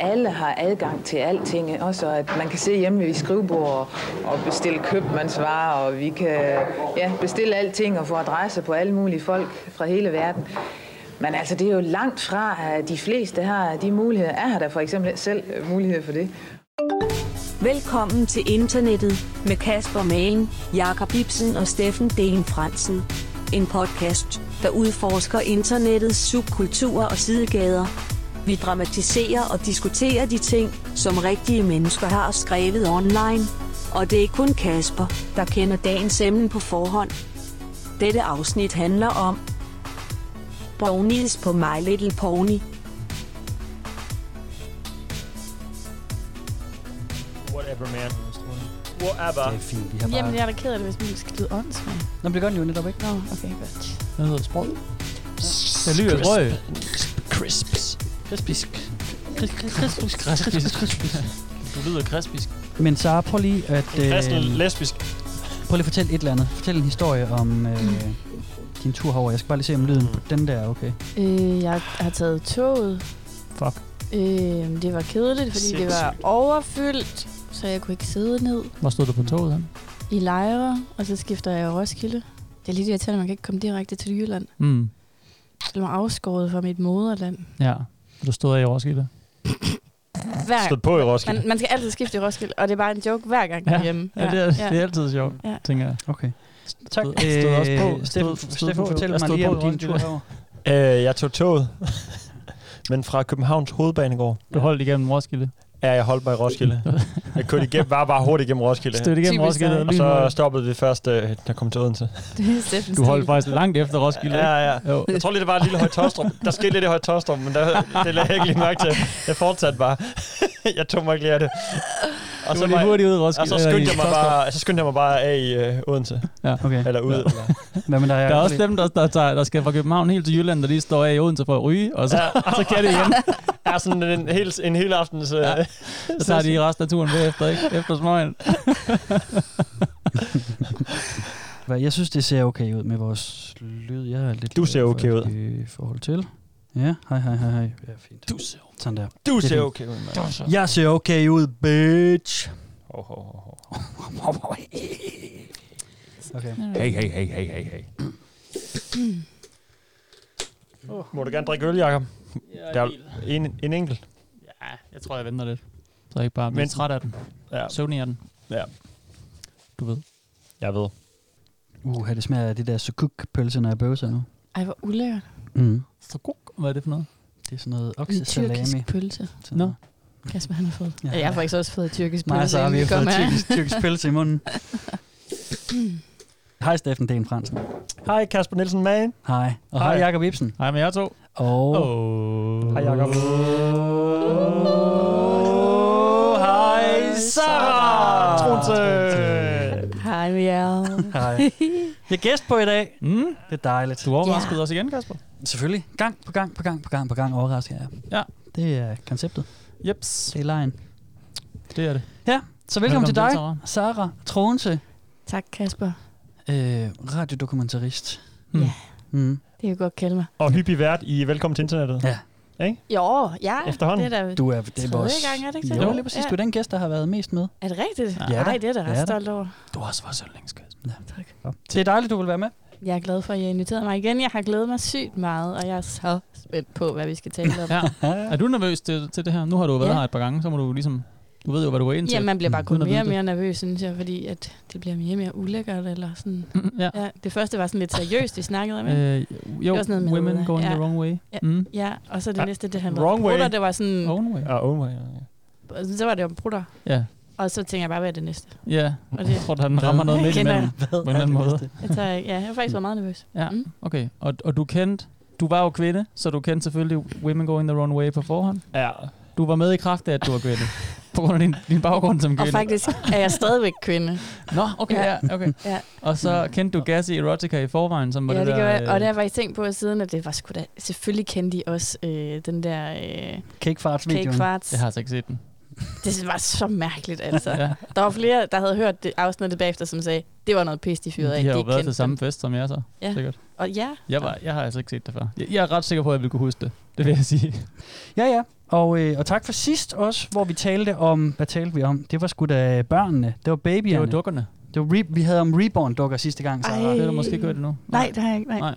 alle har adgang til alting. Også at man kan sidde hjemme ved skrivebord og, og bestille købmandsvarer, og vi kan ja, bestille alting og få adresse på alle mulige folk fra hele verden. Men altså, det er jo langt fra, at de fleste har de muligheder. Er her der for eksempel ikke selv mulighed for det? Velkommen til internettet med Kasper Malen, Jakob Ibsen og Steffen Dane Fransen. En podcast, der udforsker internettets subkulturer og sidegader. Vi dramatiserer og diskuterer de ting, som rigtige mennesker har skrevet online. Og det er kun Kasper, der kender dagens emne på forhånd. Dette afsnit handler om Brownies på My Little Pony. Whatever, man. Whatever. Det er fint, vi har bare... Jamen, jeg er da ked af det, hvis man skal lyde åndssvagt. Nå, men det gør den jo netop ikke. Nå, okay, godt. Hvad hedder det? Sprød? Jeg lyder Crisp. drøg. Crisps. Krispisk. Crisps. Crisps. Crisps. Du lyder krispisk. Men Sara, prøv lige at... Kristen Øh, lesbisk. prøv lige at fortælle et eller andet. Fortæl en historie om øh, din tur herover. Jeg skal bare lige se, om Mm. lyden på den der er okay. Øh, jeg har taget toget. Fuck. Øh, det var kedeligt, fordi det var Sindssygt. overfyldt, så jeg kunne ikke sidde ned Hvor stod du på toget hen? i lejre, og så skifter jeg Roskilde. Det er lidt irriterende, at man kan ikke komme direkte til Jylland. Mm. Jeg blev afskåret fra mit moderland. Ja. Du stod af i Roskilde. Hver Stod på i Roskilde. man, man skal altid skifte i Roskilde, og det er bare en joke hver gang ja. hjemme. ja, det, er, ja. det er altid sjovt, Ja. ja. tænker jeg. Okay. Tak. Stod- stod også på. Øh, Stod- Steffen, stod Steffen på. fortæl Jeg mig stod lige på om i din Roskilde. tur herover. Øh, jeg tog toget, men fra Københavns hovedbanegård Du holdt igennem Roskilde. er jeg holdt mig i Roskilde. Jeg kørte igennem, bare, bare hurtigt igennem Roskilde. Stod igennem Typisk Roskilde. dig. Og Og så lynhurtigt. stoppede vi først, øh, der kom til Odense. det er Steffens du holdt stil. faktisk langt efter Roskilde. Ja, ikke? ja. Jo. Jeg tror lige, det var et lille højt Tostrup. Der skete lidt i højt Tostrup, men der, det lagde jeg ikke lige mærke til. Jeg fortsatte bare. Jeg tog mig ikke lige af det. Og så, Du var lige var, hurtigt ud i Roskilde. og så, eller i skyndte jeg mig Tostrup. bare, så skyndte jeg mig bare af i øh, Odense. Ja. Okay. Eller ud. Eller. Hvad med dig? Der er Jacob? også dem, der, der, der, der skal fra København helt til Jylland, der lige står af i Odense for at ryge, og så, Ja. så kan det igen. er sådan en, hel, en hel aftens... Ja. Øh, Så tager de resten af turen bagefter, ikke? Efter smøgen. Hvad- Jeg synes, det ser okay ud med vores lyd. Jeg er lidt øh, Du ser okay ud. I forhold til. Ja, hej, hej, hej, hej. Ja, fint. Du ser Sådan der. du ser okay ud, mand. Jeg ser okay ud, bitch. Oh, oh, oh, oh. Okay. Hey, hey, hey, hey, hey, hey. Oh, Må du gerne drikke øl, Jacob? Der er en, en enkelt. Ja, jeg tror, jeg venter lidt. Så jeg ikke bare bliver Men- træt af den. Ja, Søvnig af den. Ja. Du ved. jeg ved. Uh, det smager af det der sukuk-pølse, når jeg bøvser nu. Ej, hvor ulækkert. Mm. Så god. Hvad er det for noget? Det er sådan noget En oksesalami. tyrkisk pølse. Nå. Sådan noget. Kasper, han har fået. Ja. Ja. Jeg har faktisk også fået tyrkisk pølse. Nej, så har vi inden jo kom fået her. tyrkisk, tyrkisk pølse i munden. Hej Steffen, det er en fransk. Hej, Kasper Nielsen Mann. Hej. Og hej, Hej. Jakob Ibsen. Hej med jer to. Og... Oh. Hej, Jacob. Oh, hej, Ah, Sarah. Tronse. Hej med jer. Hej. Jeg er gæst på i dag. Mm. Det er dejligt. Du overraskede os igen, Kasper. Selvfølgelig. Gang på gang på gang på gang på gang overrasker jeg. jer. Ja. Det er konceptet. Jeps. Det er lejen. Det er det. Ja, så velkommen, velkommen til dig, Sarah. Sarah Troense, tak, Kasper. øh, radiodokumentarist. Hmm. Ja. Mm. Det kan du godt kalde mig. Og hyppig vært i Velkommen til Internettet. Ja. Jo, ja. Efterhånden. Det er, da, Du er, det er Tredje vores... gang, er det ikke Jo, det? jo, Jo. lige præcis. Ja. Du er den gæst, der har været mest med. er det rigtigt? Ja da. Nej, det er da Ja da. ret stolt over. Du har også været så længe skadet. Tak. Det er dejligt, du vil være med. Jeg er glad for, at I har inviteret mig igen. Jeg har glædet mig sygt meget, og jeg er så spændt på, hvad vi skal tale om. Ja. Er du nervøs til, til det her? Nu har du jo været Ja. her et par gange, så må du ligesom... Du ved jo, hvad du går ind til. Ja, man bliver bare Mm, kun uden at mere og vide mere nervøs, synes jeg, fordi at det bliver mere og mere ulækkert. Eller sådan. Mm, Ja. Ja, det første var sådan lidt seriøst, vi snakkede om. ikke? Øh, jo, Det var sådan noget med women noget, going ja. the wrong way. Ja. Mm. Ja, og så Ja, det næste, det handlede wrong om way. brutter. Det var sådan, Own way. Ja, oh my. ja, ja. så var det om brutter. Ja. Og så tænker jeg bare, hvad er det næste? Ja. Og det, Jeg tror, han rammer noget midt Kender jeg. imellem. På en anden måde. jeg, tager, ja, jeg har faktisk været meget nervøs. Ja, Mm. okay. Og, og du kendte, du var jo kvinde, så du kendte selvfølgelig Women Going the Wrong Way på forhånd. ja. Du var med i kraft af, at du var kvinde. På grund af din, din baggrund som Og kvinde. faktisk er jeg stadigvæk kvinde. Nå, okay, ja, okay. Ja. Og så kendte du Gassy Erotica i forvejen, som var Ja, det, øh, det gør der... jeg. Og der har jeg faktisk tænkt på siden, at det var sgu da... Selvfølgelig kendte de også øh, den der øh, Cake farts Cake videoen. Quartz. jeg har altså ikke set den. Det var så mærkeligt, altså. Ja. Der var flere, der havde hørt det afsnittet bagefter, som sagde, Det var noget pis, de fyrede af. De har jo Det været kendte til samme dem. fest som jeg så, Ja. sikkert. Og ja, Jeg, var, jeg har altså ikke set det før. Jeg, jeg er ret sikker på, at jeg ville kunne huske det. Det vil jeg sige. Ja, ja. Og, øh, og tak for sidst også, hvor vi talte om... Hvad talte vi om? Det var sgu da børnene. Det var babyerne. Det var dukkerne. Det var re- vi havde om reborn-dukker sidste gang, Sarah. Ej. Ah, Det har du måske ikke hørt endnu. nej, det har jeg ikke. Nej. Nej.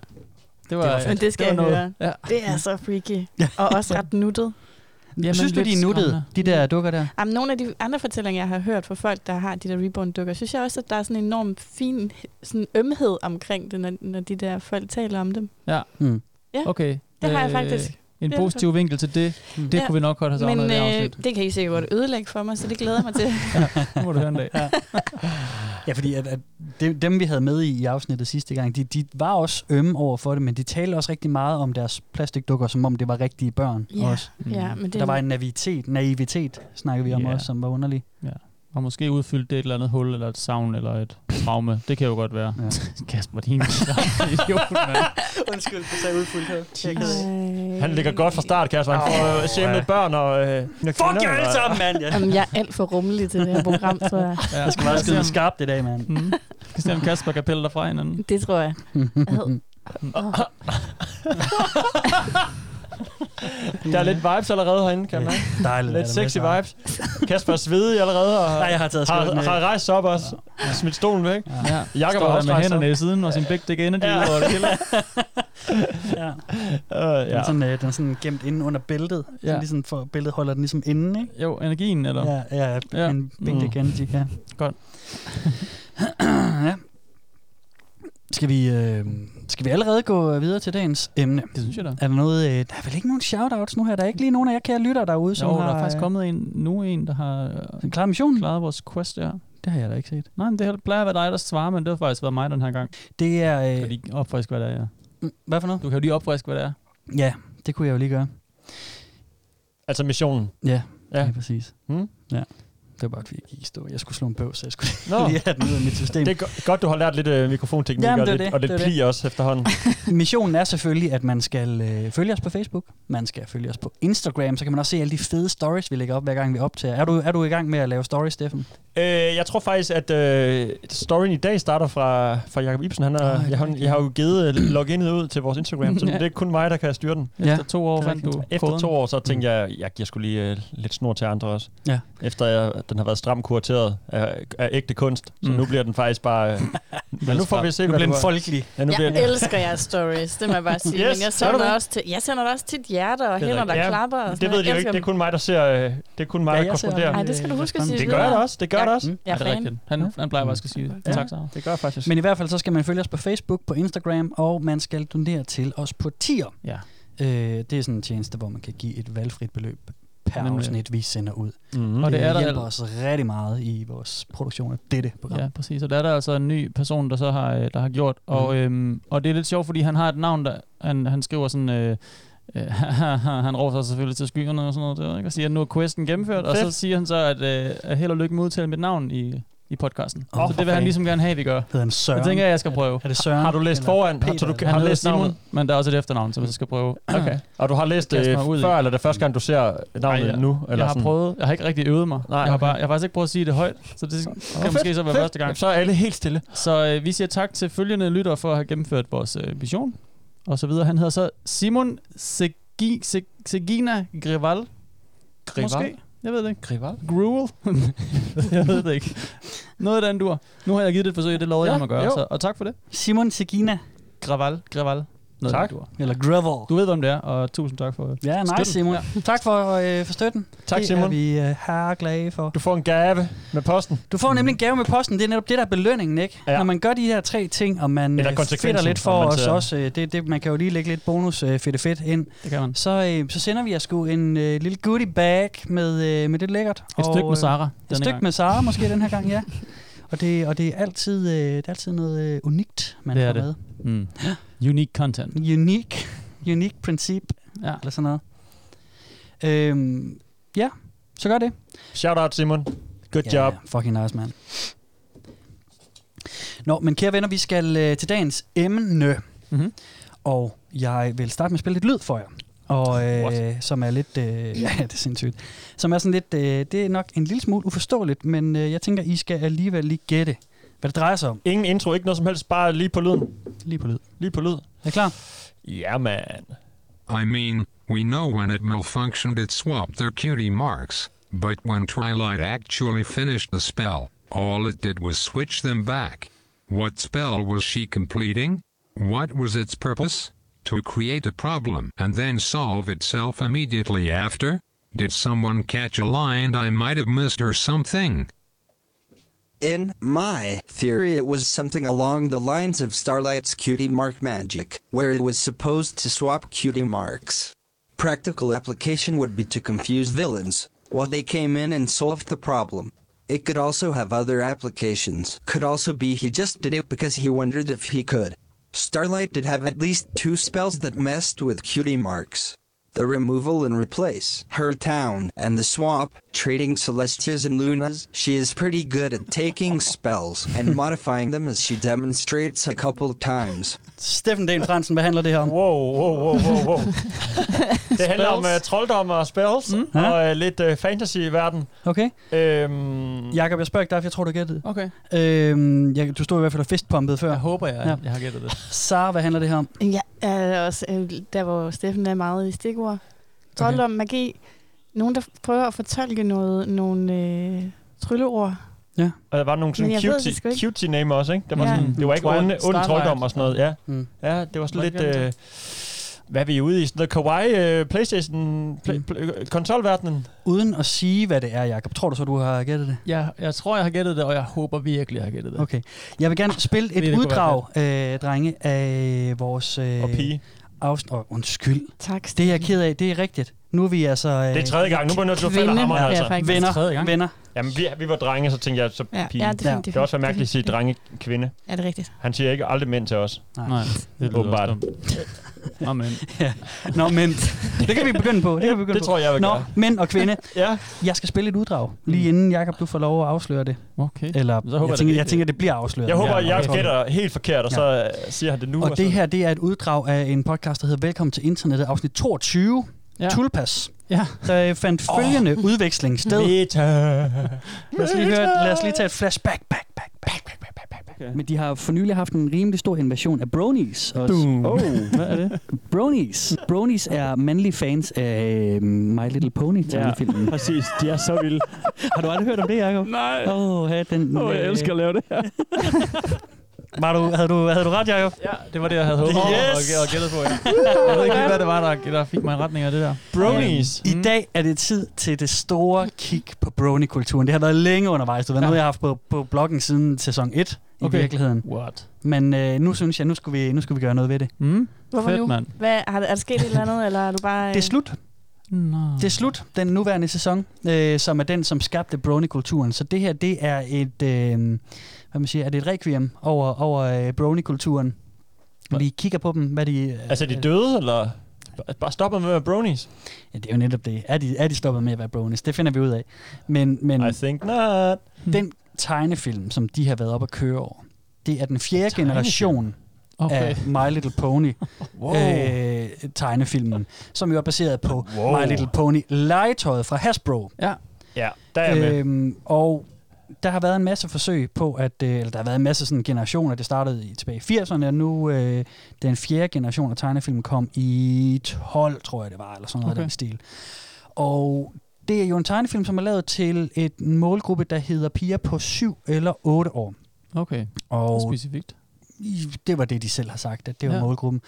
Det Det var var, fedt. Men det skal var jeg noget. høre. Ja. Det er så freaky. Og også ret nuttet. Jamen, Synes du, lidt de er nuttede, skræmmende. de der dukker der? Jamen, nogle af de andre fortællinger, jeg har hørt fra folk, der har de der reborn-dukker, synes jeg også, at der er sådan en enorm fin sådan ømhed omkring det, når, når de der folk taler om dem. Mm. Okay. Hmm. Det har jeg øh, faktisk. En Ja, positiv vinkel til det. Mm. Det Hmm. Ja. kunne vi nok godt have Men savnet i det øh, afsnit. det kan I sikkert godt ødelægge for mig, så det glæder jeg mig til. Det må du høre en dag. Ja, fordi at, at dem, dem, vi havde med i, i afsnittet sidste gang, de, de var også ømme over for det, men de talte også rigtig meget om deres plastikdukker, som om det var rigtige børn Ja. også. ja, men det Der var en naivitet, naivitet snakkede vi om Mm. Ja. også, som var underlig. Og måske udfyldt det et eller andet hul, eller et savn, eller et traume. Det kan jo godt være. Ja. Ja. Kasper, din gamle idiot, mand. Undskyld, det sagde udfyldt her. Han ligger godt fra start, Kasper. Han får øh, shame med børn og... Øh, Fuck jer alle sammen, mand! Jeg, Jamen, jeg er alt for rummelig til det her program, tror jeg. Ja, jeg skal bare skyde mig skarpt i dag, mand. Mm. Kan se, om Kasper kan pille dig fra hinanden. Det tror jeg. Der er lidt vibes allerede herinde, kan man. mærke. Dejligt. Lidt at være sexy med, Sarah. vibes. Kasper er svedig allerede og Nej, jeg har taget skjorten har, har af. rejst sig op og s- smidt stolen væk. Ja. Jakob Står har der også med rejst sig hænderne i siden, og sin big dick energy Ja. ja. over det hele. Ja. Øh, Den, ja. er sådan, øh, den er sådan gemt inde under bæltet. Ja. Ja. Så ligesom for, bæltet holder den ligesom inde, ikke? Jo, energien, eller? Ja. Ja, ja, ja. Ja. en Bing Mm. mm. Genji, ja. Godt. ja. Skal vi, øh, skal vi allerede gå videre til dagens emne? Det synes jeg da. Er der noget, øh, der er vel ikke nogen shoutouts nu her? Der er ikke lige nogen af jer kære lytter derude, som Jo, har der er faktisk øh, kommet en, nu en, der har øh, en klar mission. klaret vores quest der. Det har jeg da ikke set. Nej, men det plejer at være dig, der svarer, men det har faktisk været mig den her gang. Det er... Kan Øh, du lige opfriske, hvad det er? mm, hvad for noget? Du kan jo lige opfriske, hvad det er. Ja, det kunne jeg jo lige gøre. Altså missionen. Ja, ja. Ja. Lige præcis. Mm. Ja. Det var bare, fordi jeg gik i stå. Jeg skulle slå en bøv, så jeg skulle Nå, lige have den ud af mit system. det er go- godt, du har lært lidt øh, mikrofonteknik Jamen, og det er lidt, det, og lidt det er pli også efterhånden. Missionen er selvfølgelig, at man skal øh, følge os på Facebook, man skal følge os på Instagram, så kan man også se alle de fede stories, vi lægger op, hver gang vi optager. Er du, er du i gang med at lave stories, Steffen? Øh, jeg tror faktisk, at øh, storyen i dag starter fra, fra Jakob Ibsen. Han er, Åh, ja, det er jeg, har, jeg har jo givet øh, loginet ud til vores Instagram, så Ja. det er kun mig, der kan styre den. Efter to år det er fandt du Efter koden. Mm. to år, så tænkte jeg, jeg giver skulle lige øh, lidt snor til andre også. Ja. Efter jeg, at den har været stramt kurateret af, af ægte kunst, så Mm. nu bliver den faktisk bare... Øh, men nu får vi se, Nu hvad bliver det den var. folkelig. Ja, nu Jeg elsker jeres stories, det må jeg bare Yes, sige. men jeg gør du sender, det? også til, jeg sender det også tit hjerter og Det er hænder, der rigtigt. Ja, klapper. Og det ved de jo ikke. Det er kun mig, der ser... Øh, det er kun mig, Ja, der jeg ser korresponderer. det. Nej, det skal du huske at sige. Det gør jeg da også. Det gør jeg da også. Jeg Ja, er det er fan. rigtigt. Han, han plejer bare at skulle sige Ja. tak, Sarah. Det gør jeg faktisk. Men i hvert fald, så skal man følge os på Facebook, på Instagram, og man skal donere til os på tier. Ja. Øh, det er sådan en tjeneste, hvor man kan give et valgfrit beløb per Nemlig. afsnit, vi sender ud. Mm. Og Det, det er der hjælper al- os rigtig meget i vores produktion af dette program. Ja, præcis. Og der er der altså en ny person, der så har, øh, der har gjort. Og, Mm. øhm, og det er lidt sjovt, fordi han har et navn, der han, han skriver sådan... Øh, øh, han råber sig selvfølgelig til skyerne og sådan noget, der, ikke? og siger, at nu er questen gennemført, og så Fedt. siger han så, at, øh, at held og lykke med at udtale mit navn i, i podcasten. Åh, Oh, så for det vil fanden. han ligesom gerne have, vi gør. Hedder han Søren? Jeg tænker, at jeg skal prøve. er det Søren? Har du læst Eller- foran? Har, Peter, så du, eller- har Han du hedder læst navnet? Simon, men der er også et efternavn, som jeg så skal prøve. Okay. Og du har læst det Kaster mig ud i. øh, før, eller det er første gang, du ser navnet Ej, jeg- nu? Eller Jeg har sådan? prøvet, jeg har ikke rigtig øvet mig. Nej, jeg, har okay. bare, jeg har faktisk ikke prøvet at sige det højt, så det Nå, kan måske så være første gang. Så er alle helt stille. Så øh, vi siger tak til følgende lytter for at have gennemført vores øh, vision og så videre. Han hedder så Simon Segi, Se, Segina Greval. Greval? Måske? Jeg ved det ikke. Grival. Gruel? jeg ved det ikke. Noget af den dur. Nu har jeg givet det et forsøg, det lovede Ja, jeg ham at gøre. jo. Så, og tak for det. Simon Segina, Greval. Greval. Noget Tak. Af den dur. eller Gravel. Du ved, hvem det er, og tusind tak for det. Ja, nice Støtten. Simon. Ja. Tak for, øh, for støtten. Tak, det er Simon. vi øh, her glade for. Du får en gave med posten. Du får nemlig en gave med posten. Det er netop det, der er belønningen, ikke? Ja. Ja. Når man gør de her tre ting, og man Eller øh, konsekvensen, fedter lidt for om man os tager- også. øh, Det, det, man kan jo lige lægge lidt bonus øh, fedt fedt ind. Det kan man. Et Så, øh, så sender vi jer sgu en øh, lille goodie bag med, øh, med det lækkert. og, stykke med øh, Sara. Et stykke med Sara måske den her gang, ja. Og det, og det er altid, øh, det er altid noget øh, unikt, man Det er får det. med. Mm. Unique content. Unique, unique princip, Ja. eller sådan noget. Øhm, ja, så gør det. Shout out, Simon. Good Ja, job. Ja, fucking nice, mand. Nå, men kære venner, vi skal øh, til dagens emne. Mhm. Og jeg vil starte med at spille lidt lyd for jer. Og øh, What? som er lidt, øh, ja det er sindssygt, som er sådan lidt, øh, det er nok en lille smule uforståeligt, men øh, jeg tænker, I skal alligevel lige gætte, Hvad det drejer sig om. Ingen intro, ikke noget som helst, bare lige på lyden. Lige på lyd. Lige på lyd. Er I klar? Ja, man. I mean, we know when it malfunctioned it swapped their cutie marks, but when Twilight actually finished the spell, all it did was switch them back. What spell was she completing? What was its purpose? To create a problem and then solve itself immediately after? Did someone catch a line I might have missed or something? In my theory, it was something along the lines of Starlight's cutie mark magic, where it was supposed to swap cutie marks. Practical application would be to confuse villains while they came in and solved the problem. It could also have other applications. Could also be he just did it because he wondered if he could. Starlight did have at least two spells that messed with cutie marks. The removal and replace, her town, and the swamp, trading Celestias and Lunas. She is pretty good at taking spells and modifying them as she demonstrates a couple of times. Steffen Dan Fransen, hvad handler det er her om? Wow, wow, wow, wow, wow. det handler om uh, trolddom og spells mm, og uh, lidt uh, fantasy-verden. Okay. Øhm, Jakob, jeg spørger ikke dig, for jeg tror, du gættede det. Okay. Øhm, jeg, du stod i hvert fald og fistpumpede før. Jeg håber, jeg, Ja. ja. jeg har gættet det. Sara, hvad handler det her om? Jeg er også øh, der, hvor Steffen er meget i stikord. Trolddom, magi. Nogen, der prøver at fortolke noget, nogle øh, trylleord. og der var nogle Men sådan jeg ved det cutie, sgu ikke. cutie name også, ikke? Det var, Ja. sådan, det var ikke Twilight- onde, onde Starlight. trolddom og sådan noget. Ja, Mm. ja det var sådan Var det lidt... ikke Øh, hvad er vi ude i? Sådan noget kawaii, uh, Playstation, Mm. play, play, Øh, konsolverdenen. Uden at sige, hvad det er, Jakob. Tror du så, du har gættet det? Jeg, jeg tror, jeg har gættet det, og jeg håber virkelig, jeg har gættet det. Okay. Jeg vil gerne spille Det et kunne være uddrag, øh, drenge, af vores øh, Og pige. afsnit. Oh, undskyld. Tak. Det er jeg ked af. Det er rigtigt. Nu er vi altså... Øh, Det er tredje gang. Nu begynder du at falde Kvinde, hammeren, ja, altså. faktisk. venner. Tredje gang. Venner. Jamen, vi, vi var drenge, så tænkte jeg, så Ja, pige. ja, det, det er fint. det er også være mærkeligt at sige fint. drenge-kvinde. Ja, det er rigtigt. Han siger ikke aldrig mænd til os. Nej, det lyder Åbenbart. også dumt. Nå, men. Nå, men... Det kan vi begynde på. Det kan vi begynde Det på. tror jeg, jeg vil Nå, gøre. mænd og kvinde. Ja, Jeg skal spille et uddrag, lige inden Jakob, du får lov at afsløre det. Mm. Okay. Eller, Så håber jeg, jeg, tænker, det- jeg tænker, det bliver afsløret. jeg håber, Ja, jeg tror det. gætter helt forkert, og så øh, siger han det nu. Og det så- her, det er et uddrag af en podcast, der hedder Velkommen til Internettet, afsnit 22, ja. Ja. Tulpas. Ja. Der øh, fandt følgende oh. udveksling sted. Meta. Lad os, lige høre, lad os lige tage et flashback. Back, back, back, back, back, back, back. Okay. Men de har for nylig haft en rimelig stor invasion af bronies. Også. Oh, hvad er det? Bronies. Bronies er mandlige fans af øh, My Little Pony tegnefilmen. Ja. Præcis, de er så vilde. Har du aldrig hørt om det, Jacob? Nej, Åh, oh, den... oh, jeg elsker at lave det her. Var du, havde, du, havde du ret, Jacob? Ja, det var det, jeg havde håbet Yes! og, og gættet på. Ja. Jeg ved ikke lige, hvad det var, der, der fik mig i retning af det der. Bronies. I dag er det tid til det store kig på brony-kulturen. Det har været længe undervejs. Det har været ja. Ja. noget, jeg har haft på, på bloggen siden sæson 1 okay. i Okay. virkeligheden. What? Men øh, nu synes jeg, nu skulle, vi, nu skulle vi gøre noget ved det. Mm? Hvorfor Fedt, nu? mand. Hvad, har, der- er der sket et eller andet, eller er du bare... øh, Det er slut. Nå. Det er slut, den nuværende sæson, øh, som er den, som skabte brony-kulturen. Så det her, det er et, øh, hvad man siger, er det et requiem over, over øh, brony-kulturen. Vi kigger på dem, hvad de... øh, Altså, er de døde, eller? Bare stopper med at være bronies. Ja, det er jo netop det. Er de, er de stoppet med at være bronies? Det finder vi ud af. Men, men I think not. den tegnefilm, som de har været op at køre over, det er den fjerde Tegnefilm? generation okay. Okay. af My Little Pony wow. øh, tegnefilmen, som jo er baseret på wow. My Little Pony legetøjet fra Hasbro. Ja. Ja, der er jeg med. Øhm, og der har været en masse forsøg på, at øh, eller der har været en masse sådan generationer. Det startede i, tilbage i 80'erne, og nu øh, den fjerde generation af tegnefilm kom i 12, tror jeg det var, eller sådan noget okay. Okay. af den stil. Og det er jo en tegnefilm, som er lavet til et en målgruppe, der hedder piger på 7 eller 8 år. Øhm, Okay, Og specifikt. i- det var det, de selv har sagt, at det var ja. Ja. målgruppen.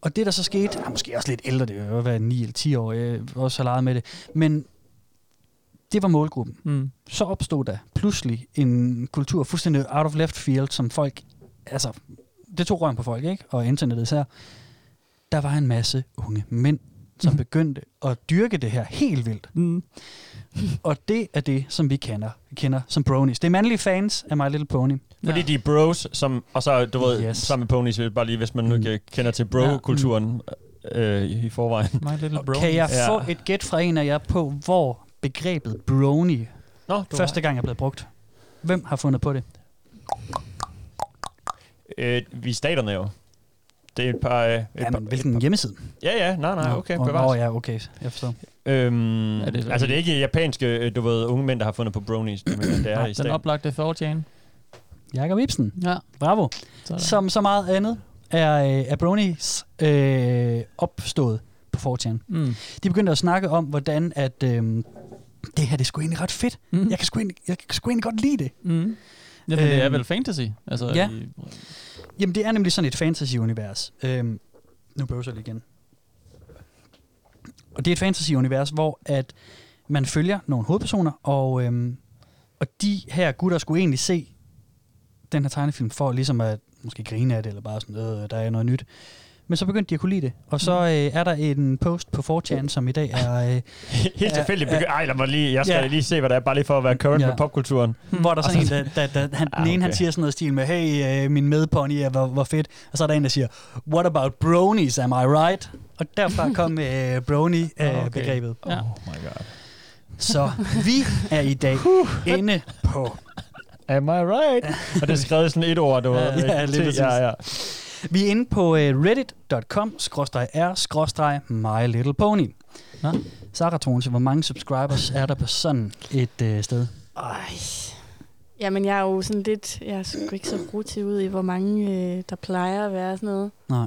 Og det, der så skete, ah, måske også lidt ældre, det var være 9 eller 10 år, jeg også har leget med det, men det var målgruppen Mm. så opstod der pludselig en kultur fuldstændig out of left field, som folk, altså, det tog røven på folk, ikke? Og internettet især. Der var en masse unge mænd, som Mhm. begyndte at dyrke det her helt vildt. Mm. Og det er det, som vi kender, kender som bronies. Det er mandlige fans af My Little Pony. Fordi de er bros, som, og så, du ved, Yes. yes. sammen med ponies, bare lige, hvis man nu Mm. ikke kender til bro-kulturen øh, i i forvejen. My little bro. Kan jeg Ja. få et gæt fra en af jer på, hvor begrebet brony Nå, du første gang er blevet brugt? Hvem har fundet på det? Øh, vi er staterne jo. Det er et par... Øh, et par Jamen, hvilken hjemmeside? ja, ja, nej, nej, okay, Nå, bevares. Nå, ja, okay, jeg forstår. Øhm, Ja, det er så- altså, det er ikke japanske, øh, du ved, unge mænd, der har fundet på bronies, det, mener, jeg, det er Ja, i den staten. oplagte 4chan. Jakob Ibsen. Ja. Bravo. Sådan. Som så meget andet er, øh, er bronies øh, opstået på 4 Mm. De begyndte at snakke om, hvordan at, øh, det her det er sgu egentlig ret fedt. Mm-hmm. Mm. Jeg, kan sgu egentlig, jeg kan sgu egentlig godt lide det. Mm. Jamen, det er Øhm, vel fantasy. Altså, ja. i- Jamen, det er nemlig sådan et fantasy-univers. Øhm, nu bøvser jeg lige igen. Og det er et fantasy-univers, hvor at man følger nogle hovedpersoner, og, øhm, og de her gutter skulle egentlig se den her tegnefilm for ligesom at måske grine af det, eller bare sådan, øh, der er noget nyt. Men så begyndte de at kunne lide det, og Mm. så øh, er der en post på 4chan, som i dag er... Øh, Helt tilfældigt. Begy- Ej, lad mig lige, jeg skal Ja. ja. lige se, hvad der er, bare lige for at være current Ja. ja. med popkulturen. Hmm. Hvor der er sådan en, der, der, der han, ah, den ene han okay. siger sådan noget i stil med, hey, øh, min medpony er, hvor, hvor fedt. Og så er der en, der siger, what about bronies, am I right? Og derfra kom øh, brony-begrebet. Øh, Okay. begrebet. Ja. Oh my god. Så vi er i dag inde på... Am I right? Og det er skrevet i sådan et ord, du ved. Ja, ja, lige præcis. ja, ja. Vi er inde på øh, reddit.com-r-mylittlepony. Nå. Sarah Tronse, hvor mange subscribers er der på sådan et øh, sted? Øj. Jamen, jeg er jo sådan lidt... Jeg er sgu ikke så brutig ud i, hvor mange øh, der plejer at være sådan noget. Nej,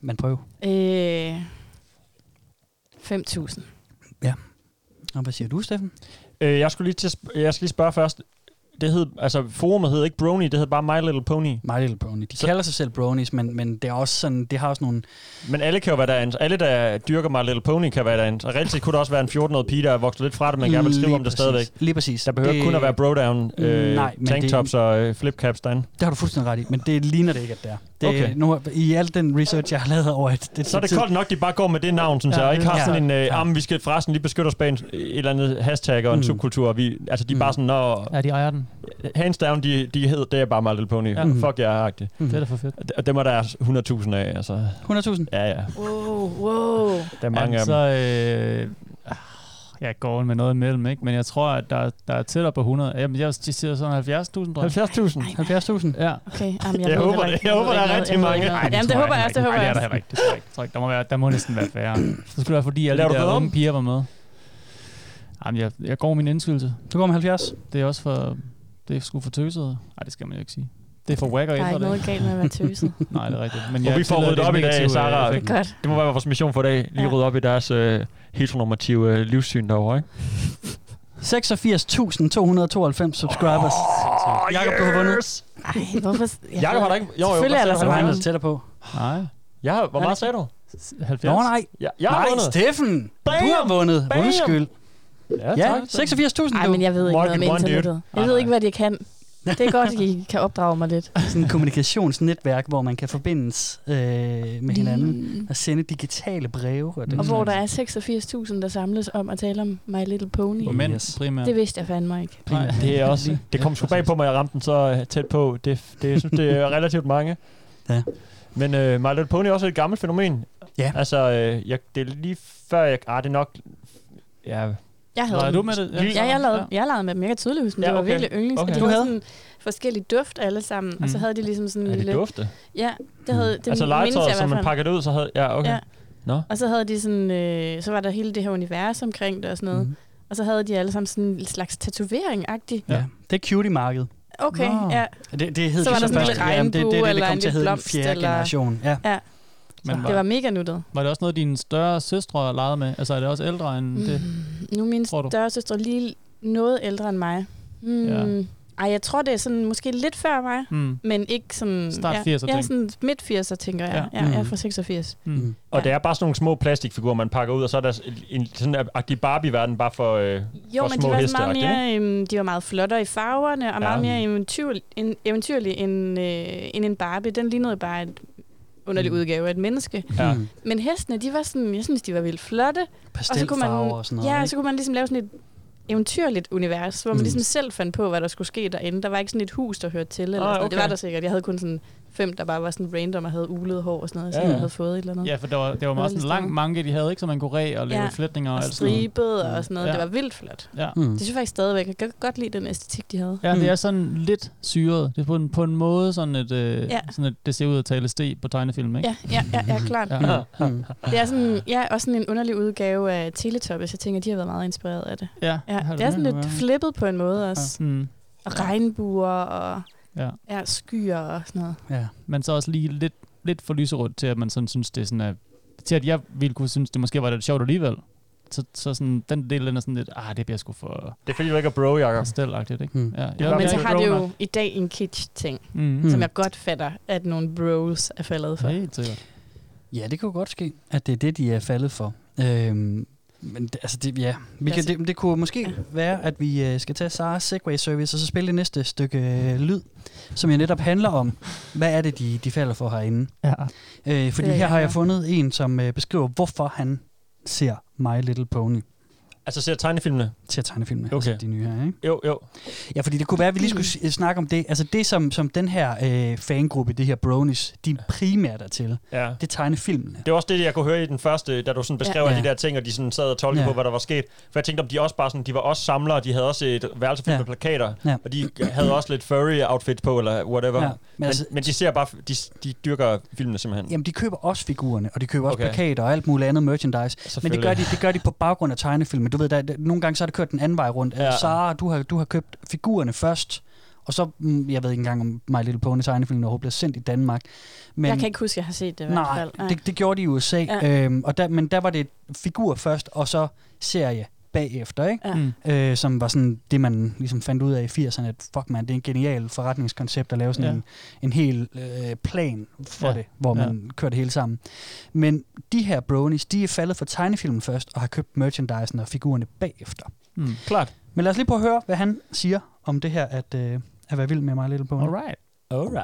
men prøv. Øh, 5.000. Og hvad siger du, Steffen? Øh, jeg, skulle lige til, at sp- jeg skal lige spørge først. Det hed, altså forumet hed ikke Brony, det hed bare My Little Pony. My Little Brony. De så... kalder sig selv bronies, men, men det er også sådan, det har også nogle Men alle kan jo være derinde. Alle, der dyrker My Little Pony, kan være derinde. Og reelt set kunne der også være en 14-årig pige, der er vokset lidt fra det, men gerne vil skrive Lige om det præcis. stadigvæk. Lige præcis. Der behøver det... kun at være brodown, øh, Nej, men tanktops det- og øh, flipcaps derinde. Det har du fuldstændig ret i, men det ligner det ikke, at det er. Det, okay. Okay. nu, I al den research, jeg har lavet over et, et Så er det tid- koldt nok, de bare går med det navn, synes Ja, ja, jeg, og ikke har ja. sådan en, øh, Ja. ja. vi skal forresten lige beskytte os bag en, øh, et eller andet hashtag og en Mm. subkultur. og Vi, altså, de er Mm. bare sådan, når Ja, de ejer den. hands down, de, de hed, det er bare My Little Pony. Ja. Ja. Mm. Fuck jer, yeah, agtigt. Mm. Det er da for fedt. Og d- Og dem er der 100.000 af, altså. 100.000? Ja, ja. Wow, wow. Der er mange altså, af dem. øh, ah, jeg går med noget imellem, ikke? men jeg tror, at der, der er tættere på 100. Jamen, jeg siger sådan 70.000, tror jeg. 70.000. 70.000? Ja. Okay, jamen, jeg, Jeg ved håber heller det. ikke. Jeg håber, ved der er ikke rigtig noget. Jeg ved mange. ikke noget. Ej, det Jamen, det håber jeg også, det håber Nej, jeg det er der også. heller ikke. Det tror jeg ikke. Jeg tror ikke. Der må, være, der må næsten være færre. Så skulle det være, fordi alle Laver de du der bedre om? unge piger var med. Jamen, jeg, jeg går min indskydelse. Du går med 70? Det er også for... Det er sgu for tøset. Nej, det skal man jo ikke sige. Det er for whack og Der er ældre, det. ikke noget galt med at være tøset. ikke? Nej, det er rigtigt. Men Og vi får tillader ryddet det op i dag, negative, øh, Sarah. Det effekt. er godt. Det må være vores mission for i dag. Lige Ja. ja. rydde op i deres øh, heteronormative øh, livssyn derovre, ikke? 86.292 subscribers. Oh, Jakob, du har vundet. Ej, hvorfor... Jeg Jakob har ved- da ikke... Jo, jo, Selvfølgelig er der Så så var han mange. altså tættere på. Nej. Jeg har, hvor meget sagde du? 70. Nå nej, Jeg, jeg har nej, vundet. Steffen! Du har vundet. Bam! Undskyld. Ja, tak. 86.000. Ej, men jeg ved ikke Walk noget om it one, dude. internettet. Jeg Nej, ved nej. ikke, hvad de kan. Det er godt, at I kan opdrage mig lidt. Sådan et kommunikationsnetværk, hvor man kan forbindes øh, med hinanden og sende digitale breve. Og, den Og hvor slags. der er 86.000, der samles om at tale om My Little Pony. På mænd Yes. primært. Det vidste jeg fandme ikke. Nej, Det er også. Det kom sgu bag på mig, at jeg ramte den så øh, tæt på. Det, det, jeg synes, det er relativt mange. Ja. Men øh, My Little Pony er også et gammelt fænomen. Ja. Altså, øh, jeg, det er lige før, jeg... Ah, det er nok... Ja, Jeg havde Var dem. du med det? Ja, jeg lavede, jeg lavede med dem. Jeg kan tydeligt huske dem. Ja, Det var okay. virkelig yndlings. Okay. Okay. Du De havde havde- sådan forskellige duft alle sammen. Mm. Og så Mm. havde de ligesom sådan en er det lille... dufte? Ja, det havde... Det altså mindes jeg i legetøjet, hvert som man fald. pakker det ud, så havde... Ja, okay. Ja. Ja. Og så havde de sådan... Øh, så var der hele det her univers omkring det og sådan noget. Mm. Mhm. Og så havde de alle sammen sådan en slags tatovering-agtig. Ja, det er cutie-markedet. Okay, Nå. ja. Det, det hed Så var det der sådan en først. lille Jamen, det- det, regnbue, det, det, det, eller kom en til at lille hedde den blomst, fjerde eller- generation. Ja. Men Det var, var mega nuttet. var det også noget, dine større søstre legede med? Altså er det også ældre Mm. end det? Nu er min Tror du? større søster lige noget ældre end mig. Hmm. Ja. Ja. Ej, jeg tror, det er sådan måske lidt før mig, Mm. men ikke sådan... Start ja, 80'er, Ja, tænker sådan midt 80'er, tænker jeg. Ja. Ja, ja jeg er Mhm. fra 86. Mm. Og Ja. det er bare sådan nogle små plastikfigurer, man pakker ud, og så er der en- en sådan en Barbie-verden bare for... Øh, For Jo, men de små var, sådan heste, meget mere, øhm, de var meget flottere i farverne, og Ja. meget mere eventyr, en, eventyrlige end, øh, end en Barbie. Den lignede bare et underlig Mm. udgave af et menneske. ja. Mm. Men hestene, de var sådan, jeg synes, de var vildt flotte. Og så kunne man- Pastelfarver og sådan noget. Ja, ikke? og så kunne man ligesom lave sådan et eventyrligt univers, hvor man Mm. mm. ligesom selv fandt på, hvad der skulle ske derinde. Der var ikke sådan et hus, der hørte til. Eller Ah, ah, okay. Det okay. var der sikkert. Jeg havde kun sådan fem, der bare var sådan random og havde ulet hår og sådan noget, så Ja, ja, ja. jeg havde fået et eller andet. Ja, for det var, det var meget Underlig sådan en lang stemning. manke, de havde, ikke? Så man kunne re og lave Ja. flætninger og Og alt sådan noget. Mm. stribet og sådan noget. Ja. Ja. Det var vildt flot. Ja. Mm. Det synes jeg faktisk stadigvæk. Jeg kan godt lide den æstetik, de havde. Ja, det Mm. er sådan lidt syret. Det er på en, på en måde sådan et, øh, Ja. sådan et, det ser ud at tale sti på tegnefilm, ikke? Ja, ja, ja, ja klart. Ja. Mm. Det er sådan, ja, også sådan en underlig udgave af Teletubbies. Jeg tænker, de har været meget inspireret af det. ja. Ja, det er sådan lidt flippet på en måde også. Mm. Og regnbuer og Ja. Ja, skyer og sådan noget. Ja. Men så også lige lidt, lidt for lyserødt til, at man sådan synes, det er sådan, at, til at jeg ville kunne synes, det måske var lidt sjovt alligevel. Så, så sådan, den del den er sådan lidt, ah, det bliver sgu for Det er fordi, du ikke er bro, Jacob. stelagtigt, ikke? Mm. Ja, var er Men mere så ikke har det grown jo up. i dag en kitsch-ting, Mm. mm. som Mm. jeg godt fatter, at nogle bros er faldet for. Helt sikkert. Ja, det kunne godt ske, at det er det, de er faldet for. Øhm, men det, altså, det, ja. Vi kan, Altså- det, det kunne måske være, at vi øh, skal tage Saras Segway Service og så spille det næste stykke øh, lyd, som jo netop handler om, hvad er det, de, de falder for herinde. Ja. Øh, vil fordi jeg her har jeg høre. fundet en, som øh, beskriver, hvorfor han ser My Little Pony Altså, ser tegnefilmene? til at tegne film med. Okay. Altså, de nye her, ikke? Jo, jo. Ja, fordi det kunne være, at vi lige skulle s- øh, snakke om det. Altså det, som, som den her øh, fangruppe, det her bronies, de primært er til, Ja. det tegner filmene. Det var også det, jeg kunne høre i den første, da du sådan beskrev Ja. ja. alle de Ja. der ting, og de sådan sad og tolkede Ja. ja. på, hvad der var sket. For jeg tænkte, om de også bare sådan, de var også samlere, de havde også et værelse fyldt Ja. ja. med plakater, Ja. ja. og de havde også lidt furry outfits på, eller whatever. Ja, Ja. men Men, men, altså- altså, men de ser bare, de, de dyrker filmene simpelthen. Jamen, de køber også figurerne, og de køber også okay. Okay. plakater og alt muligt andet merchandise. Men det gør, de, Selvfølgelig. det gør de på baggrund af tegnefilmen. Du ved, der, der, nogle gange så har det kørt den anden vej rundt. Ja. Ja. Sara, du har, du har købt figurerne først, og så, mm, jeg ved ikke engang, om My Little Pony tegnefilmen overhovedet bliver sendt i Danmark. Men, Men, jeg kan ikke huske, at jeg har set det i hvert nej, fald. Nej. det, det gjorde de i USA, ja. Ja. øhm, og der, men der var det figur først, og så serie bagefter, ikke? Ja. Mm. øh, som var sådan det, man ligesom fandt ud af i 80'erne, at fuck man, det er en genial forretningskoncept at lave sådan ja. Ja. en, en hel øh, plan for ja. Ja. det, hvor man ja. kører det hele sammen. Men de her bronies, de er faldet for tegnefilmen først, og har købt merchandisen og figurerne bagefter. Mm. klart. Men lad os lige prøve at høre, hvad han siger om det her, at, øh, at være vild med mig, Little Pony. Alright.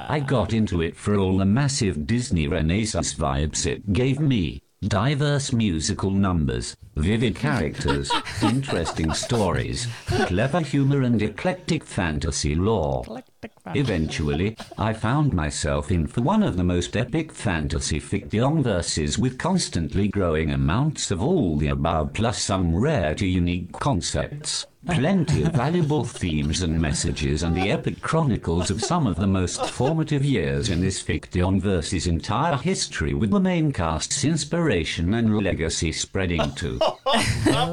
I got into it for all the massive Disney Renaissance vibes it gave me. Diverse musical numbers, vivid characters, interesting stories, clever humor, and eclectic fantasy lore. Eventually, I found myself in for one of the most epic fantasy fiction verses with constantly growing amounts of all the above plus some rare to unique concepts, plenty of valuable themes and messages and the epic chronicles of some of the most formative years in this fiction verse's entire history with the main cast's inspiration and legacy spreading to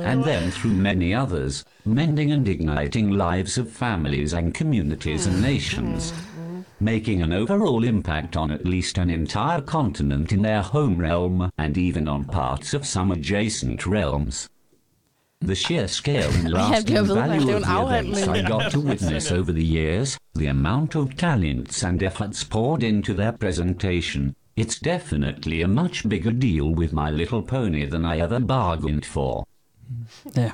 and then through many others, mending and igniting lives of families and communities and nations, making an overall impact on at least an entire continent in their home realm and even on parts of some adjacent realms. The sheer scale and lasting global value of lockdown the events I got to witness over the years, the amount of talents and efforts poured into their presentation, it's definitely a much bigger deal with My Little Pony than I ever bargained for. Ja.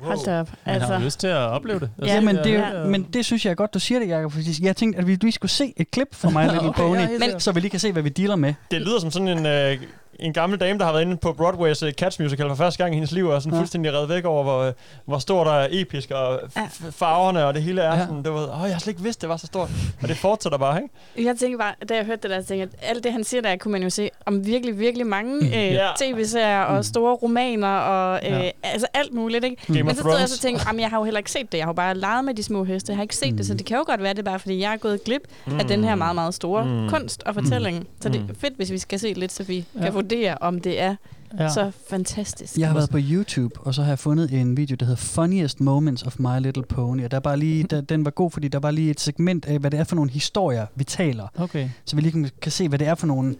Hold da op. Man Altså, har jo lyst til at opleve det. Ja, Ja, men, det, ja. men det synes jeg er godt, du siger det, Jacob, fordi jeg tænkte, at vi lige skulle se et klip fra My Little Okay, okay, ja, Pony, helt ja, sikkert. så vi lige kan se, hvad vi dealer med. Det lyder som sådan en, øh, en gammel dame, der har været inde på Broadway's øh, Cats Musical for første gang i hendes liv, og sådan Ja. ja. fuldstændig reddet væk over, hvor, øh, hvor stort og episk, og f- Ja. f- farverne og det hele er Ja. ja. sådan, du ved, åh, jeg har slet ikke vidst, det var så stort. Og det fortsætter bare, ikke? jeg tænkte bare, da jeg hørte det der, så tænkte jeg, at alt det, han siger der, kunne man jo se om virkelig, virkelig mange øh, Ja. tv-serier og store romaner og øh, Ja. altså alt muligt, ikke? Game Men of så stod jeg Thrones. så og tænkte, jamen, jeg har jo heller ikke set det. Jeg har jo bare leget med de små heste. Jeg har ikke set mm. det, så det kan jo godt være, det er bare fordi, jeg er gået glip af den her meget, meget store mm. kunst og fortælling. Så det er fedt, hvis vi skal se lidt, så vi ja. kan vurdere, om det er Ja. ja. så fantastisk. Jeg har været på YouTube, og så har jeg fundet en video, der hedder Funniest Moments of My Little Pony. Og der var lige, der, den var god, fordi der var lige et segment af, hvad det er for nogle historier, vi taler. Okay. Så vi lige kan, kan se, hvad det er for nogle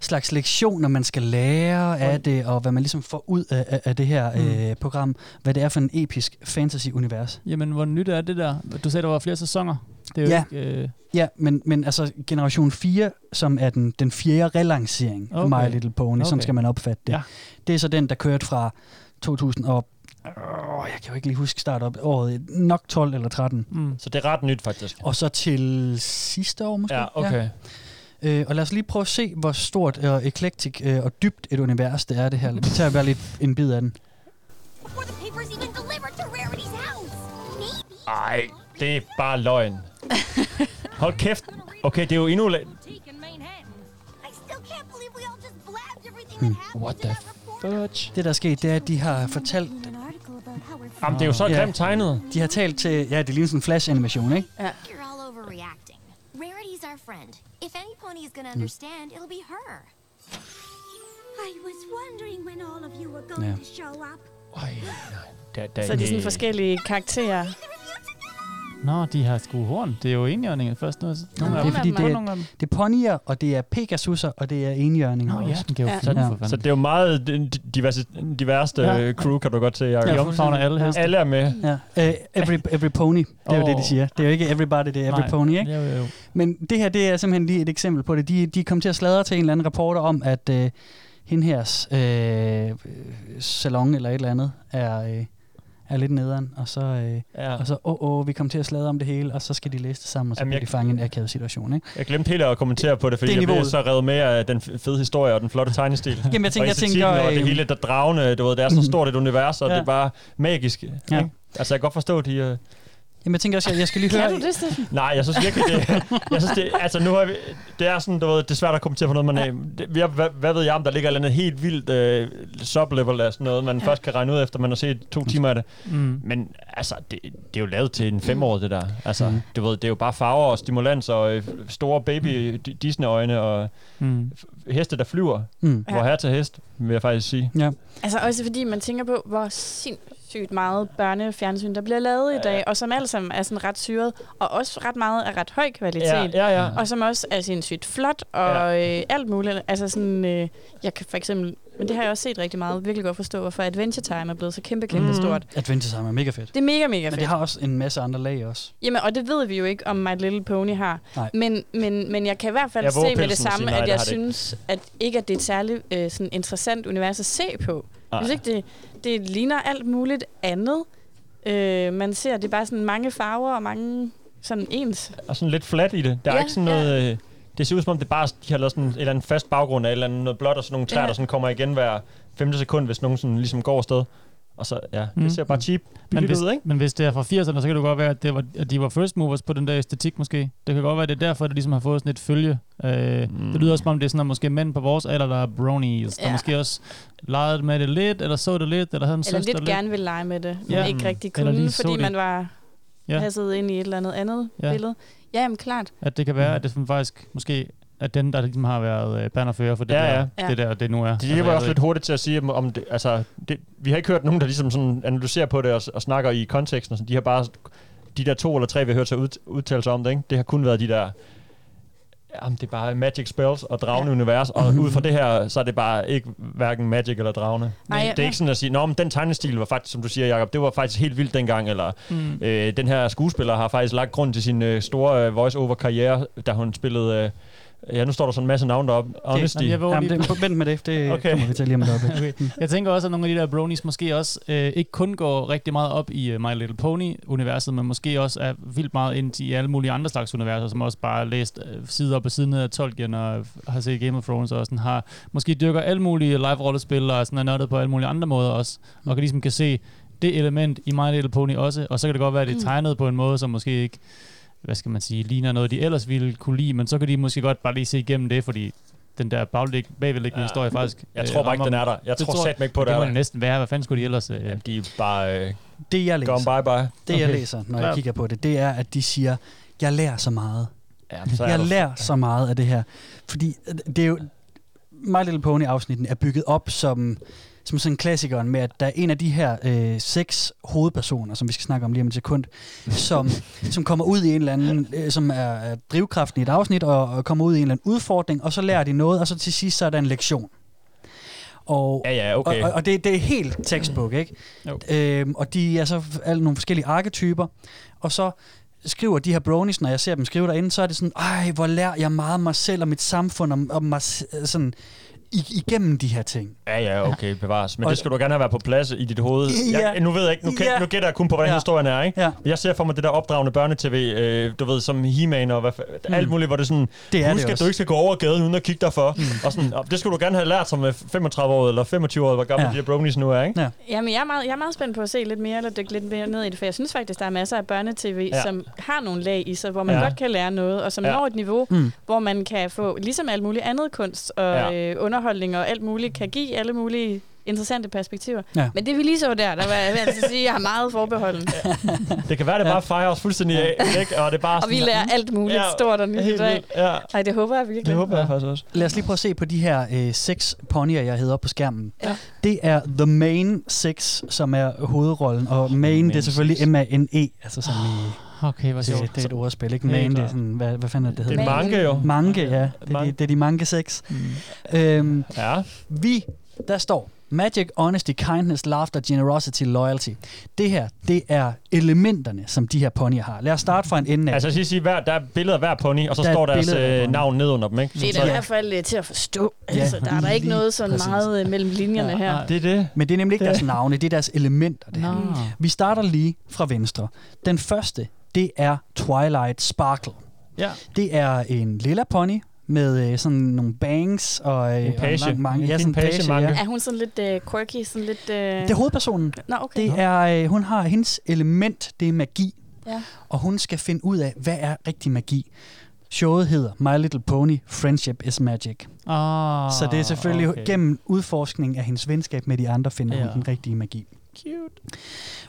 slags lektioner, man skal lære af det, og hvad man ligesom får ud af, af, af det her mm. øh, program. Hvad det er for en episk fantasy-univers. Jamen, hvor nyt er det der? Du sagde, der var flere sæsoner. Det er jo Ja. ikke... Øh, Ja, men, men altså Generation 4, som er den, den fjerde relancering okay. af Okay. My Little Pony, okay. sådan Okay. skal man opfatte det. Ja. Ja. Det er så den, der kørte fra 2000 og... Åh, jeg kan jo ikke lige huske start op året, nok 12 eller 13. mm. Så det er ret nyt, faktisk. Og så til sidste år måske. Ja, okay. Ja. Øh, og lad os lige prøve at se, hvor stort og eklektisk øh, og dybt et univers det er, det her. Vi tager bare lidt en bid af den. Before the paper's even delivered to Rarity's house. Maybe. Ej, det er bare løgn. Hold kæft. Okay, det er jo endnu... La- Boutique in Manhattan. I still can't believe we all just blabbed everything that happened What to the that reporter. Det, der er sket, det er, at de har fortalt... Jamen, det er jo så Ja. grimt tegnet. De har talt til... Ja, det ligner sådan en flash-animation, ikke? I think you're all overreacting. Rarity's our friend. If any pony is going to understand, it'll be her. I was wondering when all of you were going Yeah. to show up. Ej, nej. Da, da, Så er de sådan øh, forskellige karakterer. Either of you together! Nå, de har sgu horn. Det er jo enhjørninger først. Nu. Nå, Nå, det er fordi, det nogle af er, dem. det er ponyer, og det er pegasusser, og det er enhjørninger. Nå, ja, også. den kan jo fandme for fanden. Så det er jo meget d- diverse, diverse Ja. ja. crew, kan du godt se, Jacob. Ja, fuldstændig. Alle er med. Ja. Uh, every, every pony, det er jo det, de siger. Det er jo ikke everybody, det er every Nej, pony, ikke? jo, jo, jo. Men det her, det er simpelthen lige et eksempel på det. De, de kom til at sladre til en eller anden reporter om, at øh, hende hers øh, salon eller et eller andet er, øh, er lidt nederen, og så, øh, ja. og så åh, åh, vi kom til at sladre om det hele, og så skal de læse det sammen, og så Jamen, bliver jeg- de fanget i en akavet situation, ikke? Jeg glemte helt at kommentere på det, fordi Det er jeg blev niveauet. så revet med af den f- fede historie og den flotte tegnestil. Jamen, jeg tænker- og jeg tænker, æstetikken Og det øhm, hele, der dragende, du ved, det er så stort et univers, og Ja. det er bare magisk. ikke? Ja. Altså, jeg kan godt forstå, de... Øh... Jamen, jeg tænker også, jeg, jeg skal lige høre... Kan du det, Steffen? Nej, jeg synes virkelig, det... Jeg synes, det... Altså, nu har vi... Det er sådan, du ved, det er svært at kommentere på noget, man... øh, Det, vi har, hvad, hvad ved jeg om, der ligger et eller andet helt vildt øh, sublevel af sådan noget, man Ja. først kan regne ud efter, man har set to timer af det. Mm. Men altså, det, det er jo lavet til en femårig, det der. Altså, Mm. du ved, det er jo bare farver og stimulans og øh, store baby Disney-øjne og Mm. f- heste, der flyver. Mm. Hvor her til hest, vil jeg faktisk sige. Ja. Altså også fordi man tænker på, hvor sindssygt meget børnefjernsyn, der bliver lavet i dag, og som alle sammen er sådan ret syret, og også ret meget af ret høj kvalitet. Ja, ja, ja. Og som også er sindssygt flot, og ja. øh, alt muligt. Altså sådan, øh, jeg kan for eksempel, men det har jeg også set rigtig meget, virkelig godt forstå, hvorfor Adventure Time er blevet så kæmpe, kæmpe mm. stort. Adventure Time er mega fedt. Det er mega, mega fedt. Men det har også en masse andre lag også. Jamen, og det ved vi jo ikke, om My Little Pony har. Nej. Men, men, men jeg kan i hvert fald Jeg våger se med det pelsen at sige samme, nej, at det jeg har det ikke. synes, at ikke at det er et særligt øh, sådan interessant univers at se på. Nej. Jeg synes ikke, det, det ligner alt muligt andet. Øh, man ser, det er bare sådan mange farver og mange sådan ens. Og sådan lidt flat i det. Der er Ja, ikke sådan noget... Øh, det ser ud som om, det bare de har lavet sådan en eller anden fast baggrund af et eller andet noget blåt og sådan nogle træer, Ja. der sådan kommer igen hver femte sekund, hvis nogen sådan ligesom går afsted. Og så, ja, det Mm. ser bare cheap Men billigt hvis, ud, ikke? men hvis det er fra 80'erne, så kan det godt være, at, det var, at de var first movers på den der æstetik måske. Det kan godt være, at det er derfor, at det ligesom har fået sådan et følge. Øh, mm. Det lyder også som om, det er sådan, at måske mænd på vores alder, der er bronies, ja. der Ja. måske også legede med det lidt, eller så det lidt, eller havde en Eller søster lidt gerne ville lege med det, men Ja. ja. ikke rigtig Eller lige kunne, så fordi det. man var Ja. ja. passet ind i et eller andet andet Ja. ja. billede. Ja, jamen klart. At det kan Mm. være, at det sådan faktisk måske er den, der ligesom har været øh, bannerfører for det, Ja, der, ja. det der, det nu er. Altså, Det, det jeg var ved også lidt ikke. hurtigt til at sige, om- om det, altså, det, vi har ikke hørt nogen, der ligesom sådan analyserer på det og, s- og snakker i konteksten. og sådan. De har bare, de der to eller tre, vi har hørt sig ud, udtale sig om det, ikke? det har kun været de der, jamen, det er bare magic spells og dragende ja. univers, og ud fra det her, så er det bare ikke hverken magic eller dragende. Nej, Nej, det er ja. ikke sådan at sige, nå, men den tegnestil var faktisk, som du siger, Jacob, det var faktisk helt vildt dengang, eller Mm. øh, den her skuespiller har faktisk lagt grund til sin øh, store øh, voice-over-karriere, da hun spillede... Øh, Ja, nu står der sådan en masse navne deroppe. Honesty. Jamen, jeg våger Jamen, lige- det, vent med det, det okay. kommer vi til lige om et øjeblik. Okay. Jeg tænker også, at nogle af de der bronies måske også øh, ikke kun går rigtig meget op i uh, My Little Pony-universet, men måske også er vildt meget ind i alle mulige andre slags universer, som også bare har læst øh, side op og side ned af Tolkien og øh, har set Game of Thrones og sådan har måske dyrker alle mulige live-rollespil og sådan er nørdet på alle mulige andre måder også, og kan ligesom kan se det element i My Little Pony også, og så kan det godt være, at det er Mm. tegnet på en måde, som måske ikke hvad skal man sige, ligner noget, de ellers ville kunne lide, men så kan de måske godt bare lige se igennem det, fordi den der baglig, bagvedliggende ja. historie faktisk... Jeg tror bare ikke, rammer den er dem. der. Jeg Det tror satme ikke på, men der Det er må der. det næsten være. Hvad fanden skulle de ellers... Øh, Jamen, de er bare... Øh, Det jeg læser, Gone bye bye. det jeg læser, når jeg kigger på det, det er, at de siger, jeg lærer så meget. Ja, så er jeg du- lærer så meget af det her. Fordi øh, det er jo, My Little Pony-afsnitten er bygget op som, som sådan klassikeren med, at der er en af de her øh, seks hovedpersoner, som vi skal snakke om lige om et sekund, som, som kommer ud i en eller anden, øh, som er, er drivkraften i et afsnit, og, og kommer ud i en eller anden udfordring, og så lærer de noget, og så til sidst så er der en lektion. Og, ja, ja, okay. og, og, og det, det er helt textbook, ikke? Jo. Øhm, og de er så f- alle nogle forskellige arketyper, og så skriver de her bronies, når jeg ser dem skrive derinde, så er det sådan, ej, hvor lærer jeg meget mig selv og mit samfund om, om mig, s- sådan, i- igennem de her ting. Ja, ja, okay, bevares. Men Og- det skal du gerne have været på plads i dit hoved. Jeg, Ja. nu ved jeg ikke, nu, kan, Ja. nu gætter jeg kun på, hvordan Ja. historien er, ikke? Ja. Jeg ser for mig det der opdragende børnetv, øh, du ved, som He-Man og hvad, fa- Mm. alt muligt, hvor det er sådan, Det er det husk, at også. du Mm. ikke skal gå over gaden uden at kigge dig for. Og sådan, og det skulle du gerne have lært som 35 år eller 25 år, hvor gamle Ja. ja. de der bronies nu er, ikke? Ja. Jamen, jeg er, meget, jeg er meget spændt på at se lidt mere, eller dykke lidt mere ned i det, for jeg synes faktisk, der er masser af børnetv, Ja. ja. som har nogle lag i sig, hvor man Ja. ja. godt kan lære noget, og som Ja. ja. når et niveau, Mm. mm. hvor man kan få, ligesom alt muligt andet kunst og Ja. ja. øh, underholdning og alt muligt, kan give alle mulige interessante perspektiver. Ja. Ja. Men det vi lige så der, der var jeg vil altså sige, at jeg har meget forbeholden. Ja. Det kan være, det bare fejrer os fuldstændig af, ikke? Og, det er bare Og vi sådan- lærer alt muligt Ja, stort og nyt i helt dag. vildt, Ja. Ej, det håber jeg virkelig. Det håber jeg faktisk også. Lad os lige prøve at se på de her øh, seks ponyer, jeg hedder på skærmen. Ja. Det er The Oh, Main Six, som er hovedrollen, og Main, det er selvfølgelig M-A-N-E, E, altså som i Ah, Okay, hvor det, sjovt. det er et ordspil, ikke? Helt Man, det er klart. sådan, hvad, hvad fanden er det, Det er hedder? manke, jo. Manke, ja. Det er, de, det er de manke seks. Mm. Øhm, ja. Vi, der står Magic, Honesty, Kindness, Laughter, Generosity, Loyalty. Det her, det er elementerne, som de her ponyer har. Lad os starte fra en ende af. Altså, jeg skal sige, hver, der er billeder af hver pony, og så Der er står et deres billede af øh, ponyen. navn ned under dem, ikke? Det er da i hvert fald øh, til at forstå. Ja, Altså, der er der ikke lige noget sådan præcis. meget øh, mellem linjerne her. Det er det. Men det er nemlig ikke Det- deres navne, det er deres elementer. Det her. Nå. Vi starter lige fra venstre. Den første, det er Twilight Sparkle. Ja. Det er en lilla pony med øh, sådan nogle bangs og, øh, En page. og lang mange. En Ja, sådan en page page, manke. ja. Er hun sådan lidt øh, quirky, sådan lidt... Øh... Det er hovedpersonen. Nå, okay. Det er, øh, hun har hendes element, det er magi. Ja. Og hun skal finde ud af, hvad er rigtig magi. Showet hedder My Little Pony, Friendship is Magic. Ah, Så det er selvfølgelig okay. gennem udforskning af hendes venskab med de andre, finder ja. Ja. hun den rigtige magi. Cute.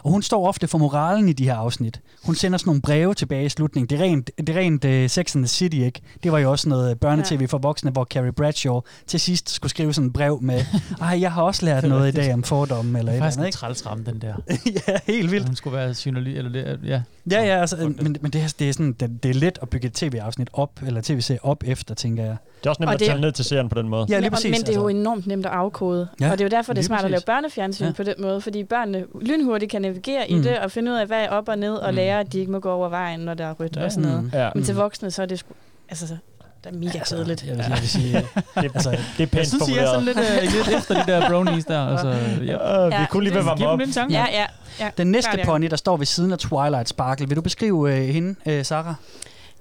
Og hun står ofte for moralen i de her afsnit. Hun sender sådan nogle breve tilbage i slutningen. Det er rent, det er rent uh, Sex and the City, ikke? Det var jo også noget øh, børnetv for voksne, hvor Carrie Bradshaw til sidst skulle skrive sådan en brev med, ej, jeg har også Det lært er noget i rigtigt. dag om fordomme eller Det et er eller faktisk andet, en ikke? træls ramme, den der. ja, helt vildt. Hun skulle være journalist, eller det, ja. Ja, ja, altså, men, men det, er- det, er sådan, det, det er let at bygge et tv-afsnit op, eller tv-serie op efter, tænker jeg. Det er også nemt Og at det- tælle ned til serien på den måde. Ja, lige Men- præcis, Men det er jo altså. enormt nemt at afkode. Ja, Ja, og det er jo derfor, det er lige smart at lave præcis. børnefjernsyn Ja. ja. på den måde, fordi børnene lynhurtigt kan navigere mm. Mm. i det og finde ud af, hvad er op og ned, og Mm. mm. lære, at de ikke må gå over vejen, når der er rødt Ja. og sådan noget. Mm. Ja. Men til Mm. voksne, så er det sgu... Altså, så- det er mega Altså, kedeligt. jeg vil sige- jeg vil sige, Det, altså, det er pænt Jeg synes, I er sådan lidt, øh, lidt efter de der brownies der. Altså, ja. Øh, vi kunne lige ved at varme op. Ja, ja. ja. Den næste Klart, ja. pony, der står ved siden af Twilight Sparkle, vil du beskrive øh, hende, øh, Sarah?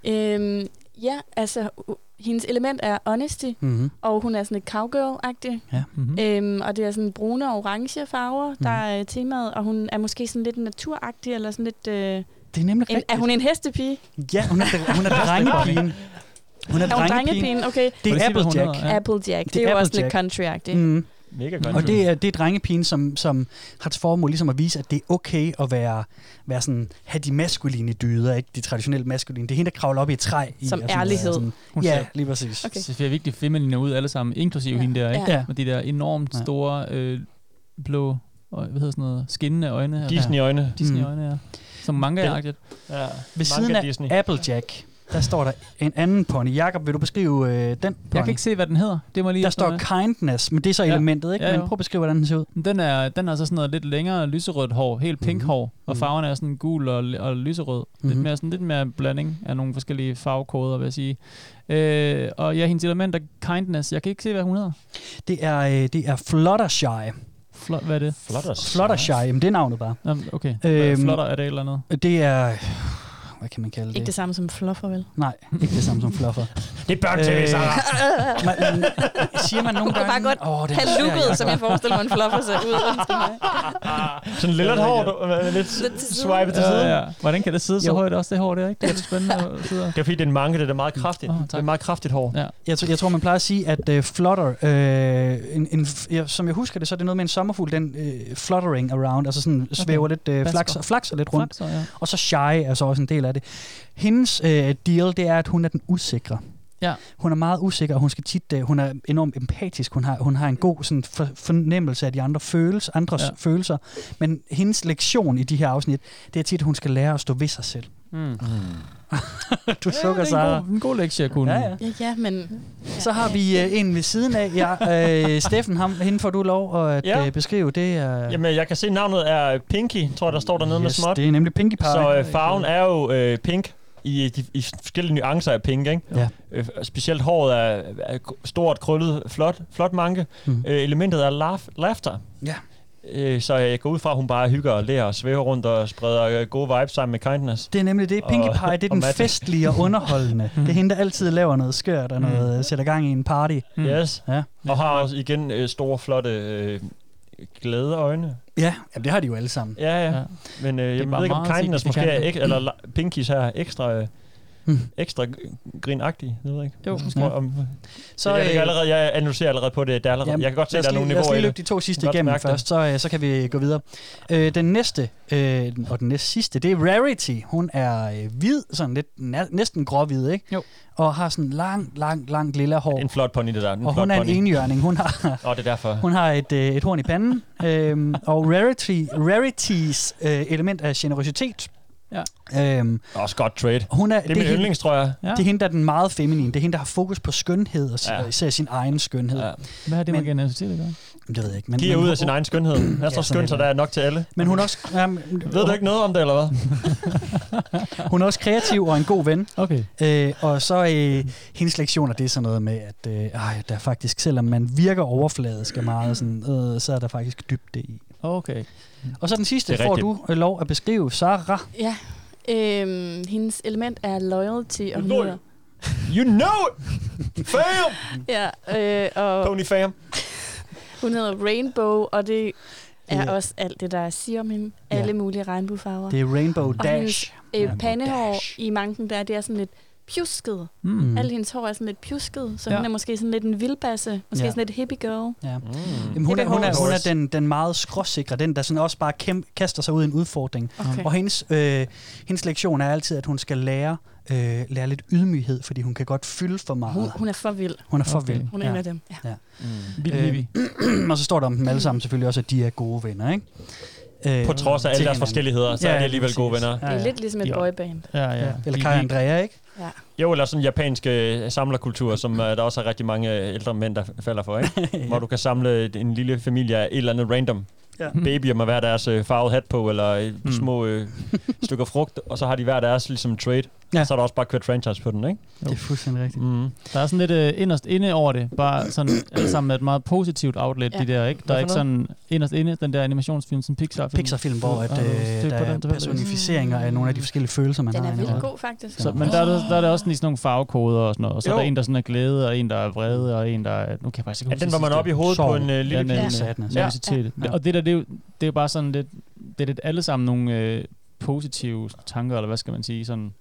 Øhm, ja, altså, u- hendes element er honesty, Mhm. og hun er sådan lidt cowgirl-agtig. Ja. Mhm. Øhm, og det er sådan brune og orange farver, der Mm-hmm. er temaet, og hun er måske sådan lidt naturagtig, eller sådan lidt... Øh, det Det er nemlig en, rigtigt. er hun en hestepige? Ja, hun er, hun er drengepigen. Hun er, Er hun drengepigen. drengepigen? Okay. Det er Prøv lige at sige, hvad hun Applejack. hedder, Ja. Applejack. Det, Det det er er jo også lidt Applejack. country-agtigt. Mm. Mm. Mega Og godt. det er, det er drengepigen, som, som har til formål ligesom at vise, at det er okay at være, være sådan, have de maskuline dyder, ikke de traditionelle maskuline. Det er hende, der kravler op i et træ. I, Som og sådan, ærlighed. og Sådan, Hun ja, ser- lige præcis. Okay. Okay. Så ser virkelig feminine ud alle sammen, inklusive Ja. ja. hende der, ikke? Ja. Med de der enormt Ja. store øh, blå, øj- hvad hedder sådan noget, skinnende øjne. Disney-øjne. Mm. Disney-øjne, ja. Som manga-agtigt. Ja. Ved siden Manga af Disney. Applejack, der står der en anden pony. Jakob, vil du beskrive øh, den pony? Jeg kan ikke se, hvad den hedder. Det må jeg lige Der efter med. står kindness, men det er så Ja. elementet, ikke? Ja, Men jo. prøv at beskrive, hvordan den ser ud. Den er, den er så sådan noget lidt længere lyserødt hår, helt pink hår, og farverne er sådan gul og, og lyserød. Mm-hmm. Lidt, Mhm. mere, sådan, lidt mere blanding af nogle forskellige farvekoder, vil jeg sige. Øh, og ja, hendes element er kindness. Jeg kan ikke se, hvad hun hedder. Det er, øh, det er Fluttershy. Flot, hvad er det? Fluttershy. Fluttershy, jamen det er navnet bare. Nå, men okay. Øhm, Øhm, Flotter er det et eller andet? Det er... Hvad kan man kalde det? Ikke det samme som fluffer, vel? Nej, ikke det samme som fluffer. Det er børn-tv, Øh, Sarah. Man, man, siger man nogle kunne gange... bare godt Åh, den er Han svær, lukkede, Jacob. som jeg forestiller mig, en fluffer sig ud. Undskyld mig. Sådan lidt hår, du, øh, lidt Lidt til siden. swipe til siden. Ja, ja. Hvordan kan det sidde så Jo. højt også, det hår der, ikke? Det er lidt spændende. at sidde og- Mm. Det er fordi, det er en manke, det er meget kraftigt. Åh, tak. det er meget kraftigt hår. Ja. Jeg, tror- jeg tror, man plejer at sige, at øh, flutter... Øh, en, en, f- ja, som jeg husker det, så er det noget med en sommerfugl, den øh, fluttering around, altså sådan svæver lidt, øh, Basker. flakser, flakser lidt rundt. Flakser, ja. Og så Shy er så også en del af det. Hendes øh, deal, det er, at hun er den usikre. Ja. Hun er meget usikker, og hun skal tit, øh, hun er enormt empatisk. Hun har, hun har en god sådan, for, fornemmelse af de andre følelser, andres Ja. ja. følelser. Men hendes lektion i de her afsnit, det er tit, at hun skal lære at stå ved sig selv. Mm. Mm-hmm. Du Ja, sukker, det er Sarah. en god, en god lektie at kunne. Ja, ja. Ja, ja, men... Så har vi øh, en ved siden af. Ja, øh, Steffen, ham, hende får du lov at Ja. øh, beskrive. Det er, Jamen, jeg kan se, navnet er Pinky, tror jeg, der står dernede med yes, småt. det er nemlig Pinkie Pie. Så øh, farven er jo øh, pink i, de, i forskellige nuancer af pink, ikke? Ja. Øh, specielt håret er, er stort, krøllet, flot, flot manke. Mm. Mm. Øh, elementet er laugh, laughter. Ja. Øh, så jeg går ud fra, at hun bare hygger og lærer og svæver rundt og spreder øh, gode vibes sammen med kindness. Det er nemlig det. Pinkie Og- Pie, det er og den Magic. festlige og underholdende. det er hende, der altid laver noget skørt og noget, mm. sætter gang i en party. Mm. Yes. Ja. Og har også igen øh, store, flotte, øh, glade øjne. Ja, jamen, det har de jo alle sammen. Ja, ja. Ja. ja. Men øh, jeg bare ved ikke, om meget kindness teknisk, måske det er, kan. ek- eller la- pinkies her er ekstra, øh, Mm. ekstra grinagtige. Jeg ved ikke. Jo. Jeg tror, om, Så, jeg, øh, ligger allerede, jeg analyserer allerede på det. Der er allerede. jamen, jeg kan godt se, lad at os der er nogle lige- Lad os niveauer lige i det. løbe de to sidste Godt igennem mærke det. først, så, øh, så kan vi gå videre. Øh, den næste, øh, og den næst sidste, det er Rarity. Hun er øh, hvid, sådan lidt na- næsten gråhvid, ikke? Jo. Og har sådan lang, lang, lang lilla hår. En flot pony, det der. En og flot hun er en pony. enhjørning. Hun har, Åh, det er derfor. hun har et, øh, et horn i panden. øhm, og Rarity, Rarities øh, element af generositet. Ja. Øhm, Også godt trade. Hun er, det er min hende- yndlingstrøje. Det er hende, der er den meget feminine. Det er hende, der har fokus på skønhed, og s- og især sin egen skønhed. Ja. Hvad er det, man generaliserer det gør? Det ved jeg ikke. Giver ud af sin egen skønhed. Jeg er så skøn, så der er nok til alle. Men hun er også... Jamen, Ved du ikke noget om det, eller hvad? Hun er også kreativ og en god ven. Okay. Øh, og så øh, hendes lektioner, det er sådan noget med, at øh, ej, der er faktisk, selvom man virker overfladisk og meget, sådan, øh, så er der faktisk dybde i. Okay. Og så den sidste, Det er får rigtigt. du øh, lov at beskrive, Sarah. Ja. Øhm, hendes element er loyalty. Og hun Loyal. hedder- You know it! Fam! Ja, øh, og Pony fam. hun hedder Rainbow, og det er Det er- også alt det, der siger om hende. Ja. Alle mulige regnbuefarver. Det er Rainbow Og Dash. Hendes, øh, Rainbow pandehår i manken der, det er sådan lidt pjusket. Mm. Mm. Alt hendes hår er sådan lidt pjusket, så Ja. ja. hun er måske sådan lidt en vildbasse. Måske Ja. ja. sådan lidt hippie girl. Ja. Mm. Jamen, hun, er, hun, er, hun er den, den meget skråsikre, den der sådan også bare kæm, kaster sig ud i en udfordring. Okay. Og hendes, øh, hendes lektion er altid, at hun skal lære, øh, lære lidt ydmyghed, fordi hun kan godt fylde for meget. Hun, hun er for vild. Hun er for vild. Hun er en af dem. Ja. Øhm. Ja. Mm. Vild hippie. Øh, og så står der om dem alle sammen selvfølgelig også, at de er gode venner, ikke? Øh, På trods af alle til deres hinanden. forskelligheder, så er de alligevel gode venner. Det er lidt ligesom et Ja. boyband. Ja, ja. Eller De- Kai de- Andrea, ikke? Ja. Jo, eller sådan en japansk øh, samlerkultur, som øh, der også er rigtig mange øh, ældre mænd, der falder for, ikke? Hvor du kan samle et- en lille familie af et eller andet random. Ja. Ja. Babyer med hver deres øh, farvede hat på, eller øh, små øh, stykker frugt, og så har de hver deres ligesom trade. Ja. Og så er der også bare kørt franchise på den, ikke? Det er fuldstændig rigtigt. Mm. Der er sådan lidt øh, inderst inde over det, bare sådan alle sammen med et meget positivt outlet, Ja. ja. de der, ikke? Der Hvad er for ikke sådan inderst inde, den der animationsfilm, sådan Pixar-film. Pixar-film, hvor at, Har du styr øh, der på den er tilfældigvis? personificeringer af nogle af de forskellige følelser, man Den har. er i vildt noget. god, faktisk. Så, men der er, der, der er der også lige sådan nogle farvekoder og sådan noget. Og så er Jo. der en, der sådan er glæde, og en, der er vrede, og en, der er... Nu kan jeg faktisk ikke Ja, huske den det var man sidste. op i hovedet Sorg. på en øh, lille ja, pige. men, sadness. sadness. nervositet. altså. Ja. Ja. Og det der, det er jo det er jo bare sådan lidt, det er lidt alle sammen nogle øh, positive tanker, eller hvad skal man sige, sådan...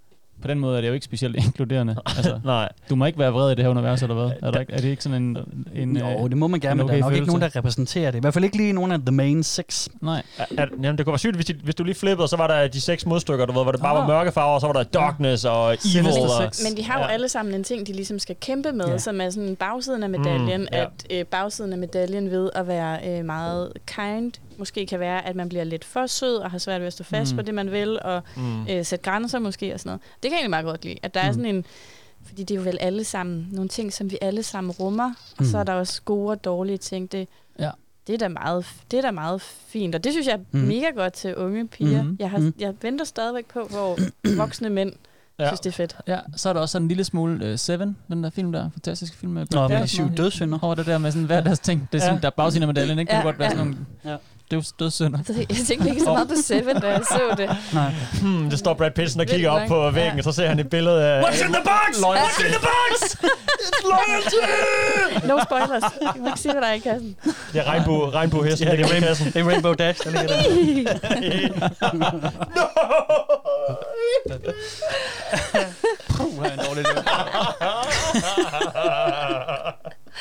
På den måde er det jo ikke specielt inkluderende. Altså, Nej. du må ikke være vred i det her univers, eller hvad? Er, der ikke, er det ikke sådan en... en Jo, øh, det må man gerne, en men der er okay nok ikke nogen, følelse? der repræsenterer det. I hvert fald ikke lige nogen af the main six. Nej. Er, er, jamen, det kunne være sygt, hvis, de, hvis du lige flippede, så var der de seks modstykker, du ved, hvor det bare var Ah. mørke farver, og så var der darkness og evil. Sinister Og, Six. Men de har jo Ja. ja. alle sammen en ting, de ligesom skal kæmpe med, Ja. ja. som er sådan bagsiden af medaljen, Mm, mm, ja. ja. at øh, bagsiden af medaljen ved at være øh, meget kind, måske kan være, at man bliver lidt for sød og har svært ved at stå fast Mm. mm. på det, man vil, og mm. øh, sætte grænser måske og sådan noget. Det kan jeg egentlig meget godt lide, at der mm. er sådan en, fordi det er jo vel alle sammen nogle ting, som vi alle sammen rummer, og så Mm. er der også gode og dårlige ting. Det, Ja. det, er da meget, det er da meget fint, og det synes jeg er Mm. mm. mega godt til unge piger. Mhm. Mm. Jeg, har, Mm. jeg venter stadigvæk på, hvor voksne mænd ja. Ja. synes, det er fedt. Ja, så er der også sådan en lille smule øh, Seven, den der film der, fantastiske film med Nå, Brad Pitt med de og syv sådan noget. dødssynder. Over det der med sådan hverdagsting, det er sådan, Ja. der er bagsiden af medaljen, ikke? Det Ja, Altså, kunne godt være sådan nogle Ja. døds, dødssynder. Så Jeg tænkte ikke så meget på Seven, da jeg så det. Nej. Hmm, det står Brad Pitt sådan og kigger op Vildt på langt. væggen, Ja. og så ser han et billede af... What's in the box? What's in the box? It's loyalty! No spoilers. Jeg må ikke sige, hvad der er i kassen. Det er regnbue, regnbuehesten, der ligger i kassen. Det er Rainbow Dash, der ligger der. no! Puh, hvor er det dårligt.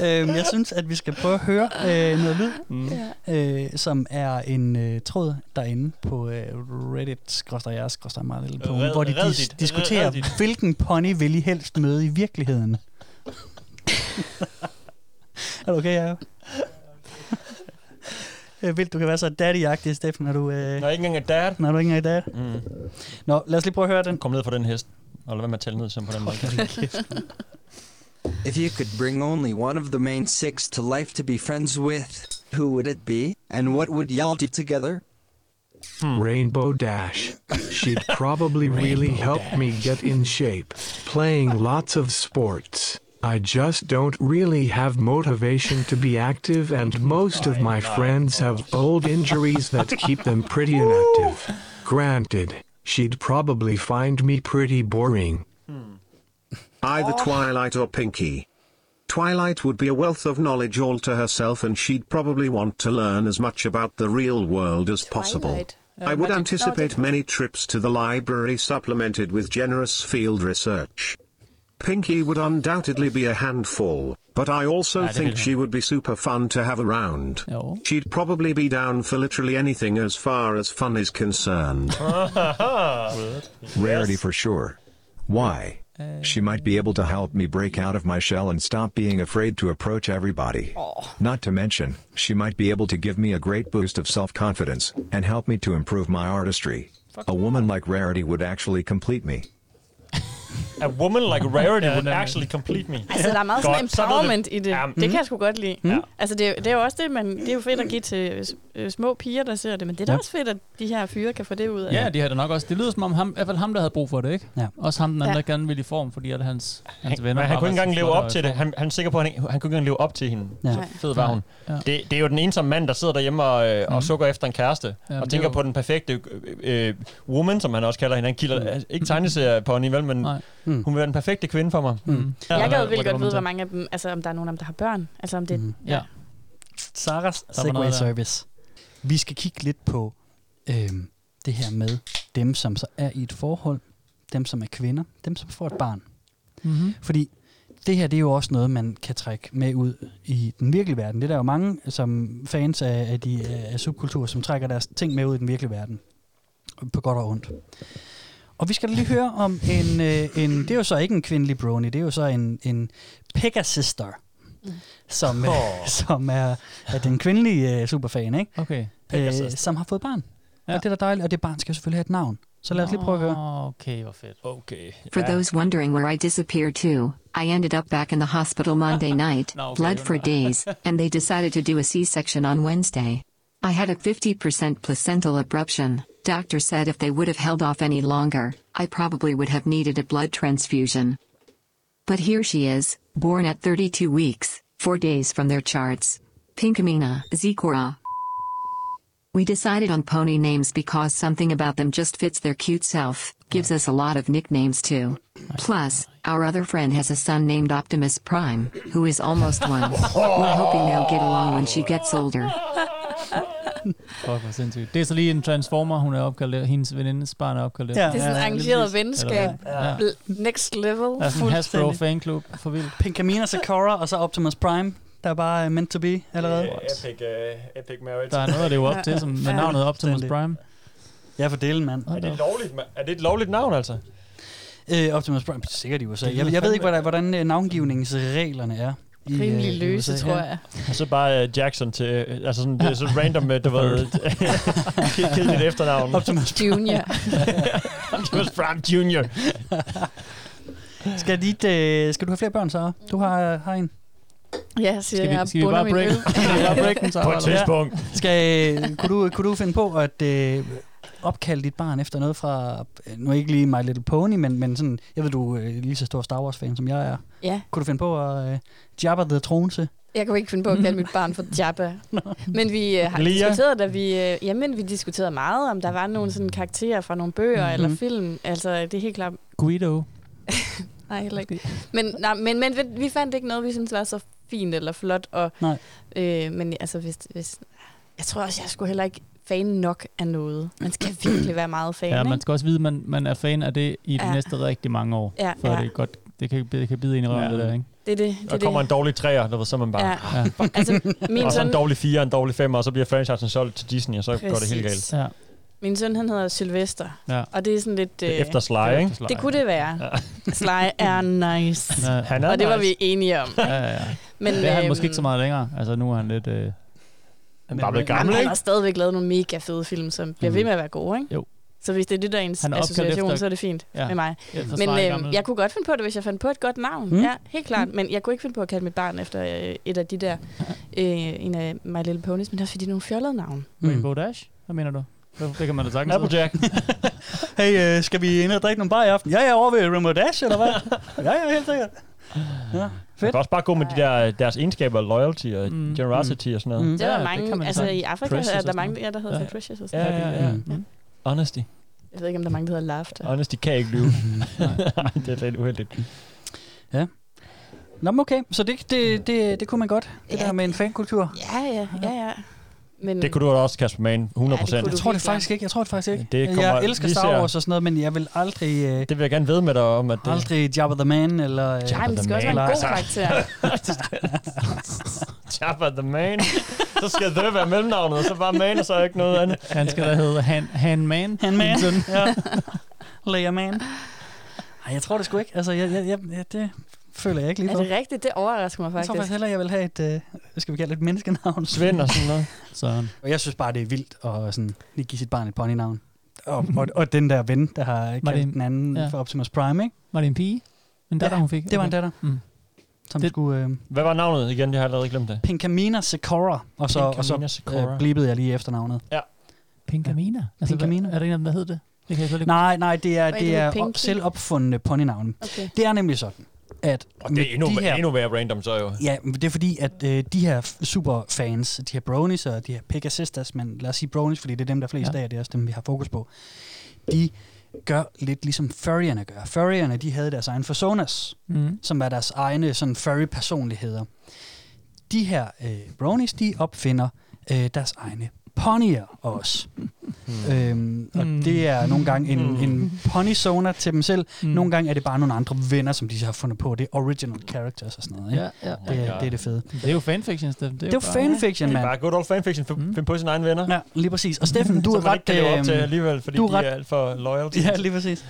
øhm, jeg synes, at vi skal prøve at høre øh, noget lyd, Mm. Ja. øh, som er en øh, tråd derinde på øh, reddit skråstrej jeres skråstrej meget lille på, Red- hvor de dis- Reddit. diskuterer, Reddit. hvilken pony vil I helst møde i virkeligheden. er du okay, Jacob? Øh, Vildt, du kan være så daddy-agtig, Steffen, når du, øh, Når ikke engang er dad. når du ikke engang er dad. Mm. Nå, lad os lige prøve at høre den. Kom ned fra den hest. Og lad være med at tælle ned som på den måde. If you could bring only one of the main six to life to be friends with, who would it be, and what would y'all do together? Rainbow Dash. She'd probably really help me get in shape, playing lots of sports. I just don't really have motivation to be active, and most of my friends have old injuries that keep them pretty inactive. Granted, she'd probably find me pretty boring. Either Twilight or Pinky. Twilight would be a wealth of knowledge all to herself, and she'd probably want to learn as much about the real world as possible. Twilight. I would Magic- anticipate many trips to the library supplemented with generous field research. Pinky would undoubtedly be a handful, but I also Ah, det vil think Oh. hun. she would be super fun to have around. Jo. She'd probably be down for literally anything as far as fun is concerned. Rarity for sure. Why? She might be able to help me break out of my shell and stop being afraid to approach everybody. Not to mention, she might be able to give me a great boost of self confidence and help me to improve my artistry. A woman like Rarity would actually complete me. A woman like Rarity would actually complete me. Altså, der er meget sådan Godt, så ved du- empowerment i det. Jamen, det kan jeg sgu godt lide. Ja. Altså, det, er- det er jo også det, man, det er jo fedt at give til øh, s- øh, små piger, der ser det. Men det er da Ja. også fedt, at de her fyre kan få det ud af. Ja, de havde det nok også. Det lyder som om ham, i hvert fald ham, der havde brug for det, ikke? Ja. Også ham, den anden, Ja. der gerne ville i form, fordi alle hans, hans Han, venner... men han bare kunne ikke var engang så leve flotte op og- til det. Han, han er sikker på, at han, ikke- han kunne ikke engang leve op til hende. Ja. Ja. Nej. Så fed var hun. Ja. Ja. Det, det er jo den ensomme mand, der sidder derhjemme og, øh, og sukker efter en kæreste, Mm. Ja, men det og er tænker jo- på den perfekte øh, øh, woman, som han også kalder hende. Han kilder, Mm. altså, ikke tegneseriepony, vel, men Mm. hun vil være den perfekte kvinde for mig. Mm. Jeg gad vildt godt vide, hvor mange af dem, altså om der er nogen af dem, der har børn. Altså om det, mm. Ja. Saras Der var noget Segway der. Service. Vi skal kigge lidt på øhm, det her med dem, som så er i et forhold, dem, som er kvinder, dem, som får et barn. Mhm. Fordi det her, det er jo også noget, man kan trække med ud i den virkelige verden. Det er der jo mange som fans af, af de af subkulturer, som trækker deres ting med ud i den virkelige verden. På godt og ondt. Og vi skal da lige høre om en, øh, en... Det er jo så ikke en kvindelig brony, det er jo så en, en Pegasister, Mm. som, øh, Åh. som er, er den kvindelige øh, superfan, ikke? Okay. Øh, som har fået barn. Ja. Og det er da dejligt, og det barn skal jo selvfølgelig have et navn. Så lad os lige prøve at høre. Okay, hvor fedt. Okay. For those wondering where I disappeared to, I ended up back in the hospital Monday night, No, okay, blood you're for not. days, and they decided to do a C section on Wednesday. I had a 50% placental abruption. Doctor said if they would have held off any longer, I probably would have needed a blood transfusion. But here she is, born at 32 weeks, 4 days from their charts. Pinkamina, Zikora. We decided on pony names because something about them just fits their cute self, gives us a lot of nicknames too. Plus, our other friend has a son named Optimus Prime, who is almost one. We're hoping they'll get along when she gets older. Fuck, hvor sindssygt. Det er så lige en Transformer, hun er opkaldt, efter. hendes venindes barn er opkaldt. efter. ja, det er sådan et arrangeret lige præcis. venskab. Eller Ja. hvad? Next level. Ja. Sådan en Hasbro fanklub for vildt. Pinkamina Sakura, og så Optimus Prime, der er bare uh, meant to be allerede. Epic, uh, epic marriage. Der er noget at leve op til, som med navnet Optimus Prime. Ja, for delen, mand. Er det, lovligt, ma- er det et lovligt navn, altså? Øh, Optimus Prime, sikkert i USA. Det Jeg, lyder jeg ved fandme- ikke, hvordan, hvordan øh, navngivningsreglerne er. I, øh, i USA. Ja. Og så bare uh, Jackson til, uh, altså sådan, det er så random, uh, du ved, ked- kedeligt efternavn. Optimus Junior. Optimus Prime Junior. Skal, dit, øh, skal du have flere børn, så? Du har, har en. Ja, siger Skal vi- jeg skal vi bunder bare min break- øl. skal vi bare break den, Sarah, På et eller hvad? tidspunkt. Skal, øh, kunne, du, kunne du finde på at øh, opkalde dit barn efter noget fra, øh, nu ikke lige My Little Pony, men, men sådan, jeg ved, du er øh, lige så stor Star Wars-fan, som jeg er. Ja. Kunne du finde på at øh, Jabba the Tronse? Jeg kunne ikke finde på at kalde mit barn for Jabba. Men vi øh, har Lea? diskuteret, da vi, øh, jamen, vi diskuterede meget, om der var nogle sådan karakterer fra nogle bøger mm-hmm. eller Mhm. film. Altså, det er helt klart. Guido. Nej, heller ikke. Men, nej, men, men vi- vi fandt ikke noget, vi syntes var så fint eller flot. Og, Nej. Øh, men altså, hvis, hvis, jeg tror også, jeg skulle heller ikke fan nok af noget. Man skal virkelig være meget fan, Ja, ikke? man skal også vide, at man, man er fan af det i de Ja. næste rigtig mange år. Ja, For ja. det, er godt, det, kan, det kan bide ind i røven, Ja. det der, ikke? Det er det. det, er Der kommer det. en dårlig træer, der ved, så er man bare... Ja. Ja. Altså, min og så en søn, dårlig 4, en dårlig 5, og så bliver franchisen solgt til Disney, og så går det helt Præcis. galt. Ja. min søn, han hedder Sylvester. Ja. Og det er sådan lidt... Det er øh, efter Sly, ikke? Det kunne det være. Ja. Sly er nice. Ja. Han er og det var nice. vi enige om. Ja, ja, ja. Men, Men, det er han øhm, måske ikke så meget længere. Altså, nu er han lidt... Øh, han bare blevet Men han har stadigvæk lavet nogle mega fede film, som bliver ved med at være gode, ikke? Jo. Så hvis det er det, der er ens Han er opkaldt association, efter- så er det fint Ja. med mig. Ja, så men øh, svarer jeg gammel. jeg kunne godt finde på det, hvis jeg fandt på et godt navn. Mm. Ja, helt klart. Men jeg kunne ikke finde på at kalde mit barn efter øh, et af de der, øh, en af My Little Ponies, men det er også fordi, det er nogle fjollede navn. Rainbow Dash? Hvad mener du? Det det kan man da sagtens. Applejack. hey, øh, skal vi ind og drikke nogle bajer i aften? Ja, jeg er over ved Rainbow Dash, eller hvad? ja, ja, helt sikkert. Ja. Man kan også bare gå med de der, øh, deres egenskaber, loyalty og Mm. generosity og sådan noget. Det er der mange, altså i Afrika Precious er og der sådan mange, noget. ja, der hedder Ja. ja. Precious og Ja, sådan noget. ja, ja. Mm. Honesty. Jeg ved ikke, om der er mange, der hedder Laughter. Honesty kan ikke lyve. Nej, det er lidt uheldigt. Mm. Ja. Nå, men okay. Så det, det, det, det kunne man godt. Det ja. der med en fankultur. Ja, ja, ja, ja. Men, Det kunne du også, Kasper Mann, 100 Ja, det procent. kunne Jeg tror det faktisk ikke. Jeg tror det faktisk ikke. Det kommer- jeg elsker vi Star ser- Wars og sådan noget, men jeg vil aldrig... Øh, det vil jeg gerne ved med dig om, at det... Aldrig Jabba the Man, eller... Øh, Nej, men det skal også være en god karakter. Jabba the Man. Så skal det være mellemnavnet, og så bare Man, og så ikke noget andet. Han skal da hedde Han, han Man. Han Man. Min søn. ja. Layer Man. Ej, jeg tror det sgu ikke. Altså, jeg, jeg, jeg, jeg, det føler jeg ikke lige Er for. det rigtigt? Det overrasker mig Jeg faktisk. tror faktisk hellere, jeg vil have et, øh, hvad skal vi kalde det, et menneskenavn. Svend og sådan noget. Sådan. øh, Og jeg synes bare, det er vildt at sådan, lige give sit barn et ponynavn. Og, og, og den der ven, der har Var det kaldt en- den anden ja. ja. for Optimus Prime, ikke? Var det en pige? En datter, ja, hun fik? det var en Okay. datter. Mm. Som det, skulle... Øh, Hvad var navnet igen? Jeg har allerede glemt det. Pinkamina Sakura, og så, og Pinkamina så Sakura. øh, blippede jeg lige efternavnet. Ja. Pinkamina? Ja. Altså, Pinkamina? Er der en af dem, der hed det? det kan jeg slet ikke- Nej, nej, det er, Hvad er det det, er Pinky? op, selv opfundne ponynavn. Okay. Det er nemlig sådan, at Og det er endnu, de her, endnu mere random så jo. Ja, men det er fordi, at øh, de her f- superfans, de her bronies og de her Pegasistas, men lad os sige bronies, fordi det er dem, der er flest Ja. ja. af, og det er også dem, vi har fokus på, de gør lidt ligesom furrierne gør. Furrierne, de havde deres egen personas, Mhm. mm. som var deres egne sådan furry-personligheder. De her øh, bronies, de opfinder øh, deres egne ponyer også. Hmm. Mm. Øhm, og Hmm. Mm. det er nogle gange en, Mm. en ponyzona til dem selv. Hmm. Mm. Nogle gange er det bare nogle andre venner, som de så har fundet på. Det er original characters og sådan noget. Ikke? Ja, ja. Det, er, Ja. det er det fede. Det er jo fanfiction, Steffen. Det er jo fanfiction, Det er mand. bare good old fanfiction. Find mm. på sine egne venner. Ja, lige præcis. Og Steffen, du Som er man ret... ikke kan leve op til øhm, alligevel, fordi du er de ret- er alt for loyal til Ja, det. lige præcis.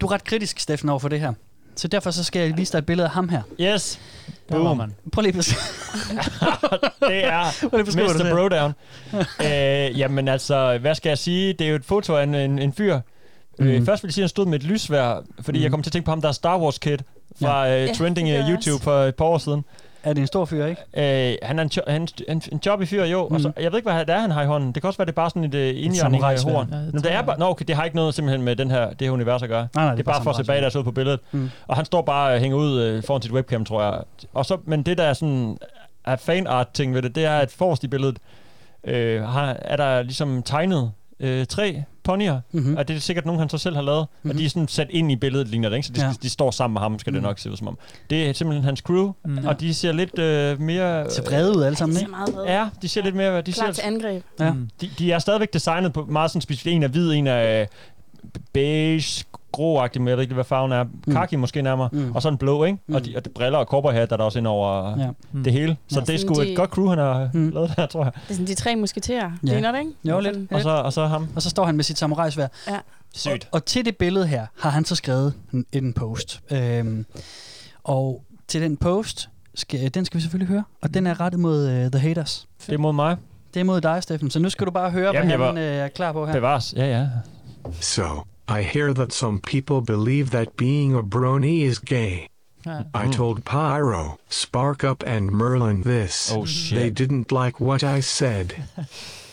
Du er ret kritisk, Steffen, over for det her. Så derfor så skal jeg vise dig et billede af ham her. Yes. Der var man. Prøv lige at det er Hvordan beskriver du Mr. det? Brodown. øh, jamen altså, hvad skal jeg sige? Det er jo et foto af en, en, en fyr. Mm. Øh, Mhm. først vil jeg sige, at han stod med et lysvær, fordi Mhm. jeg kom til at tænke på ham, der er Star Wars Kid fra Ja. ja. Ja, øh, trending det gør ja, jeg YouTube også. for et par år siden. Er det en stor fyr, ikke? Mhm. Øh, han er en, jo- han, en, en jobby fyr, jo. Mm. Og så, jeg ved ikke, hvad det er, han har i hånden. Det kan også være, det er bare sådan et øh, indjørning af samurajsværd. horn. Ja, Ja, jeg Nå, det er bare, nå, okay, det har ikke noget simpelthen med den her, det her univers at gøre. nej, det, er bare for at se bag der så ud på billedet. Mm. Og han står bare og hænger ud øh, foran sit webcam, tror jeg. Og så, men det, der er sådan er fanart-ting ved det, det er, at forrest i billedet øh, har, er der ligesom tegnet øh, tre ponyer, Mhm. mm-hmm. og det er sikkert nogen, han så selv har lavet, mm-hmm. og de er sådan sat ind i billedet, ligner det, ikke? så de, Ja. ja. de står sammen med ham, skal det Mm. nok se ud som om. Det er simpelthen hans crew, Mm. mm. og de ser lidt øh, mere... Ser vrede ud alle sammen, Det er ikke? Mhm. meget vrede. Ja, de ser lidt mere... De Klar ser, til angreb. altså- Ja. De, de er stadigvæk designet på meget sådan specifikt. En er hvid, en er øh, beige, gråagtig, men jeg ved ikke, hvad farven er. Kaki måske nærmere. Mm. Og så en blå, ikke? Mm. Og, de, og de briller og kopper her, der er der også ind over Ja. ja. Mm. det hele. Så Ja. ja. det er sgu De- et godt crew, han har Mm. mm. lavet der, tror jeg. Det er sådan de tre musketerer. Ja. Ja. Ligner det, ikke? Jo, Sådan- lidt. Og så, og så ham. Og så står han med sit samurajsvær. Ja. Sygt. Og, og til det billede her har han så skrevet en, en post. Øhm, og til den post, skal, den skal vi selvfølgelig høre. Og den er rettet mod uh, The Haters. Det er mod mig. Det er mod dig, Steffen. Så nu skal du bare høre, Jamen, Jamen, jeg hvad var- han øh, er klar på her. Bevares, ja, ja. So, I hear that some people believe that being a brony is gay. Ja. I told Pyro, Sparkup, and Merlin this. Oh, shit. They didn't like what I said.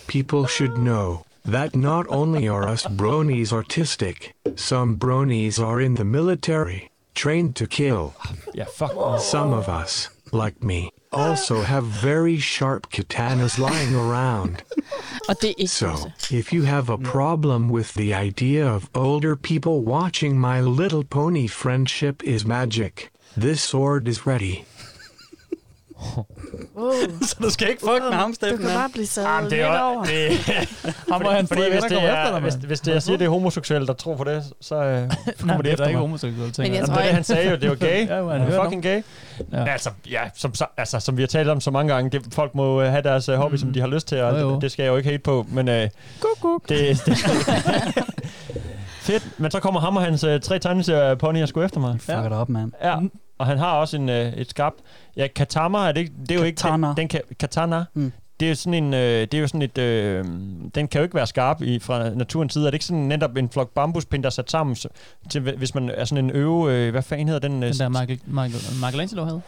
People should know that not only are us bronies artistic, some bronies are in the military, trained to kill. Yeah, fuck. Some of us, like me, also have very sharp katanas lying around. Og det er ikke So, if you have a problem with the idea of older people watching My Little Pony Friendship is Magic, this sword is ready. Wow. så du skal ikke fuck med ham, Steffen. Du kan bare blive sad Jamen, det er lidt jo- over. det- Ham og hans fordi fede hvis venner det, kommer er, efter dig, hvis, mand. hvis det, jeg siger, det er homoseksuelle, der tror på det, så øh, kommer det de er efter ikke mig. homoseksuelle, tænker Men jeg. jeg Jamen, tror, det er det, ikke- han sagde jo, det var gay. Ja, jo, han han hører er fucking gay. Ja. Altså, ja, som, så- altså, som vi har talt om så mange gange, det, folk må øh, have deres øh, hobby, som de har lyst til, og Mm. Jo, jo. Det, det skal jeg jo ikke hate på, men øh, det, det fedt. Men så kommer ham og hans øh, tre tegneserier ponyer sgu efter mig. Fuck dig op, mand. Ja, Mm. og han har også en, øh, et skarpt... Ja, katama er det, ikke- det er jo ikke... Katana. Den, den kan, katana. Mm. Det er sådan en, øh, det er jo sådan et, øh, den kan jo ikke være skarp i, fra naturens side. Er det ikke sådan netop en flok bambuspinde, der er sat sammen, så- til, hvis man er sådan en øve, øh, hvad fanden hedder den? Den der Michael, Michael, Michelangelo havde.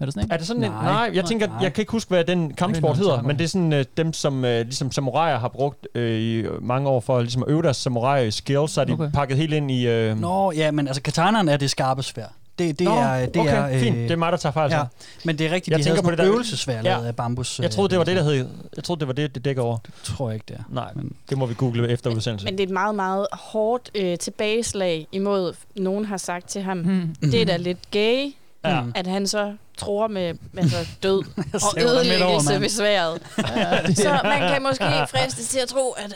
Er det sådan en? Er det sådan en? Nej, jeg tænker, jeg kan ikke huske, hvad den kampsport Det er en hedder, samurai. men det er sådan øh, dem, som øh, ligesom samuraier har brugt øh, i mange år for ligesom at øve deres samurai skills, så er de Okay. okay. pakket helt ind i... Øh, Nå, ja, men altså katanaen er det skarpe svær. Det, det Nå, er, det okay, er, øh, fint. Det er mig, der tager fejl, så. Ja, men det er rigtigt, Jeg jeg de havde tænker på det sådan nogle der- øvelsesvær Ja. lavet af bambus. Jeg øh, troede, det var det, der hed. Jeg troede, det var det, det dækker over. Det tror jeg ikke, det er. Nej, men det må vi google efter udsendelse. Men det er et meget, meget hårdt øh, tilbageslag imod, nogen har sagt til ham, mm. det er da lidt gay, Ja. at han så tror med altså, død og ser dig midt over, ødelæggelse mand. ved sværet. Ja. så man kan måske fristes til at tro, at øh,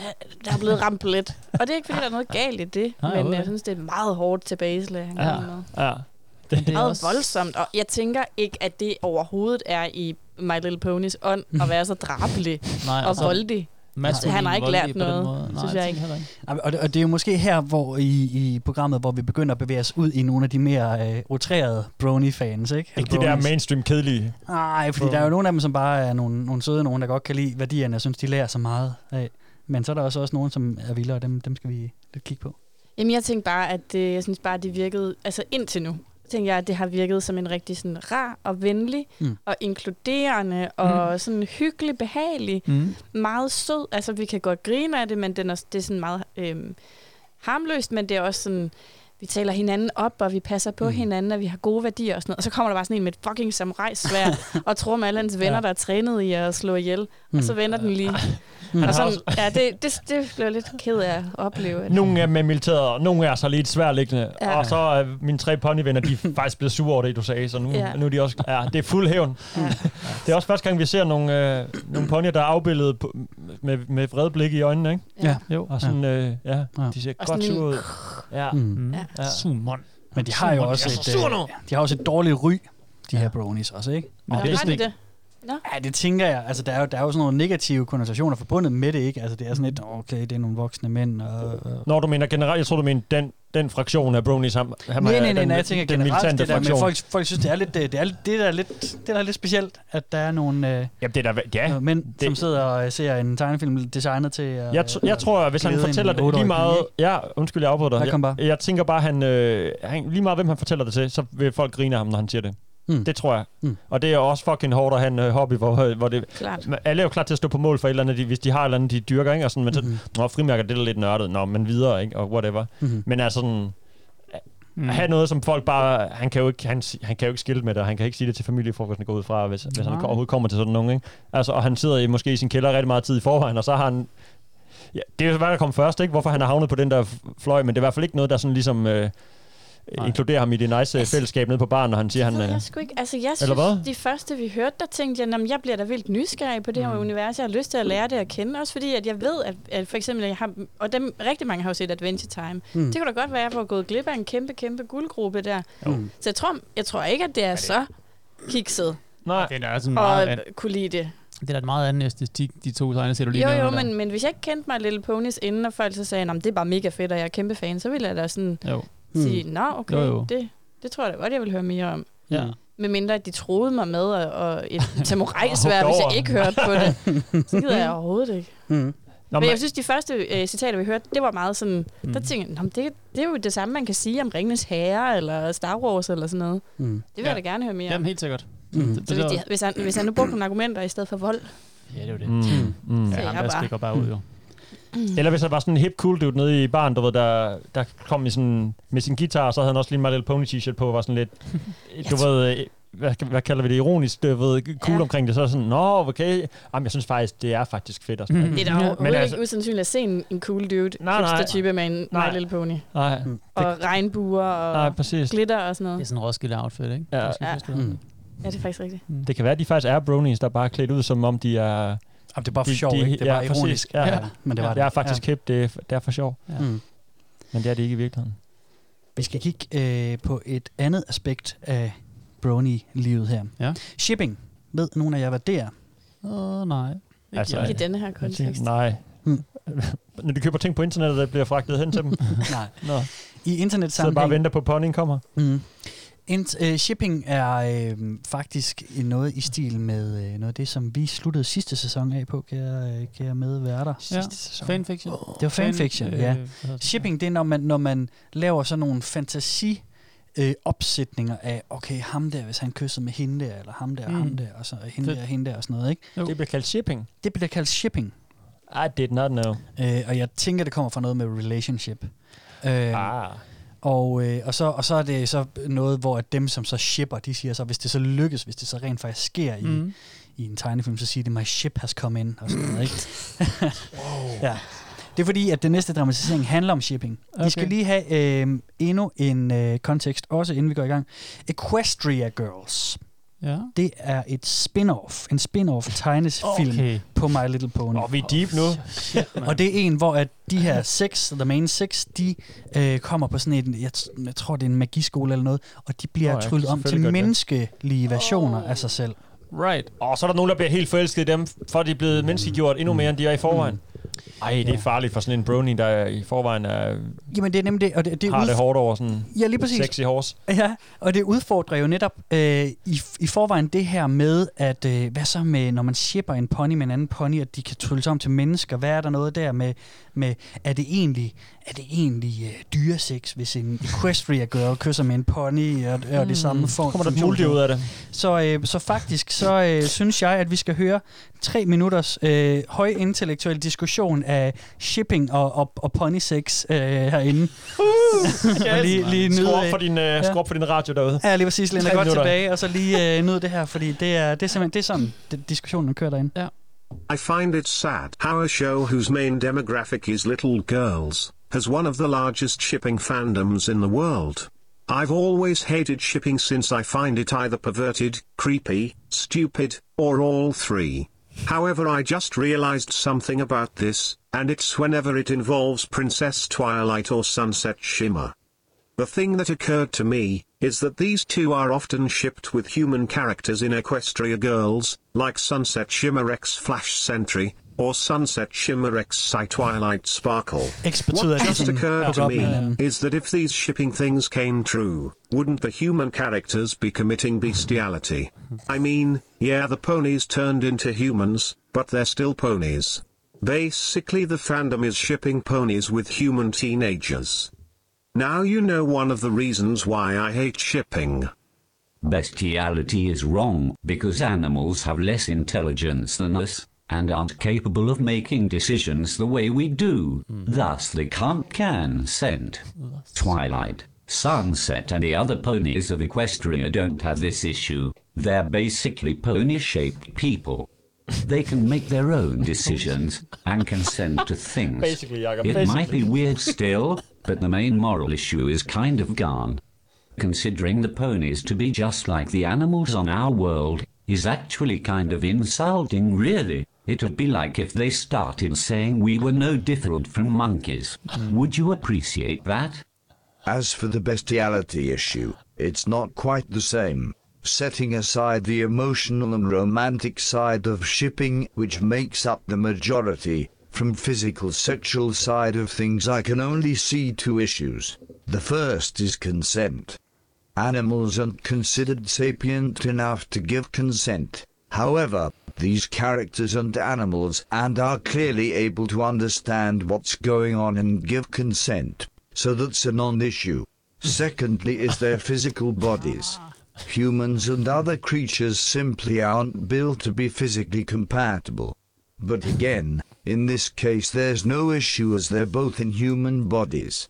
der er blevet ramt lidt. Og det er ikke, fordi der er noget galt i det, Nej, men overhovedet jeg ikke. synes, det er et meget hårdt tilbageslag, han Ja. kommer med. Ja. Det er meget også- voldsomt, og jeg tænker ikke, at det overhovedet er i My Little Ponies ånd at være så drabelig Nej, Nej, og altså, voldelig. Altså, han har ikke lært noget, Nej, synes det jeg tænker ikke. jeg Og, og det- og det er jo måske her, hvor i, i programmet, hvor vi begynder at bevæge os ud i nogle af de mere øh, rotrerede brony-fans, ikke? Ikke de der mainstream kedelige. Ah. Nej, fordi der er jo nogle af dem, som bare er nogle, nogle søde nogen, der godt kan lide værdierne, og synes, de lærer så meget af. Men så er der også, også nogen, som er vildere, og dem, dem skal vi lidt kigge på. Jamen, jeg tænkte bare, at det, jeg synes bare, at det virkede, altså indtil nu, tænkte jeg, at det har virket som en rigtig sådan rar og venlig Mm. mm. og inkluderende og mm. sådan hyggelig, behagelig, Mm. mm. meget sød. Altså, vi kan godt grine af det, men den er, det er sådan meget øhm, harmløst, men det er også sådan, vi taler hinanden op, og vi passer på mm. hinanden, og vi har gode værdier og sådan noget. Og så kommer der bare sådan en med et fucking samurajsvær og tror med alle hans venner, Ja. ja. der er trænet i at slå ihjel. Mm. Mm. Og så vender den lige. Han har og sådan, også- ja, det, det, det blev jeg lidt ked af at opleve. at- Nogle er med militæret, nogle er så lidt sværliggende. Ja. Ja. Og så er mine tre ponyvenner, de er faktisk blevet sure over det, du sagde, så nu, ja. Ja. nu er de også... Ja, det er fuld hævn. Ja. Det er også første gang, vi ser nogle, øh, nogle ponyer, der er afbildet på, med, med vrede blik i øjnene, ikke? Ja. Jo, og sådan, ja. Øh, ja, de ser Og godt sådan en- sure ud. Ja. Mm. ja. Sumon. Men de har jo også et, sur nu! øh, de har også et dårligt ry, de her bronies også, ikke? Men det er Har sådan de ikke- det? Nå. Ja, det tænker jeg. Altså, der er, jo, der er jo sådan nogle negative konnotationer forbundet med det, ikke? Altså, det er sådan lidt, okay, det er nogle voksne mænd. Og, og Når du mener generelt, jeg tror, du mener den, den fraktion af bronies, ham, ham nej, er nej, nej, den, nej, jeg tænker den generelt, militante det der med, fraktion. folk, folk synes, det er lidt, øh, det, det er, lidt- det, der er lidt, det der er lidt specielt, at der er nogle øh, Jamen, det er der, ja, mænd, det, som sidder og øh, ser en tegnefilm designet til... at, Jeg, tr- jeg øh, tror, at hvis han glæde en fortæller det lige otteårig meget... pige, ikke? Ja, undskyld, jeg afbryder Nej, dig. kom bare. Jeg, jeg tænker bare, han, øh, han, lige meget hvem han fortæller det til, så vil folk grine af ham, når han siger det. Mm. Det tror jeg. Mm. Og det er også fucking hårdt at have en øh, hobby, hvor, hvor det... Klart. Men Alle er jo klar til at stå på mål for et eller andet, de, hvis de har et eller andet, de dyrker, ikke? Og sådan, men så, Hmm. mm. nå, frimærker, det er da lidt nørdet. Nå, men videre, ikke? Og whatever. Mhm. Mm. Men altså sådan... Mm. Mm. Have noget, som folk bare... Han kan jo ikke, han, si- han kan jo ikke skille med det, og han kan ikke sige det til familiefrokosten går ud fra, hvis, hvis han Nej. overhovedet kommer til sådan nogen. Ikke? Altså, og han sidder i, måske i sin kælder rigtig meget tid i forvejen, og så har han... Ja, det er jo, hvad der kom først, ikke? hvorfor han har havnet på den der f- fløj, men det er i hvert fald ikke noget, der sådan ligesom... Øh, inkluderer ham i det nice øh, fællesskab nede på baren, når han siger, han... Altså, ved Øh, jeg sgu ikke. Altså, jeg Eller synes, hvad? de første, vi hørte, der tænkte jeg, at jeg bliver da vildt nysgerrig på det her mm. univers. Jeg har lyst til at lære det at kende. Også fordi, at jeg ved, at, at for eksempel, jeg har, og dem, rigtig mange har jo set Adventure Time. Mm. Mm. Det kunne da godt være, at jeg var gået glip af en kæmpe, kæmpe guldgruppe der. Mm. Mm. Så jeg tror, jeg tror ikke, at det Mm, er så kikset Nej. Det er da sådan og meget, an, kunne lide det. det er da et meget anden æstetik, de to tegneserier, du lige Jo, nævner jo, der. men, men hvis jeg ikke kendte mig Little Ponies inden, og folk så sagde, at det er bare mega fedt, og jeg er kæmpe fan, så ville jeg da sådan Jo. sige, Mm. nå, okay, Jo, jo. Det, det tror jeg da godt, jeg vil høre mere om. Ja. Med mindre, at de troede mig med og, og et Og samurajsvær, hugget hvis over. jeg ikke hørte på det. Så gider jeg overhovedet ikke. Mm. Nå, men men- jeg synes, de første øh, citater, vi hørte, det var meget sådan... Hmm. Mm. Der Mhm. tænkte jeg, "Nå, men det, det er jo det samme, man kan sige om Ringenes Herre, eller Star Wars, eller sådan noget. Mm. Det vil ja. jeg da gerne høre mere om. Jamen, helt sikkert. Mm. Så hvis, de, hvis, han, hvis han nu brugte nogle argumenter i stedet for vold, Ja, det er jo det. Mm. Mm. Så Ja, jeg ham der bare- Mm. stikker bare ud, jo. Eller hvis han var sådan en hip cool dude nede i baren, du ved, der, der kom i sådan, med sin guitar, og så havde han også lige en My Little Pony t-shirt på, og var sådan lidt, du ved, øh, hvad, hvad kalder vi det, ironisk, du ved, cool ja. omkring det, så er sådan, nå, okay, Jamen, jeg synes faktisk, det er faktisk fedt. Og sådan Mm-hmm. noget. det er da overhovedet altså, ikke usandsynligt at se en, en cool dude, Nej, nej. type med en Nej. My Little Pony. Nej, Og regnbuer og Nej, præcis. glitter og sådan noget. Mm. Det er sådan en Roskilde outfit, ikke? Ja. Roskilde Ja. Festival. Mm. Mm. Ja, det er faktisk rigtigt. det kan være, at de faktisk er bronies, der bare er klædt ud, som om de er... Jamen, det er bare for sjov, ikke? Det er bare ironisk. Ja, Ja, ja. men det var ja. det. Jeg er faktisk Ja. hip, det er, det er for sjov. Ja. Ja. Mm. Men det er det ikke i virkeligheden. Vi skal kigge øh, på et andet aspekt af brony-livet her. Ja. Shipping. Ved nogen af jer, hvad det er? Åh, oh, nej. Altså, Ikke i denne her kontekst. Jeg tænker, Nej. Mm. Når de køber ting på internettet, der bliver fragtet hen til dem. Nej. Nå. I Så internetsammenhæng... bare venter på, at ponyen kommer. Mm. Int- øh, shipping er øh, faktisk noget i stil med øh, noget af det, som vi sluttede sidste sæson af på, kære, øh, kære medværter. Ja. Fanfiction. Det Det var fanfiction, Fan- ja. øh, hvad hedder det? Shipping, det er, når man, når man laver sådan nogle fantasi øh, opsætninger af, okay, ham der, hvis han kyssede med hende der, eller ham der, mm. Mm. ham der, og så og hende Fedt. der, hende der, og sådan noget, ikke? Jo. Det bliver kaldt shipping. Det bliver kaldt shipping. I did not know. Øh, og jeg tænker, det kommer fra noget med relationship. Øh, ah. Og, øh, og, så, og så er det så noget, hvor at dem, som så shipper, de siger så, hvis det så lykkes, hvis det så rent faktisk sker i, mm. Mhm. i en tegnefilm, så siger de, my ship has come in, og sådan noget, ikke? ja. Det er fordi, at den næste dramatisering handler om shipping. Okay. Okay. Vi skal lige have øh, endnu en øh, kontekst, også inden vi går i gang. Equestria Girls. Ja. Det er et spin-off, en spin-off tegnefilm Okay. på My Little Pony. Og vi er deep nu. mand. og det er en, hvor at de her seks, the main six, de øh, kommer på sådan en, jeg, t- jeg tror det er en magiskole eller noget, og de bliver Nå oh, ja, tryllet kan om til selvfølgelig godt menneskelige versioner af sig selv. Right. Og så er der nogen, der bliver helt forelsket i dem, for de er blevet menneskegjort endnu mere, end de er i forvejen. Mm. Ej, det er farligt for sådan en brony, der i forvejen er, Jamen det er nemlig det, og det, det, er har udf- det hårdt over sådan Ja, lige præcis. sexy horse. Ja, og det udfordrer jo netop øh, i, i forvejen det her med, at øh, hvad så med, når man shipper en pony med en anden pony, at de kan trylle sig om til mennesker. Hvad er der noget der med, med er det egentlig, er det egentlig øh, dyreseks, hvis en equestria girl kysser med en pony, og, og Mm. det samme for, Kommer der et muldyr ud af det? Så, øh, så faktisk, så øh, synes jeg, at vi skal høre tre minutters øh, højintellektuel diskussion af shipping og, og, og ponysex øh, herinde. og lige, lige nyde Uh, skru, op af- for din, øh, Ja. skru op for din radio derude. Ja, lige præcis. Læn dig Tre godt minutter. tilbage, og så lige øh, nyd det her, fordi det er, det er simpelthen det er sådan, det, diskussionen kører derinde. Ja. I find it sad how a show whose main demographic is little girls has one of the largest shipping fandoms in the world. I've always hated shipping since I find it either perverted, creepy, stupid, or all three. However, I just realized something about this, and it's whenever it involves Princess Twilight or Sunset Shimmer. The thing that occurred to me is that these two are often shipped with human characters in Equestria Girls, like Sunset Shimmer X Flash Sentry, or Sunset Shimmer X Psy Twilight Sparkle. X betyder, What at de just sådan occurred hooker to op med me hinanden. is that if these shipping things came true, wouldn't the human characters be committing bestiality? I mean, yeah, the ponies turned into humans, but they're still ponies. Basically, the fandom is shipping ponies with human teenagers. Now you know one of the reasons why I hate shipping. Bestiality is wrong because animals have less intelligence than us and aren't capable of making decisions the way we do. Thus, they can't consent. Twilight, Sunset, and the other ponies of Equestria don't have this issue. They're basically pony shaped people. They can make their own decisions and consent to things. Basically, Jakob, It might basically. be weird still, but the main moral issue is kind of gone. Considering the ponies to be just like the animals on our world is actually kind of insulting, really. It'd be like if they started saying we were no different from monkeys. Would you appreciate that? As for the bestiality issue, it's not quite the same. Setting aside the emotional and romantic side of shipping, which makes up the majority, from physical sexual side of things I can only see two issues. The first is consent. Animals aren't considered sapient enough to give consent. However, these characters aren't animals and are clearly able to understand what's going on and give consent, so that's a non issue. Secondly, is their physical bodies. Humans and other creatures simply aren't built to be physically compatible. But again, in this case, there's no issue as they're both in human bodies.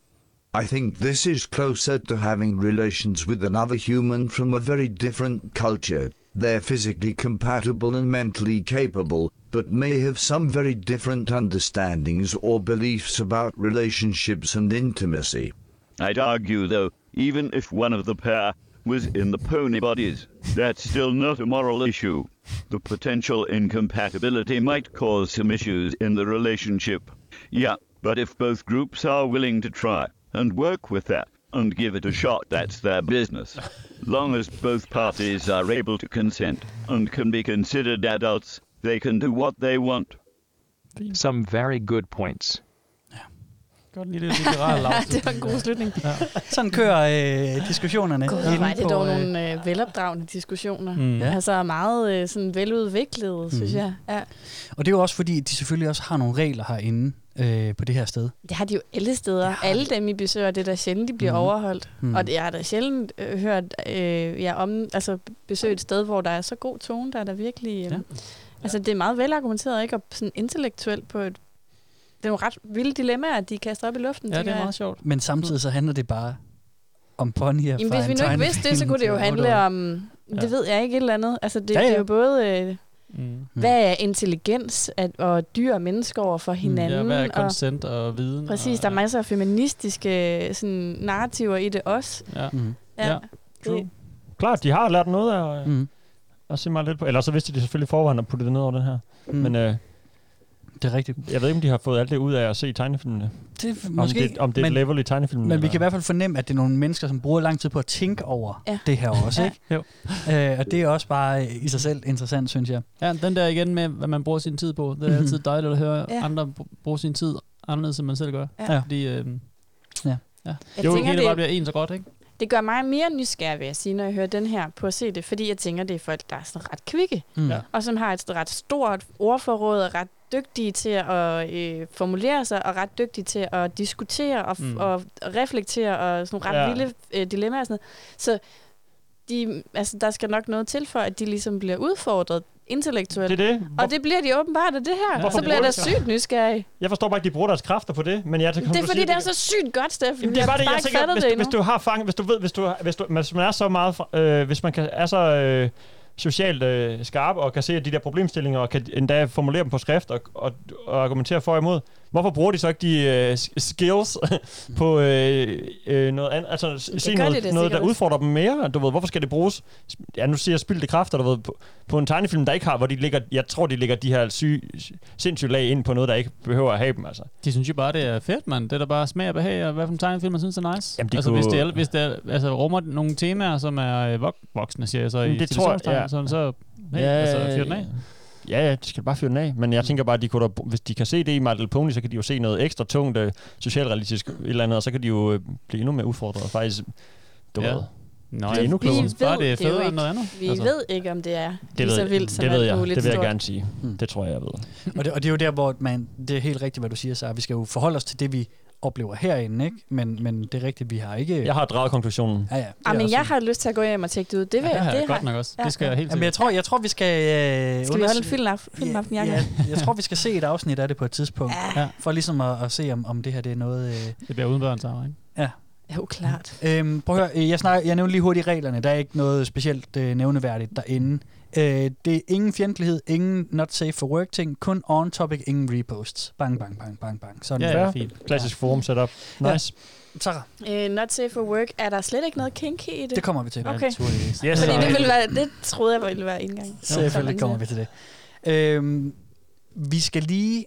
I think this is closer to having relations with another human from a very different culture. They're physically compatible and mentally capable, but may have some very different understandings or beliefs about relationships and intimacy. I'd argue, though, even if one of the pair was in the pony bodies, that's still not a moral issue. The potential incompatibility might cause some issues in the relationship. Yeah, but if both groups are willing to try and work with that and give it a shot, that's their business. Long as both parties are able to consent and can be considered adults, they can do what they want. Some very good points. Godt lille litteral afsnit. det var en god slutning. Ja. Sådan kører øh, diskussionerne. God, inde var det på, dog øh, nogle øh, velopdragende diskussioner. Mm. Mm. Ja. Altså meget øh, sådan veludviklede, mm. synes Mhm. jeg. Ja. Og det er jo også fordi, de selvfølgelig også har nogle regler herinde øh, på det her sted. Det har de jo alle steder. Ja. Alle dem, I besøger, det er da sjældent, de bliver Mhm. mm. overholdt. Mhm. Mm. Og det- jeg har da sjældent øh, hørt øh, jeg om, altså, besøge et sted, hvor der er så god tone, der er der virkelig... Øh, ja. Altså, det er meget velargumenteret, ikke? Og sådan intellektuelt på et... Det er nogle ret vilde dilemmaer, de kaster op i luften. Ja, det tænker er jeg. meget sjovt. Men samtidig så handler det bare om ponyer Jamen, fra hvis vi en nu ikke vidste det, så tegnefilm kunne det jo til handle otte år. om... Det Ja. ved jeg ikke, et eller andet. Altså, det, ja, Ja, ja. ja. det er jo både... Øh, Mm. Hvad er intelligens at, og dyr og mennesker over Mm. for hinanden? Ja, hvad er og- consent og viden? Præcis, og, der er masser af feministiske sådan, narrativer i det også. Ja. Mm. Mhm. Ja. Ja. Det, Klart, de har lært noget af mm. at se meget lidt på. Eller så vidste de selvfølgelig i forvejen at putte det ned over den her. Mm. Men øh, Det er rigtigt. Jeg ved ikke, om de har fået alt det ud af at se tegnefilmene. Det er måske- om det, om det er et men- level i tegnefilmene. Men vi eller- kan i hvert fald fornemme, at det er nogle mennesker, som bruger lang tid på at tænke over ja. det her også, Ja. ikke? Øh, og det er også bare øh, i sig selv interessant, synes jeg. Ja, den der igen med, hvad man bruger sin tid på. Det er altid Mhm. dejligt at høre Ja. ja. andre br- bruge sin tid anderledes, end man selv gør. Ja. Ja. Fordi, øh, ja. ja. Jeg Jo, tænker, det, det- det bare bliver en så godt, ikke? Det gør mig mere nysgerrig, vil jeg sige, når jeg hører den her på at se det, fordi jeg tænker, det er folk, der er sådan ret kvikke, Mm. Ja. og som har et sådan ret stort ordforråd, og ret dygtige til at øh, formulere sig, og ret dygtige til at diskutere og, f- Mm. mm. og reflektere, og sådan nogle ret Ja. ja. vilde øh, dilemmaer og sådan noget. Så de, altså, der skal nok noget til for, at de ligesom bliver udfordret intellektuelt. Det er det. Og det bliver de åbenbart af det her. Hvorfor så bliver bruger der de så- sygt nysgerrig. Jeg forstår bare ikke, de bruger deres kræfter på det, men jeg Det er fordi, det er så sygt godt, Steffen. Jamen, det er Jeg bare har det, jeg ikke tænker, fattet hvis, det du, endnu. hvis du har fanget, hvis du ved, hvis du, hvis du, hvis man er så meget, fra- øh, hvis man kan, er så øh, socialt øh, skarp og kan se de der problemstillinger og kan endda formulere dem på skrift og, og, og argumentere for og imod, hvorfor bruger de så ikke de øh, s- skills på øh, øh, noget andet? Altså, s- Det se gør noget, de da noget der sikkert. udfordrer dem mere. Du ved, hvorfor skal det bruges? Ja, nu siger jeg spildte kræfter, du ved, på, på en tegnefilm, der ikke har, hvor de ligger, jeg tror, de ligger de her syge, sindssyge lag ind på noget, der ikke behøver at have dem, altså. De synes jo bare, det er fedt, mand. Det er da bare smag og behag, og hvad for en tegnefilm, man synes er nice. Jamen, de altså, kunne- hvis det, er, hvis det er, altså, rummer nogle temaer, som er øh, vok- voksne, siger jeg så, i Jamen, det tror jeg, citationstegn, ja. sådan, så hey, ja, altså, fyr den af. Ja, ja, de skal bare fyre den af. Men jeg tænker bare, at de kunne da, hvis de kan se det i My Little Pony, så kan de jo se noget ekstra tungt, øh, socialrealistisk et eller andet, og så kan de jo øh, blive endnu mere udfordret. Faktisk, du Ja. ja. ved. Nå, blive ja. endnu Vi klogere. ved Bare det er Det er jo federe end ikke- noget andet. Vi Altså. ved ikke, om det er Det lige ved, så jeg- vildt som det ved alt jeg, Mm. muligt det vil jeg stort. gerne sige. Det tror jeg, jeg ved. Og det, og det er jo der, hvor man, det er helt rigtigt, hvad du siger, så Vi skal jo forholde os til det, vi oplever herinde, ikke? Men, men det er rigtigt, vi har ikke... Jeg har draget konklusionen. Ja, ja. Det Ah, er men også jeg har lyst til at gå hjem og tjekke det ud. Det vil Ja, det har jeg. jeg Det godt har- nok også. Ja. Det skal jeg helt Jamen, jeg tror, jeg tror, vi skal... Øh, Skal vi holde en film af- film aften, Jakob? jeg tror, vi skal se et afsnit af det på et tidspunkt, ja. for ligesom at, at se, om, om det her det er noget... Øh, det bliver udenbørns ikke? Ja. Jo, klart. Øhm, prøv at høre, øh, jeg, snakker, jeg nævner lige hurtigt reglerne. Der er ikke noget specielt øh, nævneværdigt derinde. Øh, det er ingen fjendtlighed, ingen not safe for work ting, kun on topic, ingen reposts. Bang, bang, bang, bang, bang. Sådan Ja, ja, fint. Klassisk forum setup. Nice. Ja. Sarah, Øh, not safe for work. Er der slet ikke noget kinky i det? det kommer vi til. Okay. Yes, Yes, Fordi det, ville være, det troede jeg ville være indgang. Selvfølgelig kommer vi til det. Øhm, vi skal lige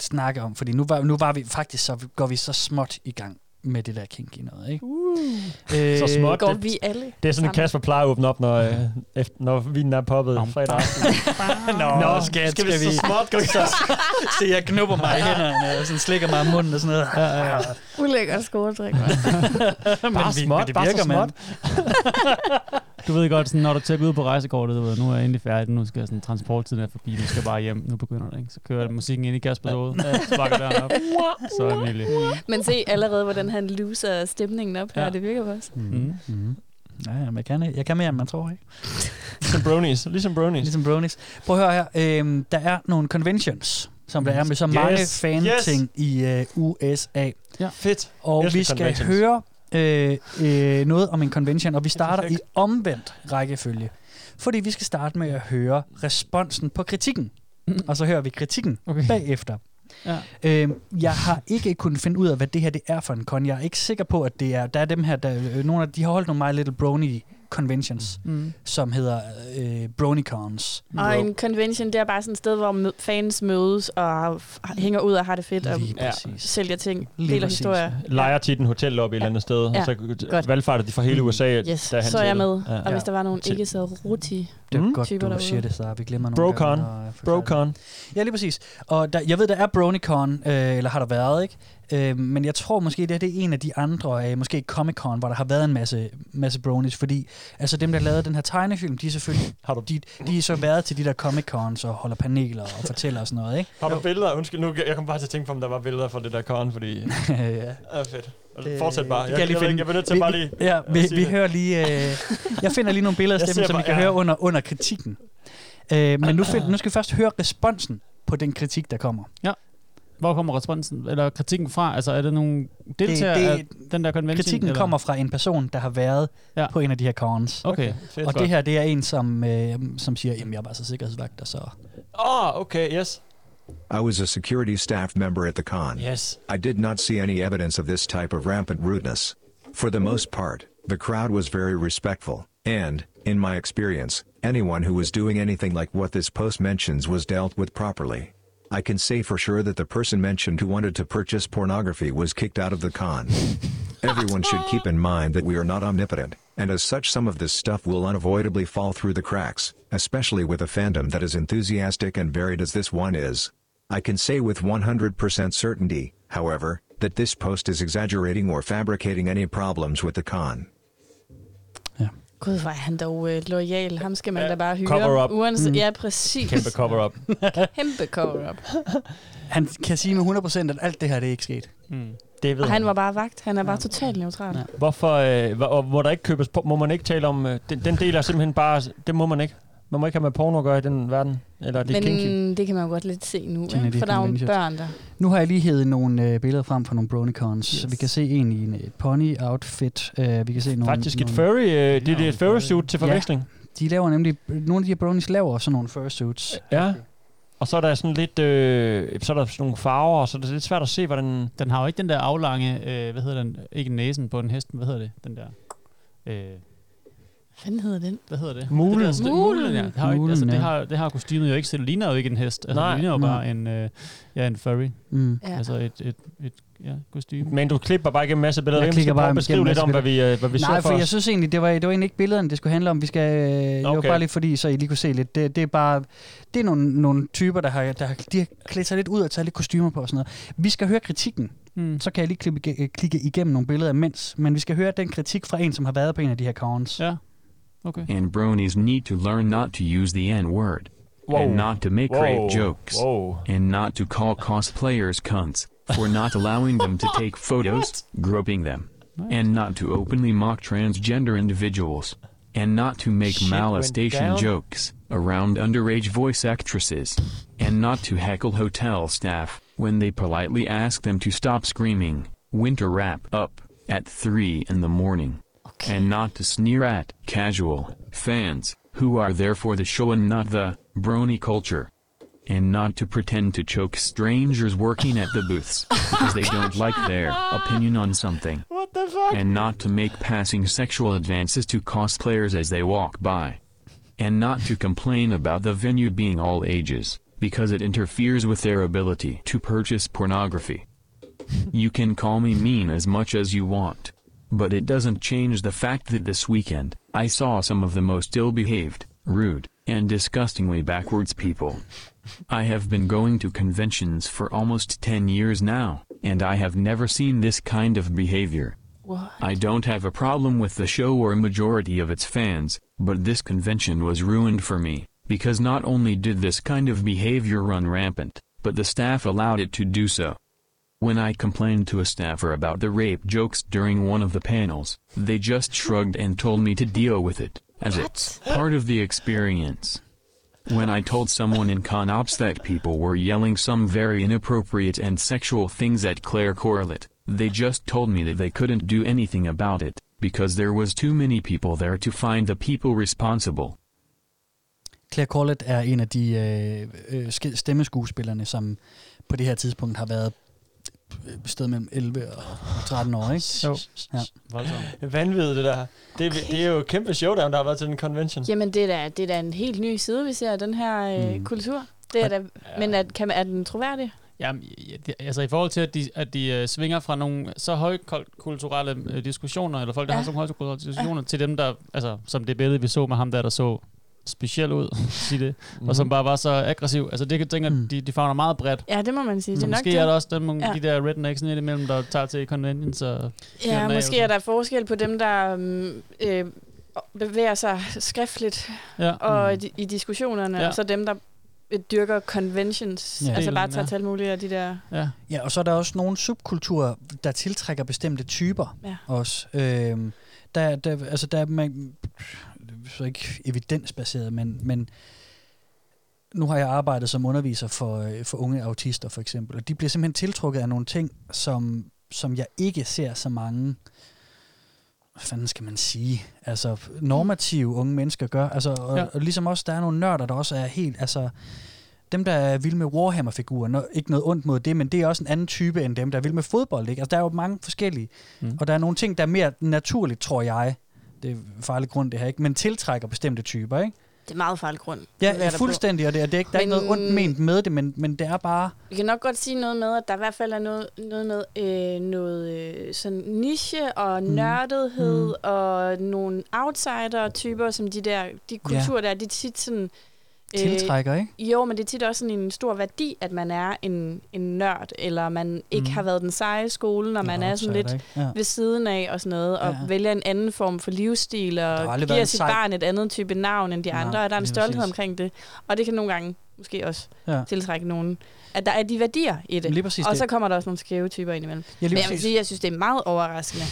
snakke om, fordi nu var, nu var vi faktisk, så går vi så småt i gang med det der kinky noget, ikke? Uh. Så småt. Går det- vi alle Det er sådan, sammen? at Kasper plejer at åbne op, når, øh, efter, når vinen er poppet fredag aften. Nå, skat, skal vi skal vi- så småt gå i gang? Se, jeg knupper mig i hænderne, og sådan slikker mig i munden og sådan noget. Ja, ja, ja. Ulækkert skoledrik, mand. men, Bare vi- småt, men det bare så virker, mand. Du ved godt, sådan, når du tjekker ud på rejsekortet, du ved, nu er jeg endelig færdig, nu skal jeg sådan, transporttiden er forbi, nu skal jeg bare hjem, nu begynder det, ikke? Så kører musikken ind i Kaspers hoved, sparker døren op. Så Emilie. Men se allerede, hvordan han loser stemningen op her. Det virker på os. Mm. Mm-hmm. Mm. Ja, jamen, jeg kan, ikke. jeg kan mere, end man tror, ikke? ligesom bronies. Ligesom bronies. Ligesom bronies. Prøv at høre her. Øhm, der er nogle conventions, som der er med så mange Yes. fan-ting i øh, USA. Ja. Fedt. Og Jeg elsker vi skal conventions. høre øh, øh, noget om en convention, og vi starter i omvendt rækkefølge. Fordi vi skal starte med at høre responsen på kritikken. Mm-hmm. Og så hører vi kritikken okay. bagefter. Ja. Øhm, jeg har ikke kunnet finde ud af, hvad det her det er for en kon. Jeg er ikke sikker på, at det er... Der er dem her, der, øh, nogle af, de har holdt nogle My Little Brony conventions, Mm. som hedder øh, Bronycons. Og en convention, det er bare sådan et sted, hvor mø- fans mødes og f- hænger ud og har det fedt og Lige ja. præcis. sælger ting, Lige deler præcis. historier. Lejer tit en hotellobby et eller andet sted, Ja, og så godt. valgfarter de fra hele USA. Yes, derhen så er jeg til med. det. Og hvis der var nogle Til- ikke så ruti Det er mm. godt, typer du derude. siger det, så vi glemmer nogle Brocon. gange, når jeg forklarer Brocon. det. Ja, lige præcis. Og der, jeg ved, der er Bronycon, øh, eller har der været, ikke? Øh, men jeg tror måske, det her det er en af de andre, øh, måske Comic-Con, hvor der har været en masse, masse bronies, fordi altså dem, der lavede den her tegnefilm, de er selvfølgelig, har du? De, de er så været til de der Comic-Cons og holder paneler og fortæller og sådan noget, ikke? Har du billeder? Undskyld, nu, jeg kom bare til at tænke på, om der var billeder fra det der con, fordi... ja. Ja, fedt. Det, Fortsæt bare. Det Jeg, jeg, kan jeg, lige ved finde. ikke, jeg bliver nødt til Vi- bare lige... vi- Ja, at vi, sige vi det. hører lige... Øh, jeg finder lige nogle billeder af Jeg stemmen, ser som vi bare- kan ja. høre under, under kritikken. Øh, men nu, find, nu skal vi først høre responsen på den kritik, der kommer. Ja. Hvor kommer responsen, eller kritikken fra? Altså, er det nogle deltagere det- det, det, af den der convention? Kritikken eller? kommer fra en person, der har været ja. på en af de her cons. Okay, fedt. og Godt. det her, det er en, som, øh, som siger, jamen jeg var så sikkerhedsvagt, og så... Åh, oh, okay, yes. I was a security staff member at the con. Yes. I did not see any evidence of this type of rampant rudeness. For the most part, the crowd was very respectful, and, in my experience, anyone who was doing anything like what this post mentions was dealt with properly. I can say for sure that the person mentioned who wanted to purchase pornography was kicked out of the con. Everyone should keep in mind that we are not omnipotent, and as such, some of this stuff will unavoidably fall through the cracks, especially with a fandom that is enthusiastic and varied as this one is. I can say with 100% certainty, however, that this post is exaggerating or fabricating any problems with the con. Gud, hvor er han dog øh, lojal. Ham skal man da bare hyre. cover up. Uanset, Mm. Ja, præcis. Kæmpe cover-up. Kæmpe cover-up. Han kan sige med 100% at alt det her, det er ikke sket. Mm. Det ved Og han var bare vagt. Han er bare totalt neutral. Ja. Hvorfor, øh, hvor, og hvor der ikke købes, por- må man ikke tale om, øh, den, den del er simpelthen bare, det må man ikke. Man må ikke have med porno at gøre i den verden, eller det er Men kinky. det kan man jo godt lidt se nu, Sådan er ikke? de for der er jo conventions. børn der. Nu har jeg lige hævet nogle øh, billeder frem fra nogle bronicons, yes. så vi kan se en i en øh, pony-outfit. Øh, vi kan se nogle, Faktisk et nogle, furry, øh, det, det er et fursuit til forveksling. Ja, de laver nemlig, nogle af de her bronies laver sådan nogle fursuits. Ja. Og så er der sådan lidt, øh, så er der sådan nogle farver, og så er det lidt svært at se, hvordan... Den har jo ikke den der aflange, øh, hvad hedder den, ikke næsen på en hest, men hvad hedder det, den der... Øh, Hvad hedder den? Hvad hedder det? Mulen. Det, der- mulen, ja. Det har, jo ikke, altså, Mulen, det ja. har, det har kostymet jo ikke selv. Det ligner jo ikke en hest. Altså, Nej. Nej. det ligner jo Nej. bare en, øh, ja, en furry. Mm. Ja. Altså et, et, et ja, kostyme. Men du klipper bare igennem en masse billeder. Jeg Jeg klikker klikker bare bare igennem beskrive en lidt masse om, hvad vi, billeder. øh, hvad vi Nej, så for for jeg os. synes egentlig, det var, det var egentlig ikke billederne, det skulle handle om. Vi skal, øh, okay. Det var Okay. bare lige fordi, så I lige kunne se lidt. Det, det er bare det er nogle, nogle typer, der har, der har, de har klædt sig lidt ud og taget lidt kostymer på og sådan noget. Vi skal høre kritikken. Mm. Så kan jeg lige klippe, ig- øh, klikke igennem nogle billeder imens. Men vi skal høre den kritik fra en, som har været på en af de her cons. Ja, okay. And bronies need to learn not to use the N word. Whoa. And not to make Whoa. rape jokes. Whoa. And not to call cosplayers cunts for not allowing them to take photos, groping them. And not to openly mock transgender individuals. And not to make Shit went molestation down. jokes around underage voice actresses. And not to heckle hotel staff when they politely ask them to stop screaming, winter wrap up, at 3 in the morning and not to sneer at casual fans who are there for the show and not the brony culture. And not to pretend to choke strangers working at the booths because they don't like their opinion on something. What the fuck? And not to make passing sexual advances to cosplayers as they walk by. And not to complain about the venue being all ages because it interferes with their ability to purchase pornography. You can call me mean as much as you want. But it doesn't change the fact that this weekend, I saw some of the most ill behaved, rude, and disgustingly backwards people. I have been going to conventions for almost 10 years now, and I have never seen this kind of behavior. What? I don't have a problem with the show or majority of its fans, but this convention was ruined for me, because not only did this kind of behavior run rampant, but the staff allowed it to do so. When I complained to a staffer about the rape jokes during one of the panels, they just shrugged and told me to deal with it, as it's part of the experience. When I told someone in ConOps that people were yelling some very inappropriate and sexual things at Claire Corlett, they just told me that they couldn't do anything about it, because there was too many people there to find the people responsible. Claire Corlett er en af de øh, øh, ske- stemmeskuespillerne, som på det her tidspunkt har været øh, et sted mellem 11 og 13 år, ikke? Jo. Ja. Vanvittigt det der. Det, okay. det er jo et kæmpe showdown, der har været til den convention. Jamen, det er, da, det er da en helt ny side, vi ser af den her øh, Mm. kultur. Det er da, men er, kan, man- er den troværdig? Jamen, ja, det- altså i forhold til, at de, at de uh, svinger fra nogle så højkulturelle uh, diskussioner, eller folk, der Ja. ja. har så nogle højkulturelle diskussioner, ja. til dem, der, altså som det billede, vi så med ham der, der så speciel ud, sig det, mm. Mhm. og som bare var så aggressiv. Altså det kan tænke, mm. de, de fagner meget bredt. Ja, det må man sige. Det er måske nok er det. der også dem, ja. Ja. de der rednecks nede imellem, der tager til conventions og fyrer den af Ja, og altså- måske er der forskel på dem, der øhm, øh, bevæger sig skriftligt Ja. og Mm. i, i diskussionerne, Ja. ja. og så dem, der øh, dyrker conventions, Ja. ja. altså bare Delen, tager ja. til alle mulige af de der... Ja. ja, og så er der også nogle subkulturer, der tiltrækker bestemte typer Ja. også. Øhm, der, der, altså der er man, så ikke evidensbaseret, men, men nu har jeg arbejdet som underviser for, øh, for unge autister for eksempel, og de bliver simpelthen tiltrukket af nogle ting, som, som jeg ikke ser så mange hvad fanden skal man sige, altså normative unge mennesker gør. Altså, og, ja. Ja. og ligesom også, der er nogle nørder, der også er helt, altså dem, der er vilde med Warhammer-figurer, no, ikke noget ondt mod det, men det er også en anden type end dem, der er vilde med fodbold. Ikke? Altså, der er jo mange forskellige, Mm. mm. og der er nogle ting, der er mere naturligt, tror jeg, det er farlig grund det her, ikke? men tiltrækker bestemte typer. Ikke? Det er meget farlig grund. Ja, Hvad er ja der på? fuldstændig, og det, og det er ikke, der er ikke Men- noget ondt ment med det, men, men det er bare... Vi kan nok godt sige noget med, at der i hvert fald er noget, noget med øh, noget øh, sådan niche og Mm. nørdethed Mm. mm. og nogle outsider-typer, som de der, de kulturer der, de tit sådan... øh, Tiltrækker, ikke? Jo, men det er tit også sådan en stor værdi, at man er en, en nørd, eller man ikke Mm. mm. har været den seje i skolen, og man er sådan lidt outsider, ikke? Ja. ja. ved siden af og sådan noget, og Ja. ja. vælger en anden form for livsstil, har og aldrig giver været sit sej. barn et andet type navn end de Nej, andre, og der er en lige stolthed præcis. omkring det. Og det kan nogle gange måske også Ja. ja. tiltrække nogen. At der er de værdier i det. Lige præcis og det. så kommer der også nogle skæve typer ind imellem. Ja, lige Men jeg vil præcis. sige, jeg synes, det er meget overraskende.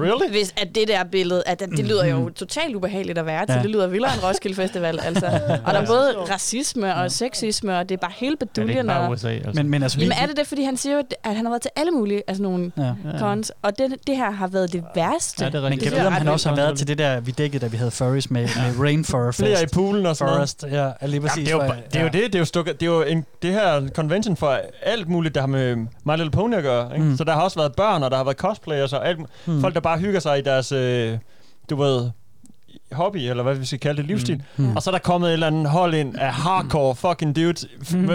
Really? Hvis at det der billede, at det, det lyder jo totalt ubehageligt at være til. Mm-hmm. Ja. Ja. Det lyder vildere end Roskilde Festival, altså. Og der er både racisme og sexisme, og det er bare hele beduljen. og- altså. Men, men altså, vi, Jamen er det det, fordi han siger jo, at han har været til alle mulige altså nogle Ja. ja. Ja, ja. cons, og det, det her har været det værste. Men kan jeg vide, om han også har været til det der, vi dækkede, da vi havde furries med, med Rainforest. Flere i poolen og sådan noget. Forest, ja, er lige præcis. Jamen, det er jo, hvor- ba- det er jo det, det er jo, stukket, det er jo en, det her convention for alt muligt, der har med My Little Pony at gøre. Ikke? Mm. Mm. Så der har også været børn, og der har været cosplayers, og alt, Mm. mm. folk, der bare hygger sig i deres, øh, du ved, hobby, eller hvad vi skal kalde det, livsstil. Mm. Mm. Mm. Og så er der kommet et eller andet hold ind af hardcore fucking dudes, mm.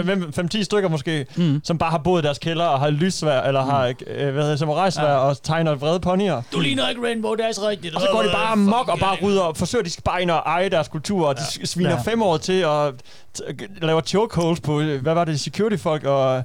5-10 stykker måske, mm. som bare har boet i deres kælder og har lyssvær, eller har, øh, hvad hedder det, samurajsvær, Ja. ja. og tegner vrede ponyer. Du ligner ikke Rainbow Dash rigtigt. Og så går de bare mok og bare rydder op, forsøger de skal bare ind og eje deres kultur, og de ja. sviner Ja. ja. fem år til og t- laver chokeholds på, øh, hvad var det, security-folk og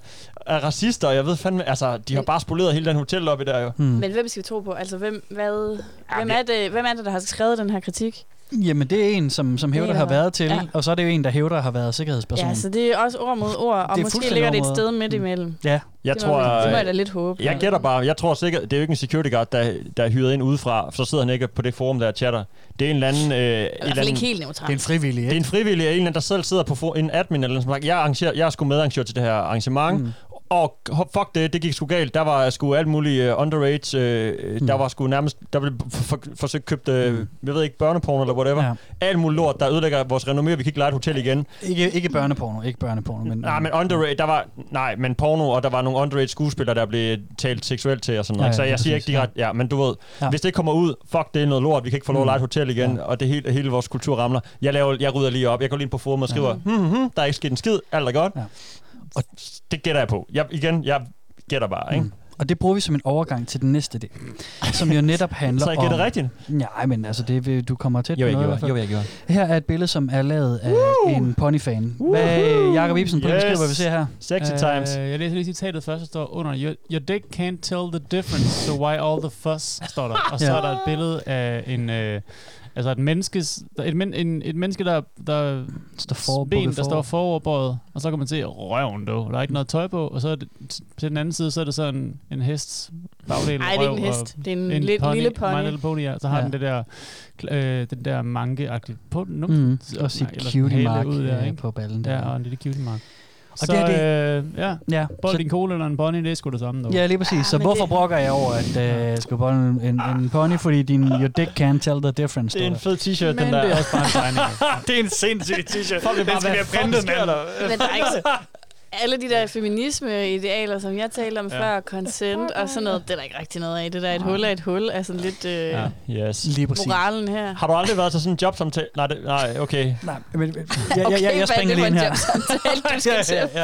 er racister, og jeg ved fandme, altså, de har bare spoleret hele den hotel oppe der jo. Mm. Men hvem skal vi tro på? Altså, hvem, hvad, hvem, er det, hvem er det, der har skrevet den her kritik? Jamen, det er en, som, som Det er hævder der har været. været til, Ja. og så er det jo en, der hævder har været sikkerhedsperson. Ja, så det er også ord mod ord, og Det er måske fuldstændig ligger det et ord mod Mm. sted ord. midt imellem. Ja. Jeg Det må tror, vi- det må øh, jeg da lidt håbe. Jeg gætter bare, jeg tror sikkert, det er jo ikke en security guard, der, der er hyret ind udefra, så sidder han ikke på det forum, der og chatter. Det er en eller anden... Øh, en fald eller anden- ikke helt neutral. Det er en frivillig, Det er en frivillig, en eller anden, der selv sidder på for, en admin, eller sådan noget. Jeg, arrangerer, jeg er sgu medarrangør til det her arrangement, Mm. mm. og ho- fuck det, det gik sgu galt. Der var sgu alt muligt uh, underage, uh, mm. der var sgu nærmest, der blev f- f- forsøgt købt, uh, jeg ved ikke, børneporn eller whatever. Ja. Ja. Alt muligt lort, der ødelægger vores renommé, vi kan ikke lege et hotel igen. Ikke, ikke børneporno, ikke børneporno, men... Nej, men underage, der var, nej, men porno, og der var nogle underage skuespillere, der blev talt seksuelt til og sådan noget. Ja, Ja, så ja, jeg siger præcis, ikke direkte, ja, men du ved, Ja. ja. hvis det kommer ud, fuck, det er noget lort, vi kan ikke få lov Mm. at lege et hotel igen, ja. og det hele, hele vores kultur ramler. Jeg, laver, jeg rydder lige op, jeg går lige ind på forum og skriver, ja. hmm, hmm, der er ikke sket en skid, alt er godt. Ja. Og det gætter jeg på. Jeg, igen, jeg gætter bare, ikke? Mm. Og det bruger vi som en overgang til den næste del, som jo netop handler Så jeg gætter om... rigtigt? Nej, men altså, det, vil- du kommer tæt Jo, på jeg noget. i gjorde. hvert fald. Jo, jeg gjorde. Her er et billede, som er lavet af Woo! en ponyfan. Hvad, Jakob Ibsen, prøv yes. at beskrive, hvad vi ser her. Øh, jeg læser lige citatet først, der står under, your, your dick can't tell the difference, so why all the fuss, står der. Og så Ja. er der et billede af en... Øh, altså et, menneskes, et, men, en, et menneske, der, der står forover- ben, bukket der står forover. foroverbøjet, og så kan man se røven, dog. Der er ikke noget tøj på, og så er det, til den anden side, så er det sådan en, en hests bagdel. Ej, det er ikke røv en og hest. Det er en lille- lille pony. My Little Pony, ja. Så har Ja. ja. den det der, kl- øh, den der manke-agtige på nu, Mm, og sit eller cutie hale mark, ud der, øh, ikke? på ballen der. Ja, og en lille cutie mark. Og Og så, det det her, er det... Øh, ja, Ja, ja så- bold en cola eller en pony, det er sgu det samme. Dog. Ja, lige præcis. Så hvorfor brokker jeg over, at øh, jeg skal bolle en, en, en pony, fordi din your dick can't tell the difference? Det er en står fed t-shirt, Men den der. det er også bare en tegning. det er en sindssyg t-shirt. Folk vil bare være printet, mand. Men der er ikke alle de der feminisme-idealer, som jeg talte om Ja. ja. før, consent og sådan noget, det er der ikke rigtig noget af. Det der et hul er et hul, er sådan lidt øh, ja. Yes. Lige moralen her. Har du aldrig været til sådan en jobsamtale? Nej, det, nej okay. Nej, men, men, jeg, jeg, jeg, jeg springer lige ind her.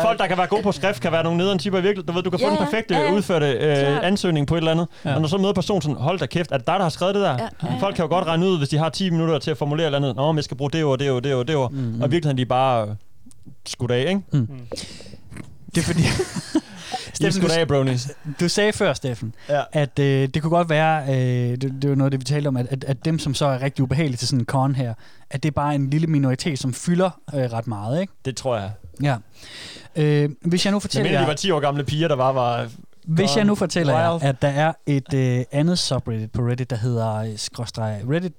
Folk, der kan være gode på skrift, kan være nogle nederen typer i virkeligheden. Du ved, du kan få Ja, den ja, perfekte ja, ja. udførte Klart. øh, ansøgning på et eller andet. Og når så møder personen sådan, hold da kæft, er det dig, der har skrevet det der? Folk kan jo godt regne ud, hvis de har 10 minutter til at formulere et eller andet. Nå, men jeg skal bruge det ord, det ord, det ord, det ord. Og i virkeligheden, de er bare øh, skudt af, ikke? Mm. Det er fordi... Steffen, skudt af, bronies. Du sagde før, Steffen, ja. at øh, det kunne godt være, øh, det, det var noget, af det vi talte om, at, at, at dem, som så er rigtig ubehagelige til sådan en con her, at det er bare en lille minoritet, som fylder øh, ret meget, ikke? Det tror jeg. Ja. Øh, hvis jeg nu Men fortæller de jer... var 10 år gamle piger, der bare var... Hvis jeg nu fortæller jer, Wild. at der er et øh, andet subreddit på Reddit, der hedder øh, skråstreg reddit.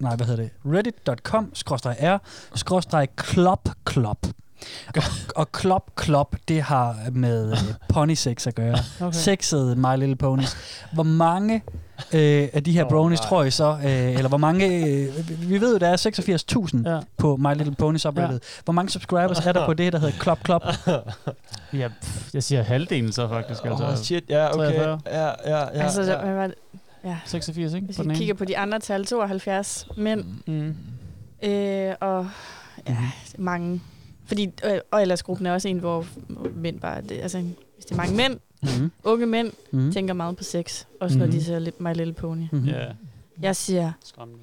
Nej, hvad hedder det? reddit.com skråstreg r skråstreg klop klop. Og, og klop klop, det har med øh, ponysex at gøre. Okay. Okay. Sexet My Little Ponies. Hvor mange øh, af de her bronies, tror I så, øh, eller hvor mange, øh, vi- vi ved jo, der er 86.000 ja. på My Little Pony subreddit. Ja. Hvor mange subscribers er der på det, der hedder klop klop? Ja, pff, jeg siger halvdelen så faktisk. Altså, Åh, shit, ja, okay. 43. Ja, ja, ja, altså, ja. Hvad var det? Ja. 86, ikke? Hvis På vi den ene. kigger på de andre tal, 72 mænd. Mm. Øh, og ja, mange. Fordi, øh, og ellers gruppen er også en, hvor mænd bare... Det, altså, hvis det er mange mænd, Mhm. mm-hmm. unge mænd, Mhm. mm-hmm. tænker meget på sex. Også når Mhm. Mm-hmm. de ser lidt My Little Pony. Mhm. Ja. Jeg siger... Skræmmende.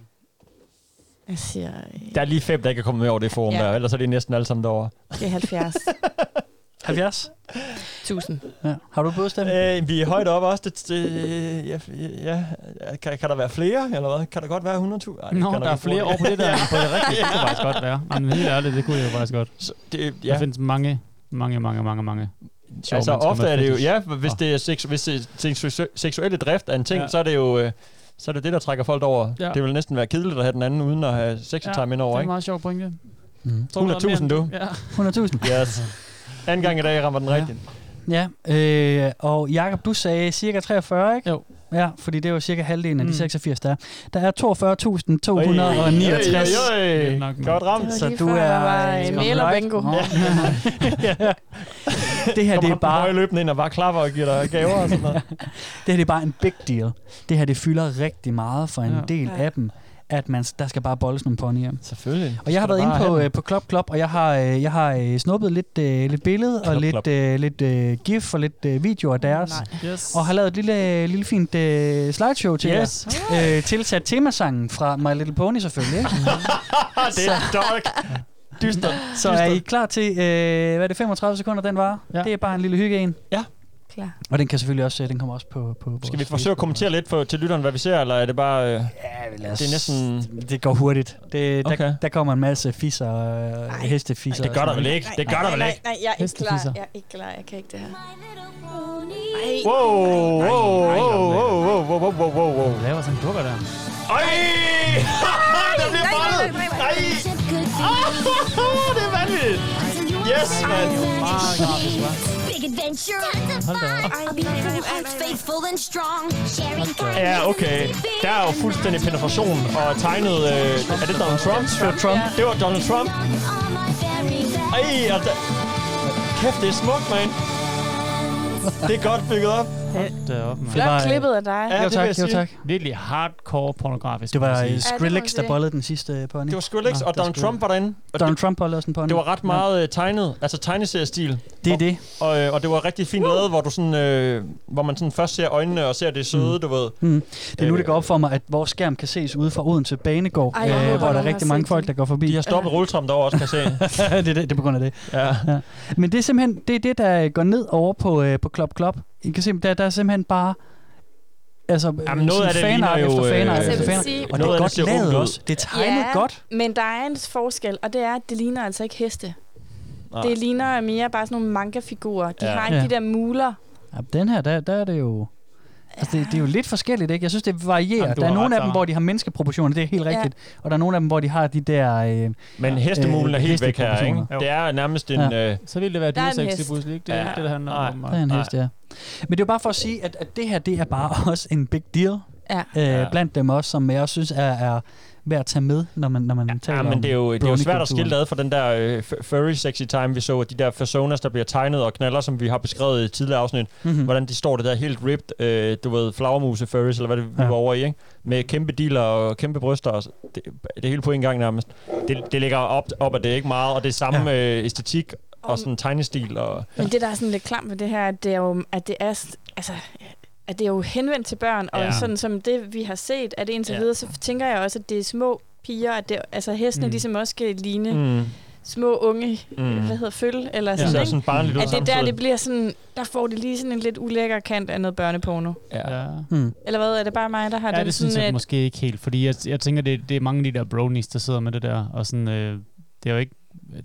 Jeg siger... øh, Der er lige fem, der ikke er kommet med over det forum Ja. ja. der, ellers er det næsten alle sammen derovre. Det er 70. 70? 1000. Ja. Har du bud, Steffen? Øh, vi er højt op også. Det, det, ja, ja. Kan, kan der være flere, eller hvad? Kan der godt være 100.000? Nå, Nå, der er flere over på det der, end på det rigtige. Det kunne faktisk godt være. Men helt ærligt, det kunne jeg jo faktisk godt. Så det, ja. Der findes mange, mange, mange, mange, mange sjove altså mennesker ofte med er det jo, fetish. ja, hvis det er, seks, hvis det er seksu- seksuelle drift er en ting, Ja. ja. så er det jo øh, så er det det, der trækker folk over. Ja. Ja. Det vil næsten være kedeligt at have den anden, uden at have sex Ja, ja, time det indover, er ikke? meget sjov pointe. Mm. Tror du, der er 100.000, mere du? end- Ja. 100.000? Yes. Anden gang i dag rammer den rigtigt. Ja, øh, og Jakob, du sagde cirka 43, ikke? Jo. Ja, fordi det var cirka halvdelen af de Mm. 86, der er. Der er Øj, øj, øj. 42.269. Godt ramt. Så du er... det her det er bare løbende ind og bare klapper og giver dig gaver og sådan noget. det her det er bare en big deal. Det her det fylder rigtig meget for en Ja. ja. del Ja. af dem, at man, der skal bare bolles nogle ponyer. Selvfølgelig. Og jeg har Skal været du inde bare på, have øh, dem. på Klop Klop, og jeg har, øh, jeg har øh, snuppet lidt, øh, lidt billede og lidt, øh, lidt øh, gif og lidt øh, video af deres. Yes. Og har lavet et lille, lille fint øh, slideshow til Yes. jer. Øh, tilsat temasangen fra My Little Pony selvfølgelig. Ikke? det er dark. Dyster. Så er I klar til, øh, hvad er det, 35 sekunder den var? Ja. Det er bare en lille hygge en. Ja. Klar. Og den kan selvfølgelig også, øh, den kommer også på, på vores Skal vi forsøge at kommentere lidt for, til lytteren, hvad vi ser, eller er det bare... Øh, ja, lad os- det er næsten... Det går hurtigt. Det, der, Okay. okay. der kommer en masse fisser og hestefisser. Ej, det gør der vel ikke. Det gør der vel ikke. Nej, jeg er ikke klar. Hestefisser. Jeg er ikke klar. Jeg kan ikke det her. Wow, wow, wow, wow, wow, wow, wow, wow, wow. Hvad laver sådan en dukker der? Ej! der bliver bollet! Nej! det er vanvittigt! Yes, man! er Big adventure. Tons of fun. A beautiful heart, faithful and strong. Sharing kindness. Ja, okay. Der er jo fuldstændig penetration og tegnet... Øh, er det Donald Trump? Det var Trump. Det var Donald Trump. Ej, og da... Kæft, det er smukt, man. Det er godt bygget op. Deroppe, man. Flot klippet af dig. Ja, Jo, det vil tak, jeg jo, sige. tak. Virkelig hardcore pornografisk. Det må var man øh, sige. Skrillex, der bollede den sidste pony. Det var Skrillex, Nå, og det var Donald Trump var derinde. Og Donald Trump bollede også en pony. Det var ret meget øh, tegnet, altså tegneseriestil. Det er det. Og, øh, og det var rigtig fint lavet, hvor, du sådan, øh, hvor man sådan først ser øjnene og ser det søde, mm. du ved. Mm. Det Øh. er nu, det går op for mig, at vores skærm kan ses ude fra Odense Banegård, Ej, Ej, jeg håber, øh, hvor der er nogen har rigtig mange set folk, der går forbi. De har stoppet rulletrappen derovre også, kan jeg se. det, er det, det er på grund af det. Ja. Ja. Men det er simpelthen det, er det der går ned over på, øh, på Klop Klop. I kan se, der, der er simpelthen bare altså, Jamen, noget sådan af det fanart ligner jo, efter fanart øh, Altså, efter jeg vil fanart. sige- Og det Noget er af det godt ser lavet ungt ud. også. Det er tegnet ja, godt. men der er en forskel, og det er, at det ligner altså ikke heste. Nej. Det ligner mere bare sådan nogle manga-figurer. De Ja. har ikke Ja. de der muler. Ja, den her, der, der er det jo... Altså, det, det er jo lidt forskelligt, ikke? Jeg synes, det varierer. Jamen, Jamen, du der er har nogle ret, af dem, Sara. hvor de har menneskeproportioner, det er helt Ja. rigtigt. Og der er nogle af dem, hvor de har de der... Øh, Men hestemulen er helt væk her, ikke? hesteproportioner. Det er nærmest en... Ja. Øh, Så ville det være Der er en dyresex lige hest. pludselig, ikke? Det er Ja. ikke det, der handler om. Der er en hest, ja. Men det er jo bare for at sige, at, at det her, det er bare også en big deal. Ja. Øh, blandt dem også, som jeg også synes er, er værd at tage med, når man, når man ja, taler Ja, men om det er jo, det er jo svært at brownie-kulturen. skille ad fra den der øh, f- furry sexy time, vi så, og de der personas, der bliver tegnet og knaller, som vi har beskrevet i tidligere afsnit, Mhm. mm-hmm. hvordan de står det der helt ripped, øh, du ved, flagermuse furries, eller hvad det ja. Ja. vi var over i, ikke? med kæmpe dealer og kæmpe bryster, og s- det, det hele på en gang nærmest. Det, det ligger op, op, og det er ikke meget, og det er samme ja. øh, æstetik og sådan tegnestil. Og, Men det, der er sådan lidt klamt ved det her, at det er jo, at det er, s- altså, at det er jo henvendt til børn, og Ja. sådan som det, vi har set, at det indtil Ja. videre, så tænker jeg også, at det er små piger, at det, altså hestene Mm. mm. ligesom også skal ligne Mm. mm. små unge, Mm. mm. hvad hedder, føl, eller Ja. sådan, Det ser ikke? sådan barnligt ud at det der, samtidig. det bliver sådan, der får det lige sådan en lidt ulækker kant af noget børneporno. Ja. Mm. Eller hvad, er det bare mig, der har Ja, det, den det sådan, synes jeg at, måske ikke helt, fordi jeg, jeg tænker, det, det er mange af de der bronies, der sidder med det der, og sådan, øh, det er jo ikke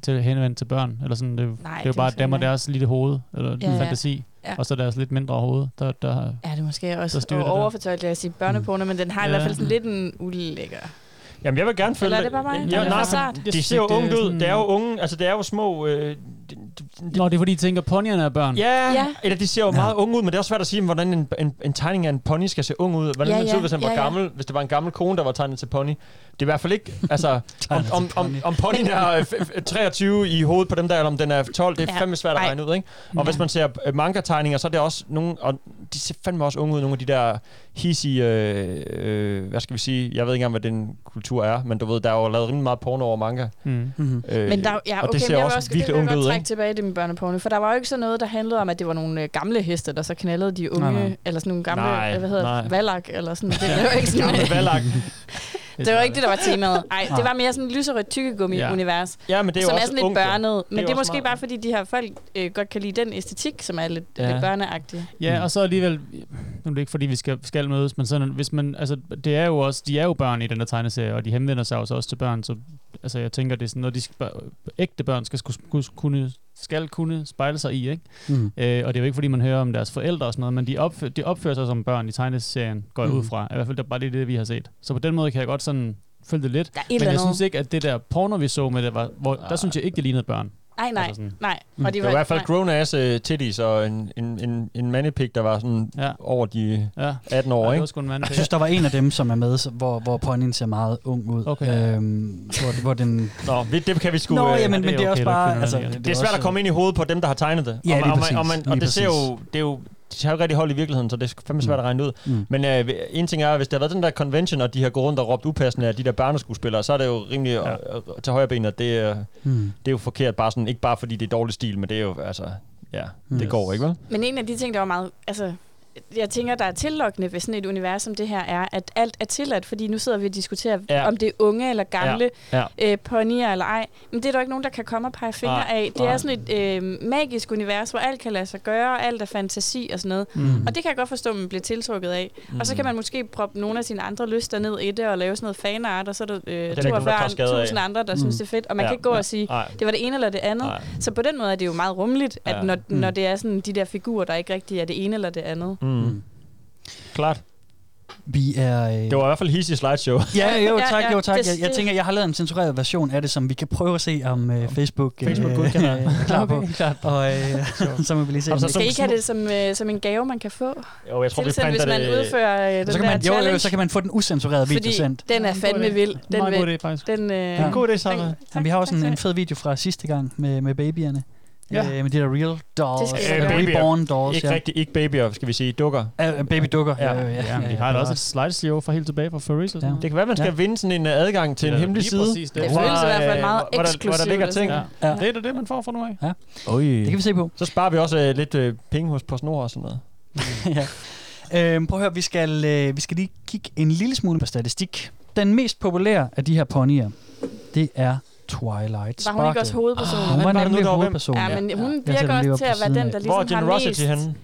til henvendt til børn, eller sådan, det, Nej, det er jo det bare er dem og fandme- deres lille hoved, eller Ja, ja. ja, fantasi, Ja. ja. og så deres lidt mindre hoved, der, der Ja, det er måske der også styrer det der. overfortøjt, at sige børneporno, Mm. men den har i Ja. hvert fald sådan lidt en ulækker. Jamen, jeg vil gerne følge... Eller er det bare mig? Ja, Den er nej, for sart. de ser jo ungt ud. Det er jo unge, altså det er jo små... Øh, de, Nå, det er fordi, I tænker, ponyerne er børn. Ja, Ja. ja. eller de ser jo meget unge ud, men det er også svært at sige, hvordan en, en, en tegning af en pony skal se ung ud. Hvordan Ja, ja, den ser ja, ud, hvis han ja, var ja. gammel, hvis det var en gammel kone, der var tegnet til pony. Det er i hvert fald ikke, altså, om, om, om, om ponyen er øh, f- f- 23 i hovedet på dem der, eller om den er 12, det er Ja. fandme svært at Ej. regne ud, ikke? Og hvis man ser øh, manga-tegninger, så er det også nogle, og de ser fandme også unge ud, nogle af de der hissige, øh, øh, hvad skal vi sige, jeg ved ikke engang, hvad den kultur er, men du ved, der er jo lavet rimelig meget porno over manga. Mm. Mm-hmm. Øh, Men der, er jo- ja, okay, og det men ser jeg vil også også, virkelig det vil jeg ungt godt ud, trække ikke? tilbage i det med børneporno, for der var jo ikke sådan noget, der handlede om, at det var nogle øh, gamle heste, der så knaldede de unge, Nej, nej. eller sådan nogle gamle, Nej, nej, hvad hedder nej. det, valak, eller sådan. Det var jo ikke sådan Gamle valak. Det var ikke det, der var temaet. Ej, det Nej. var mere sådan et lyserødt tykkegummi-univers, Ja. Ja, men det er jo som er også sådan lidt ungt, jo. børnet. Det er Men det er, jo også måske meget- bare, fordi de her folk øh, godt kan lide den æstetik, som er lidt, Ja. ja. lidt børneagtig. Mm. Ja, og så alligevel, nu er det ikke fordi, vi skal, skal mødes, men sådan, hvis man, altså, det er jo også, de er jo børn i den der tegneserie, og de henvender sig også, også til børn, så altså, jeg tænker, det er sådan noget, de skal, bør- ægte børn skal, skulle, skulle, kunne, skal kunne spejle sig i, ikke? Mm. Øh, og det er jo ikke, fordi man hører om deres forældre og sådan noget, men de, opfører, de opfører sig som børn i tegneserien, går jeg Mm. ud fra. I hvert fald, det er bare lige det, vi har set. Så på den måde kan jeg godt sådan følge det lidt. Der er et Men eller jeg andet. synes ikke, at det der porno, vi så med det, var, hvor, der synes jeg ikke, det lignede børn. Ej, nej, Altså sådan- nej. Mm. Og det de var i hvert fald nej. grown ass uh, titties og en, en, en, en mandepik, der var sådan ja. over de ja. 18 år, Ja, det ikke? var sgu en mandepik. Jeg synes, der var en af dem, som er med, så- hvor, hvor ponyen ser meget ung ud. Okay. Øhm, hvor, hvor den... Nå, vi- det kan vi sgu... Nå, øh, jamen, men det er også bare... Altså, det, det er svært at komme ind i hovedet på dem, der har tegnet det. Ja, og, man- lige og, man- præcis. og, man, og Lige det ser præcis. jo... Det er jo de har jo ikke rigtig hold i virkeligheden, så det er sgu fandme svært Mm. at regne ud. Mm. Men øh, en ting er, hvis der har været den der convention, og de har gået rundt og råbt upassende af de der børneskuespillere, så er det jo rimelig ja. at, at tage højre ben, at det, øh, Mm. mm. det er jo forkert, bare sådan, ikke bare fordi det er dårlig stil, men det er jo, altså, ja, mm. det Yes. går ikke, vel? Men en af de ting, der var meget... Altså, jeg tænker, der er tillokkende ved sådan et univers som det her, er, at alt er tilladt, fordi nu sidder vi og diskuterer, Ja. ja. om det er unge eller gamle Ja. ja. Ja. Øh, ponyer eller ej. Men det er der jo ikke nogen, der kan komme og pege fingre Nej. af. Det Nej. er sådan et øh, magisk univers, hvor alt kan lade sig gøre, og alt er fantasi og sådan noget. Mhm. Mm. Og det kan jeg godt forstå, man bliver tiltrukket af. Mm. Og så Mhm. kan man måske proppe nogle af sine andre lyster ned i det, og lave sådan noget fanart, og så er der øh, Og det er der ikke nogen, der tager skade af. 42.000 andre, der mm. synes, det er fedt. Og man Ja. ja. kan ikke gå Ja. og sige, Nej. det var det ene eller det andet. Nej. Så på den måde er det jo meget rummeligt, at Ja. ja. når, Mm. når det er sådan de der figurer, der ikke rigtig er det ene eller det andet. Mm. Mm. Klart. Vi er... Øh... Det var i hvert fald hissig slideshow. Ja, jo Ja, tak, ja, jo tak. det- Jeg, jeg det- tænker, jeg har lavet en censureret version af det, som vi kan prøve at se, om øh, Facebook, Facebook godkender. er klar på. Okay, klart. Altså, Og øh, så må vi lige se. om Så det- skal Altså, I ikke have det som, øh, som en gave, man kan få? Jo, jeg tror, vi Tilsendt, printer hvis man det- udfører øh, den så kan der man, jo, jo, challenge. så kan man få den ucensurerede video Fordi sendt. den er fandme vild. Den Meget vil- god idé, faktisk. Den, øh, Ja. god idé, Sarah. Jamen, vi har også en, en fed video fra sidste gang med, med babyerne. Ja. Ja. Øh, med de der real dolls. skal Det vi skal gøre. øh, reborn dolls. Ikke ja. rigtig, ikke babyer, skal vi sige, dukker. Ja, øh, babydukker. Ja, Ja, ja, ja, ja, men de ja, har da der også var- et slideshow fra helt tilbage fra Furries. Ja. Det kan være, man skal vinde sådan en øh, adgang til en Ja, hemmelig lige side. præcis det. Det Hvor, føles i hvert fald øh, meget hvor- hvor der- Hvor eksklusivt der ligger og ting. sådan. Ja. Det er da det, man får fra nu af. Ja. Oj. Det kan vi se på. Så sparer vi også øh, lidt øh, penge hos PostNord og sådan noget. Øhm, prøv at høre, vi skal, øh, vi skal lige kigge en lille smule på statistik. Den mest populære af de her ponyer, det er Twilight Var hun ikke også hovedpersonen? Ah, hun var Hvem var det nu, nemlig der var hvem? hovedpersonen. Ja, men hun Jeg virker sætter den lige også til op på at være siden den, af. der ligesom Hvor er har Generosity mest- henne?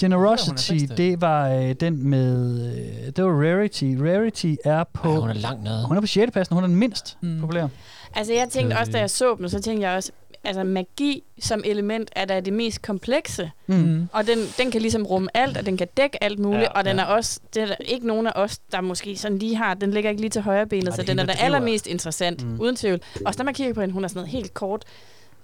Generosity, det var øh, den med... Øh, det var Rarity. Rarity er på... Ej, hun er langt nede. Hun er på 6. pladsen. Hun er den mindst mm. populære. Altså jeg tænkte Øh. også, da jeg så dem, så tænkte jeg også, altså magi som element er da det mest komplekse. Mm. Og den, den kan ligesom rumme alt, og den kan dække alt muligt, Ja, ja, og den ja. er også, det er der ikke nogen af os, der måske sådan lige har, den ligger ikke lige til højre benet, Nej, så det er den er da hende, der driver. allermest interessant, Mm. mm. uden tvivl. Også når man kigger på hende, hun er sådan noget helt kort,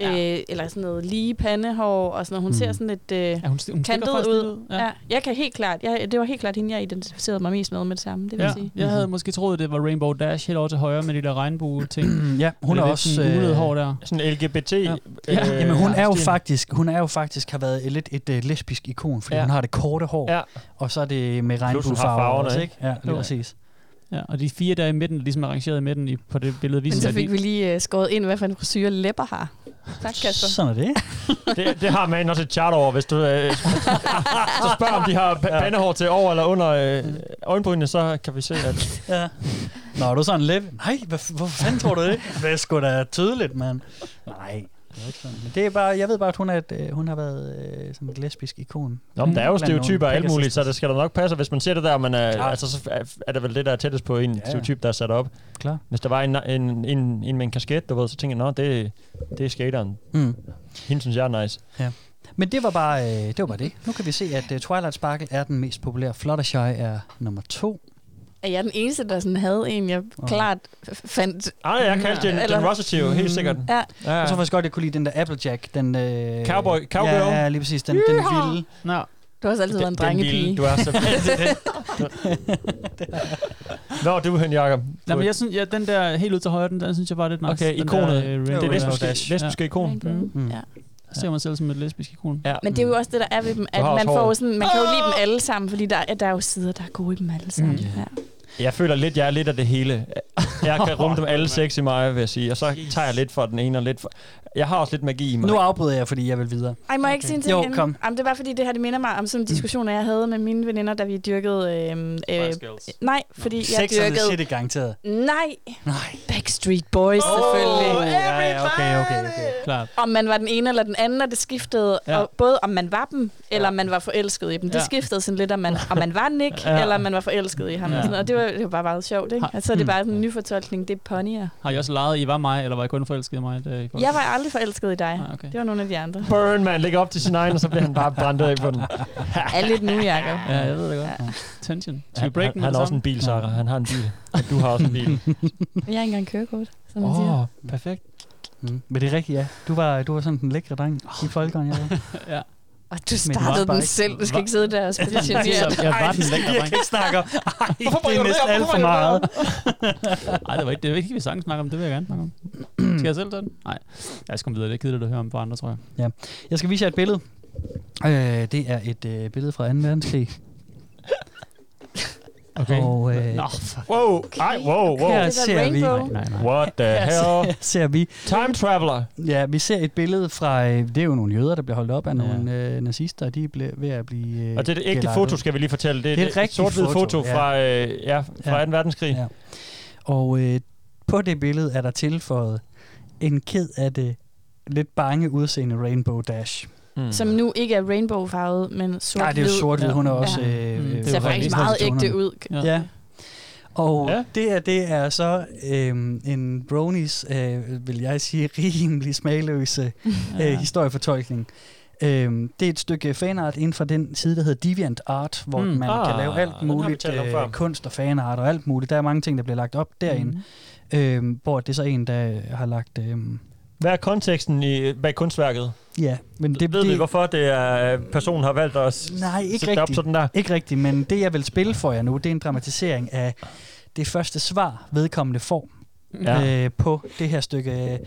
ja. øh, eller sådan noget lige pandehår, og sådan noget. Hun Mm. mm. ser sådan lidt øh, ja, hun, hun stikker kantet faktisk lidt ud. ud, ja. Ja. Ja, jeg kan helt klart, jeg, det var helt klart hende, jeg identificerede mig mest med med det samme, det vil Ja, jeg sige. Mm-hmm. jeg havde måske troet, det var Rainbow Dash helt over til højre med de der regnbue-ting. ja, hun er lidt også, Sådan, ulet øh, hår der. Sådan LGBT. Ja. Ja, Øh, jamen hun er jo faktisk, hun er jo faktisk har været et- lidt et uh, lesbisk ikon, fordi Ja. ja. hun har det korte hår, ja. og så er det med regnbuefarver også, ikke? Ja, lige præcis. Ja, og de fire der i midten, ligesom arrangeret i midten i, på det billede, vi Men ser, så fik de- vi lige øh, skåret ind, hvad for en frisyr læpper har. Tak, Kasper. Sådan er det. det, det har man også et chart over, hvis du øh, så spørger, om de har pa- pandehår til over eller under øh, øjenbrynene, så kan vi se, at... Ja. Nå, er du sådan lidt? Nej, hvad, hvor fanden tror du det? Det er sgu da tydeligt, mand. Nej. det er ikke sådan. Men det er bare, jeg ved bare, at hun, er et, øh, hun har været øh, som et lesbisk ikon. Nå, men der er jo Blandt nogle stereotyper og alt muligt, så Pegasus- det skal da nok passe. Hvis man ser det der, man er, Klart. altså, så er- er det vel det, der er tættest på en ja, ja. stereotyp, der er sat op. Klar. Hvis der var en, en, en, en med en kasket, du ved, så tænker jeg, nå, det, det er skateren. Mm. Hende synes jeg er nice. Ja. Men det var bare øh, det var bare det. Nu kan vi se, at øh, Twilight Sparkle er den mest populære. Fluttershy er nummer to. er jeg den eneste, der sådan havde en, jeg klart f- fandt. Mm. Ej, jeg kaldte den Eller- generosity, helt sikkert. Mm. Ja. Ja, ja. Jeg tror faktisk godt, jeg kunne lide den der Applejack. Den, øh, Cowboy- cowgirl? Ja, ja, lige præcis. Den, den Yeehaw! vilde. Nå. Du har også altid Den- været en den drengepige. vilde, du er så- Nå, du er hen, Jacob. Nej, men jeg synes, ja, den der helt ud til højre, den, den synes jeg var lidt nice. Okay, den ikonet. Der, øh, Det er Rainbow lesbiske- Dash. lesbiske ikon. Mm. Mm. Ja. Så ser man selv som et lesbisk ikon. Ja. Men det er jo også det, der er ved dem, at har også man, får jo håret. sådan, man kan jo lide dem alle sammen, fordi der, er- der er jo sider, der er gode i dem alle sammen. Mm. Ja. Jeg føler lidt, jeg er lidt af det hele. Jeg kan rumme dem alle seks i mig, vil jeg sige. Og så tager jeg lidt for den ene og lidt for... Jeg har også lidt magi i mig. Nu afbryder jeg, fordi jeg vil videre. Ej, må jeg ikke sige en ting? Jo, inden? kom. Jamen, det var fordi, det her det minder mig om sådan en diskussion, jeg havde med mine veninder, da vi dyrkede... Øhm, øh, nej, fordi jeg Sexerne dyrkede... siger det garanteret. Nej. Nej. Backstreet Boys, oh, selvfølgelig. Ja, ja, okay, okay, okay. Klart. Om man var den ene eller den anden, og det skiftede. Ja. Ja. Og både om man var dem, eller om man var forelsket i dem. Det Ja. skiftede sådan lidt, om man, om man var Nick, Ja. ja. eller om man var forelsket i ham. Ja. Ja. Og, sådan, noget. og det var, det var bare meget sjovt, ikke? Har- Altså, det er Mm. bare sådan Hmm. en ny fortolkning. Det er ponyer. Har I også leget, I var mig, eller var I kun forelsket i mig? Det, Jeg var aldrig forelsket i dig. Ah, okay. Det var nogle af de andre. Burn, man. Ligger op til sin egen, og så bliver han bare brændt af på den. Er lidt nu, Jacob. Ja, jeg ved det godt. Ja. Tension. Skal vi Han, break han, den han har også en bil, Sarah. Han har en bil. Og du har også en bil. Jeg har ikke engang kørekort, som man Åh, siger. perfekt. Mm. Men det er rigtigt, ja. Du var, du var sådan den lækre dreng i folkeren, jeg var. ja. Og du startede den selv. Du skal ikke sidde der og spille Jeg, jeg var den lækre dreng. ikke snakke om. Ej, det er næsten alt for meget. Nej, det var ikke det, var ikke, det, vi sagtens snakke om. Det vil jeg gerne snakke om. Skal jeg selv tage den? Nej. Jeg skal komme videre. Det er kedeligt at høre om for andre, tror jeg. Ja. Jeg skal vise jer et billede. Øh, det er et øh, billede fra 2. verdenskrig. Okay. Og, øh, Nå, Wow. Ej, wow, wow. Her ser vi... What the Her hell? ser vi... Time traveler. Ja, vi ser et billede fra... øh, Det er jo nogle jøder, der bliver holdt op af nogle øh, nazister, og de er ble- ved at blive... øh, Og det er det ægte gelejtet. foto, skal vi lige fortælle. Det er, Det er et et rigtigt sort-hvid foto, foto, ja. fra, øh, ja, fra Ja. 2. verdenskrig. Ja. Og øh, på det billede er der tilføjet en ked af det lidt bange udseende Rainbow Dash. Mm. Som nu ikke er rainbow-farvet, men sort-hvid. Hmm. Nej, det er jo sort-hvid. Hun er også... Ja. Øh, det ser faktisk meget ægte ud. Ja. ja. Og ja. det her, det er så øhm, en bronies, øh, vil jeg sige, rimelig smagløse Ja. øh, historiefortolkning. Øhm, det er et stykke fanart inden for den side, der hedder Deviant Art, hvor Mm. mm. man ah, Ah, kan lave den alt har vi muligt, talt om før. øh, kunst og fanart og alt muligt. Der er mange ting, der bliver lagt op derinde, mm. øhm, hvor det er så en, der har lagt... Øhm, Hvad er konteksten i, bag kunstværket? ja, men det, Ved det, vi, hvorfor det er, øh, personen har valgt at s- Nej, ikke sætte det op rigtigt. sådan der? Ikke rigtigt, men det jeg vil spille for jer nu, det er en dramatisering af det første svar, vedkommende får Ja. ja. øh, på det her stykke øh,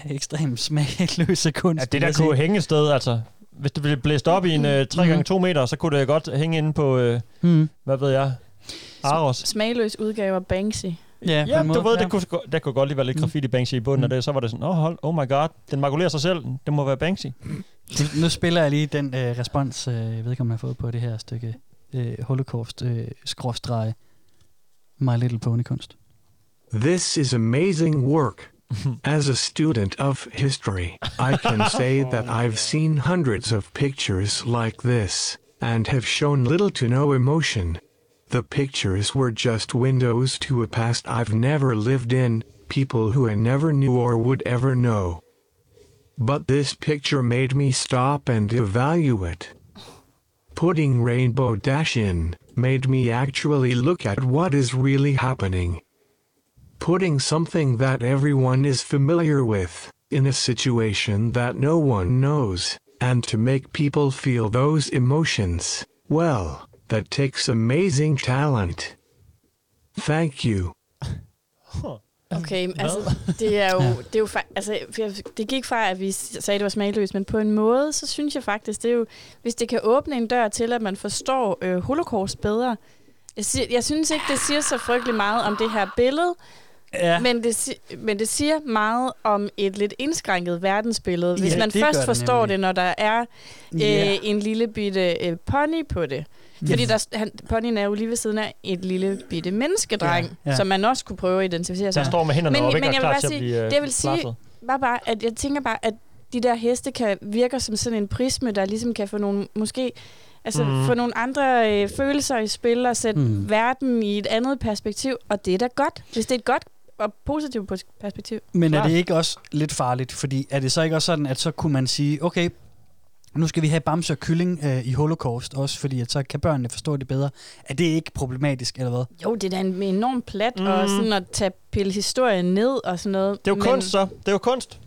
ekstremt smagløse kunst. Ja, vil det der jeg sige. kunne hænge et sted, altså. Hvis det blev blæst op i en øh, Mhm. 3x2 meter, så kunne det godt hænge inde på, øh, mm. hvad ved jeg, Aros. Smagløs udgave af Banksy. Ja, Ja, du ved, det kunne, sgu- der kunne godt lige være Mm. lidt graffiti Banksy i bunden Mm. af det. Så var det sådan, oh, hold, oh my god, den makulerer sig selv. Det må være Banksy. Mm. Nu, nu spiller jeg lige den øh, respons, øh, vedkommende har fået på det her stykke øh, holocaust-skråstrege. My Little Pony kunst. This is amazing work. As a student of history, I can say that I've seen hundreds of pictures like this, and have shown little to no emotion. The pictures were just windows to a past I've never lived in, people who I never knew or would ever know. But this picture made me stop and evaluate. Putting Rainbow Dash in made me actually look at what is really happening putting something that everyone is familiar with in a situation that no one knows, and to make people feel those emotions, well, that takes amazing talent. Thank you. Okay, men altså, det er jo, det er jo fa- altså, for jeg- det gik fra, at vi s- sagde, at det var smagløst, men på en måde, så synes jeg faktisk, det er jo, hvis det kan åbne en dør til, at man forstår øh, holocaust bedre. Jeg, siger, jeg synes ikke, det siger så frygtelig meget om det her billede, Ja. men, det, si- men det siger meget om et lidt indskrænket verdensbillede, hvis Ja, man det gør først det forstår nemlig. det, når der er øh, Ja. en lille bitte øh, pony på det. Fordi Ja. der, s- han, ponyen er jo lige ved siden af et lille bitte menneskedreng, Ja, ja, ja. ja. som man også kunne prøve at identificere sig Der står med hænderne men, oppe, men ikke, og jeg vil klar bare til at sige, blive, øh, det jeg vil sige, blaffet. bare, bare, at jeg tænker bare, at de der heste kan virker som sådan en prisme, der ligesom kan få nogle, måske, altså Mm. mm. få nogle andre øh, følelser i spil og sætte Mm. mm. verden i et andet perspektiv, og det er da godt, hvis det er et godt og positivt pos- perspektiv. Men er det ikke også lidt farligt? Fordi er det så ikke også sådan, at så kunne man sige, okay, nu skal vi have bamse og kylling øh, i holocaust også, fordi at så kan børnene forstå det bedre. Er det ikke problematisk, eller hvad? Jo, det er da en enorm plat, mm. og Mm. sådan at tage pille historien ned og sådan noget. Det er jo kunst, så. Det er jo kunst.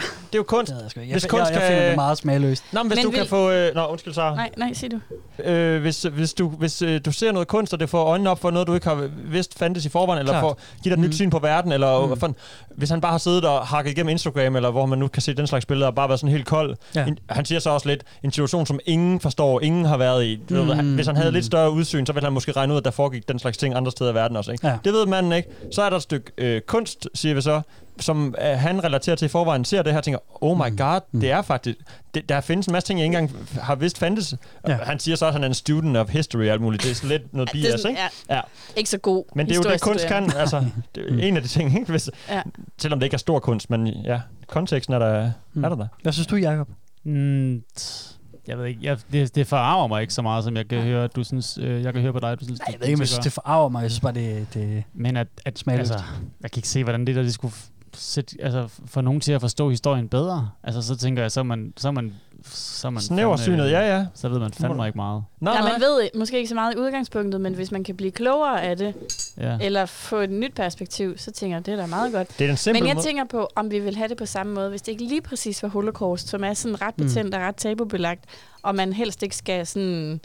Det er jo kunst. Jeg, jeg, jeg, jeg finder det meget smagløst. Nå, men hvis Men du kan vil- få... Øh, nå, undskyld, Sara. Nej, nej, sig du. Øh, hvis, hvis, du, hvis øh, du ser noget kunst, og det får øjnene op for noget, du ikke har vidst fandtes i forvejen, eller Klart. får, giver dig et nyt syn på verden, eller mm. fanden, hvis han bare har siddet og hakket igennem Instagram, eller hvor man nu kan se den slags billeder, og bare været sådan helt kold. Ja. Ja. En, han siger så også lidt, en situation, som ingen forstår, ingen har været i. Du ved, han- Mm, Hvis han havde mm. lidt større udsyn, så ville han måske regne ud, at der foregik den slags ting andre steder i verden også. Ikke? Ja. Det ved manden ikke. Så er der et stykke øh, kunst, siger vi så, som øh, han relaterer til i forvejen, ser det her og tænker, oh my god, det er faktisk, det, der findes en masse ting, jeg ikke engang har vidst fandtes. Ja. Han siger så også, at han er en student of history og alt muligt. Det er sådan lidt noget Ja, det er bias, sådan- ikke? ja. Ikke så god Men det er jo det, kunst kan. historiestuderende. Altså, det er en af de ting, ikke? Hvis, Ja. selvom det ikke er stor kunst, men ja, konteksten er der, Mm. er der, der. Hvad synes du, Jacob? Mm, t- jeg ved ikke, jeg, det, det forarver mig ikke så meget, som jeg kan høre, at du synes, øh, jeg kan høre på dig, at du synes, Jeg ved ikke, om jeg synes, det forarver mig. Jeg synes bare, det, det Men at, at smagløst. altså, jeg kan ikke se, hvordan det der, det skulle f- sætte, altså, få nogen til at forstå historien bedre. Altså, så tænker jeg, så er man, så er man, så er man Snæversynet, fandme- ja, ja. Så ved man Du må- fandme ikke meget. Nej, nej. man ved måske ikke så meget i udgangspunktet, men hvis man kan blive klogere af det, Ja. ja. eller få et nyt perspektiv, så tænker jeg, det er da meget godt. Det er den simple men jeg måde. tænker på, om vi vil have det på samme måde, hvis det ikke lige præcis var holocaust, som er sådan ret Mm. betændt og ret tabubelagt, og man helst ikke skal sådan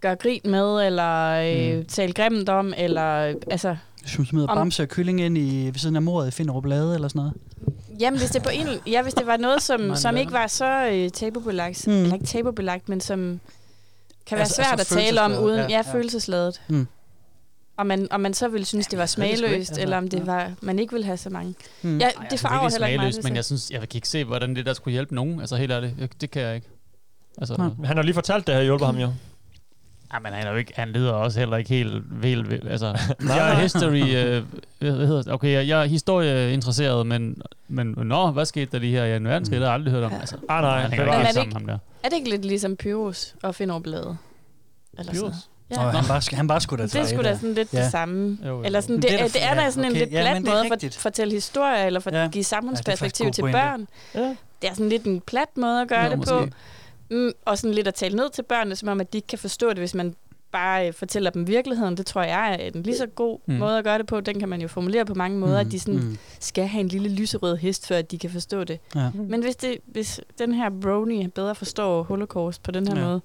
gøre grin med, eller øh, Mm. tale grimt om, eller øh, altså... Hvis man smider Om- bamse og kylling ind i, ved siden af mordet i Finderup Lade eller sådan noget. Jamen, hvis det, på en, ja, hvis det var noget, som, Man som lader. ikke var så øh, tabubelagt, Mm. mm. eller ikke tabubelagt, men som kan være Altså- altså, svært altså altså at tale om følelsesladet, uden ja, ja, ja. ja. følelsesladet. Mm. Og man, og man så ville synes, det var ved det sgu smagløst, ikke, ikke, altså. altså, eller om det var, man ikke ville have så mange. Mm. Hmm. Mm. Ja, Ej, det altså, det er farver ikke heller ikke mig. smagløst, men jeg synes, jeg kan ikke se, hvordan det der skulle hjælpe nogen. Altså helt ærligt, jeg- det kan jeg ikke. Altså, Nej. Han har lige fortalt det her, hjulpet ham jo. Ja, men han, er jo ikke, han lyder også heller ikke helt vel. vel- Altså, Nej. jeg er history... Øh, hvad hedder det? Okay, jeg, jeg er historieinteresseret, men, men nå, hvad skete der lige her i 2. verdenskrig? Det har jeg aldrig hørt om. Altså, Mm. ah, nej, han det hænger var- ikke Men er det sammen, ikke- ham der. Er det ikke lidt ligesom Pyrus og Finderbladet? Eller sådan noget? Ja. Nå, han bare, sk- han bare skulle da Det er sgu da sådan lidt ja. det samme. Jo, jo. Eller sådan, Men det, det er det, da er, det er ja, da sådan en okay. lidt Ja, plat men det er måde at rigtigt. for, fortælle historier, eller for ja. give samfundsperspektiv god til pointe. børn. Ja. Det er sådan lidt en plat måde at gøre Jo, det måske. på. Mm, og sådan lidt at tale ned til børnene, som om, at de ikke kan forstå det, hvis man bare øh, fortæller dem virkeligheden. Det tror jeg er en lige så god Mm. mm. måde at gøre det på. Den kan man jo formulere på mange måder, Mm, at de sådan mm. mm. skal have en lille lyserød hest, før at de kan forstå det. Ja. Men hvis, det, hvis den her brony bedre forstår holocaust på den her Ja. ja. måde,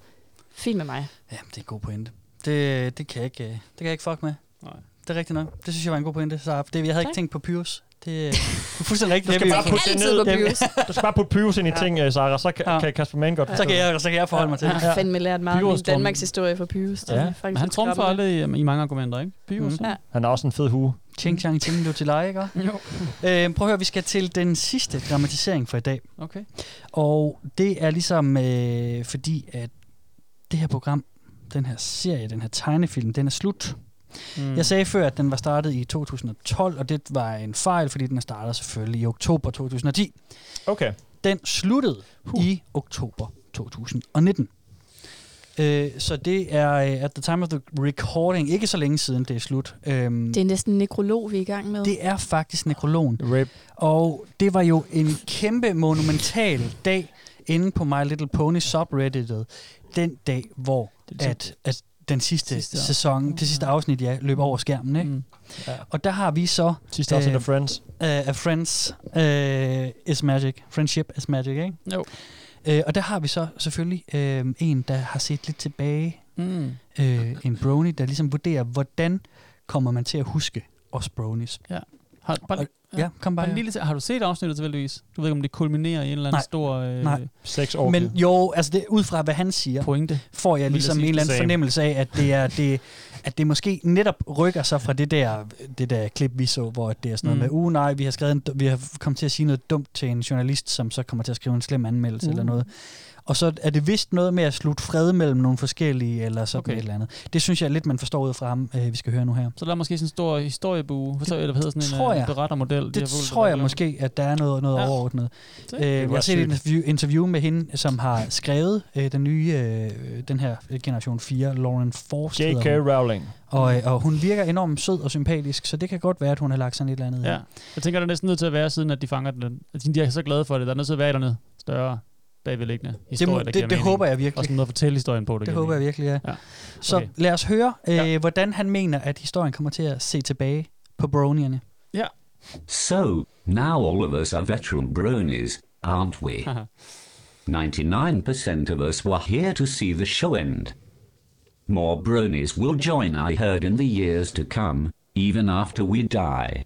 fint med mig. Jamen, det er en god pointe. Det, det, kan jeg ikke, øh, det kan jeg ikke fuck med. Nej. Det er rigtigt nok. Det synes jeg var en god pointe, Sara. Det, jeg havde ikke Tak. tænkt på Pyrus. Det øh, det er fuldstændig rigtigt. Du skal Det er bare vi- putte det ned. Jamen, Du skal bare putte pyrus ind i ting, øh, Sara, så kan, Ja. kan Kasper Mann godt Så kan jeg, så kan jeg forholde mig til Jeg det. har fandme lært meget om Pyrus trum- Danmarks historie fra Pyrus. Det er Ja. faktisk Men han lidt trumfer skræmmende. alle um, i, i mange argumenter, ikke? Pyrus. Mm. Ja. Han har også en fed hue. Ching chang ching, du til leje, ikke? Jo. Øh, prøv at høre, vi skal til den sidste dramatisering for i dag. Okay. Og det er ligesom øh, fordi, at det her program, den her serie, den her tegnefilm, den er slut. Mm. Mm. Jeg sagde før, at den var startet i 2012, og det var en fejl, fordi den er startet selvfølgelig i oktober 2010. Okay. Den sluttede huh. i oktober 2019. Øh, så det er øh, at the time of the recording, ikke så længe siden det er slut. Øhm, Det er næsten en nekrolog, vi er i gang med. det er faktisk nekrologen. Rip. Og det var jo en kæmpe monumental dag inde på My Little Pony subredditet. Den dag, hvor at, at den sidste, Sidste sidste år. sæson, det sidste afsnit, ja, løb over skærmen. Ikke? Mm. Ja. Og der har vi så... Sidste afsnit øh, af Friends. Øh, af Friends øh, is magic. Friendship is magic, ikke? Jo. Øh, og der har vi så selvfølgelig øh, en, der har set lidt tilbage. Mm. Øh, en brony, der ligesom vurderer, hvordan kommer man til at huske os bronies. Ja. Har, bare, ja, kom bare. En lille, ting. har du set afsnittet tilfældigvis? Du ved ikke, om det kulminerer i en eller anden Nej. stor... Øh, Nej. Seks Men jo, altså det, ud fra hvad han siger, Pointe. får jeg Vil jeg ligesom en sige. eller anden Same. fornemmelse af, at det, er, det, at det måske netop rykker sig fra det der, det der klip, vi så, hvor det er sådan noget Mm. mm. med, uh nej, vi har, skrevet en, vi har kommet til at sige noget dumt til en journalist, som så kommer til at skrive en slem anmeldelse Uh. eller noget. Og så er det vist noget med at slutte fred mellem nogle forskellige, eller sådan Okay. okay. et eller andet. Det synes jeg lidt, man forstår ud fra ham, øh, vi skal høre nu her. Så der er måske sådan en stor historiebue, forstår jeg, eller hvad hedder sådan tror en jeg. øh, berettermodel. de Det, har fulgt, tror jeg eller- måske, at der er noget, noget Ja. ja. overordnet. Det Øh, kunne jeg være har set et sygt. interview, interview med hende, som har skrevet øh, den nye, øh, den her generation 4, Lauren Forst. J.K. hedder hun. Rowling. Og, øh, og hun virker enormt sød og sympatisk, så det kan godt være, at hun har lagt sådan et eller andet. Ja. Jeg tænker, der er næsten nødt til at være, siden at de fanger den. At de de er så glade for det. Der er nødt til at være et eller andet større. bagvedliggende Det, historie, må, der det, giver det, mening. håber jeg virkelig. Også en måde at fortælle historien på, der Det giver håber jeg mening. virkelig, ja. ja. Så Okay. lad os høre, øh, hvordan han mener, at historien kommer til at se tilbage på bronierne. So, now all of us are veteran bronies, aren't we? 99% of us were here to see the show end. More bronies will join, I heard, in the years to come, even after we die.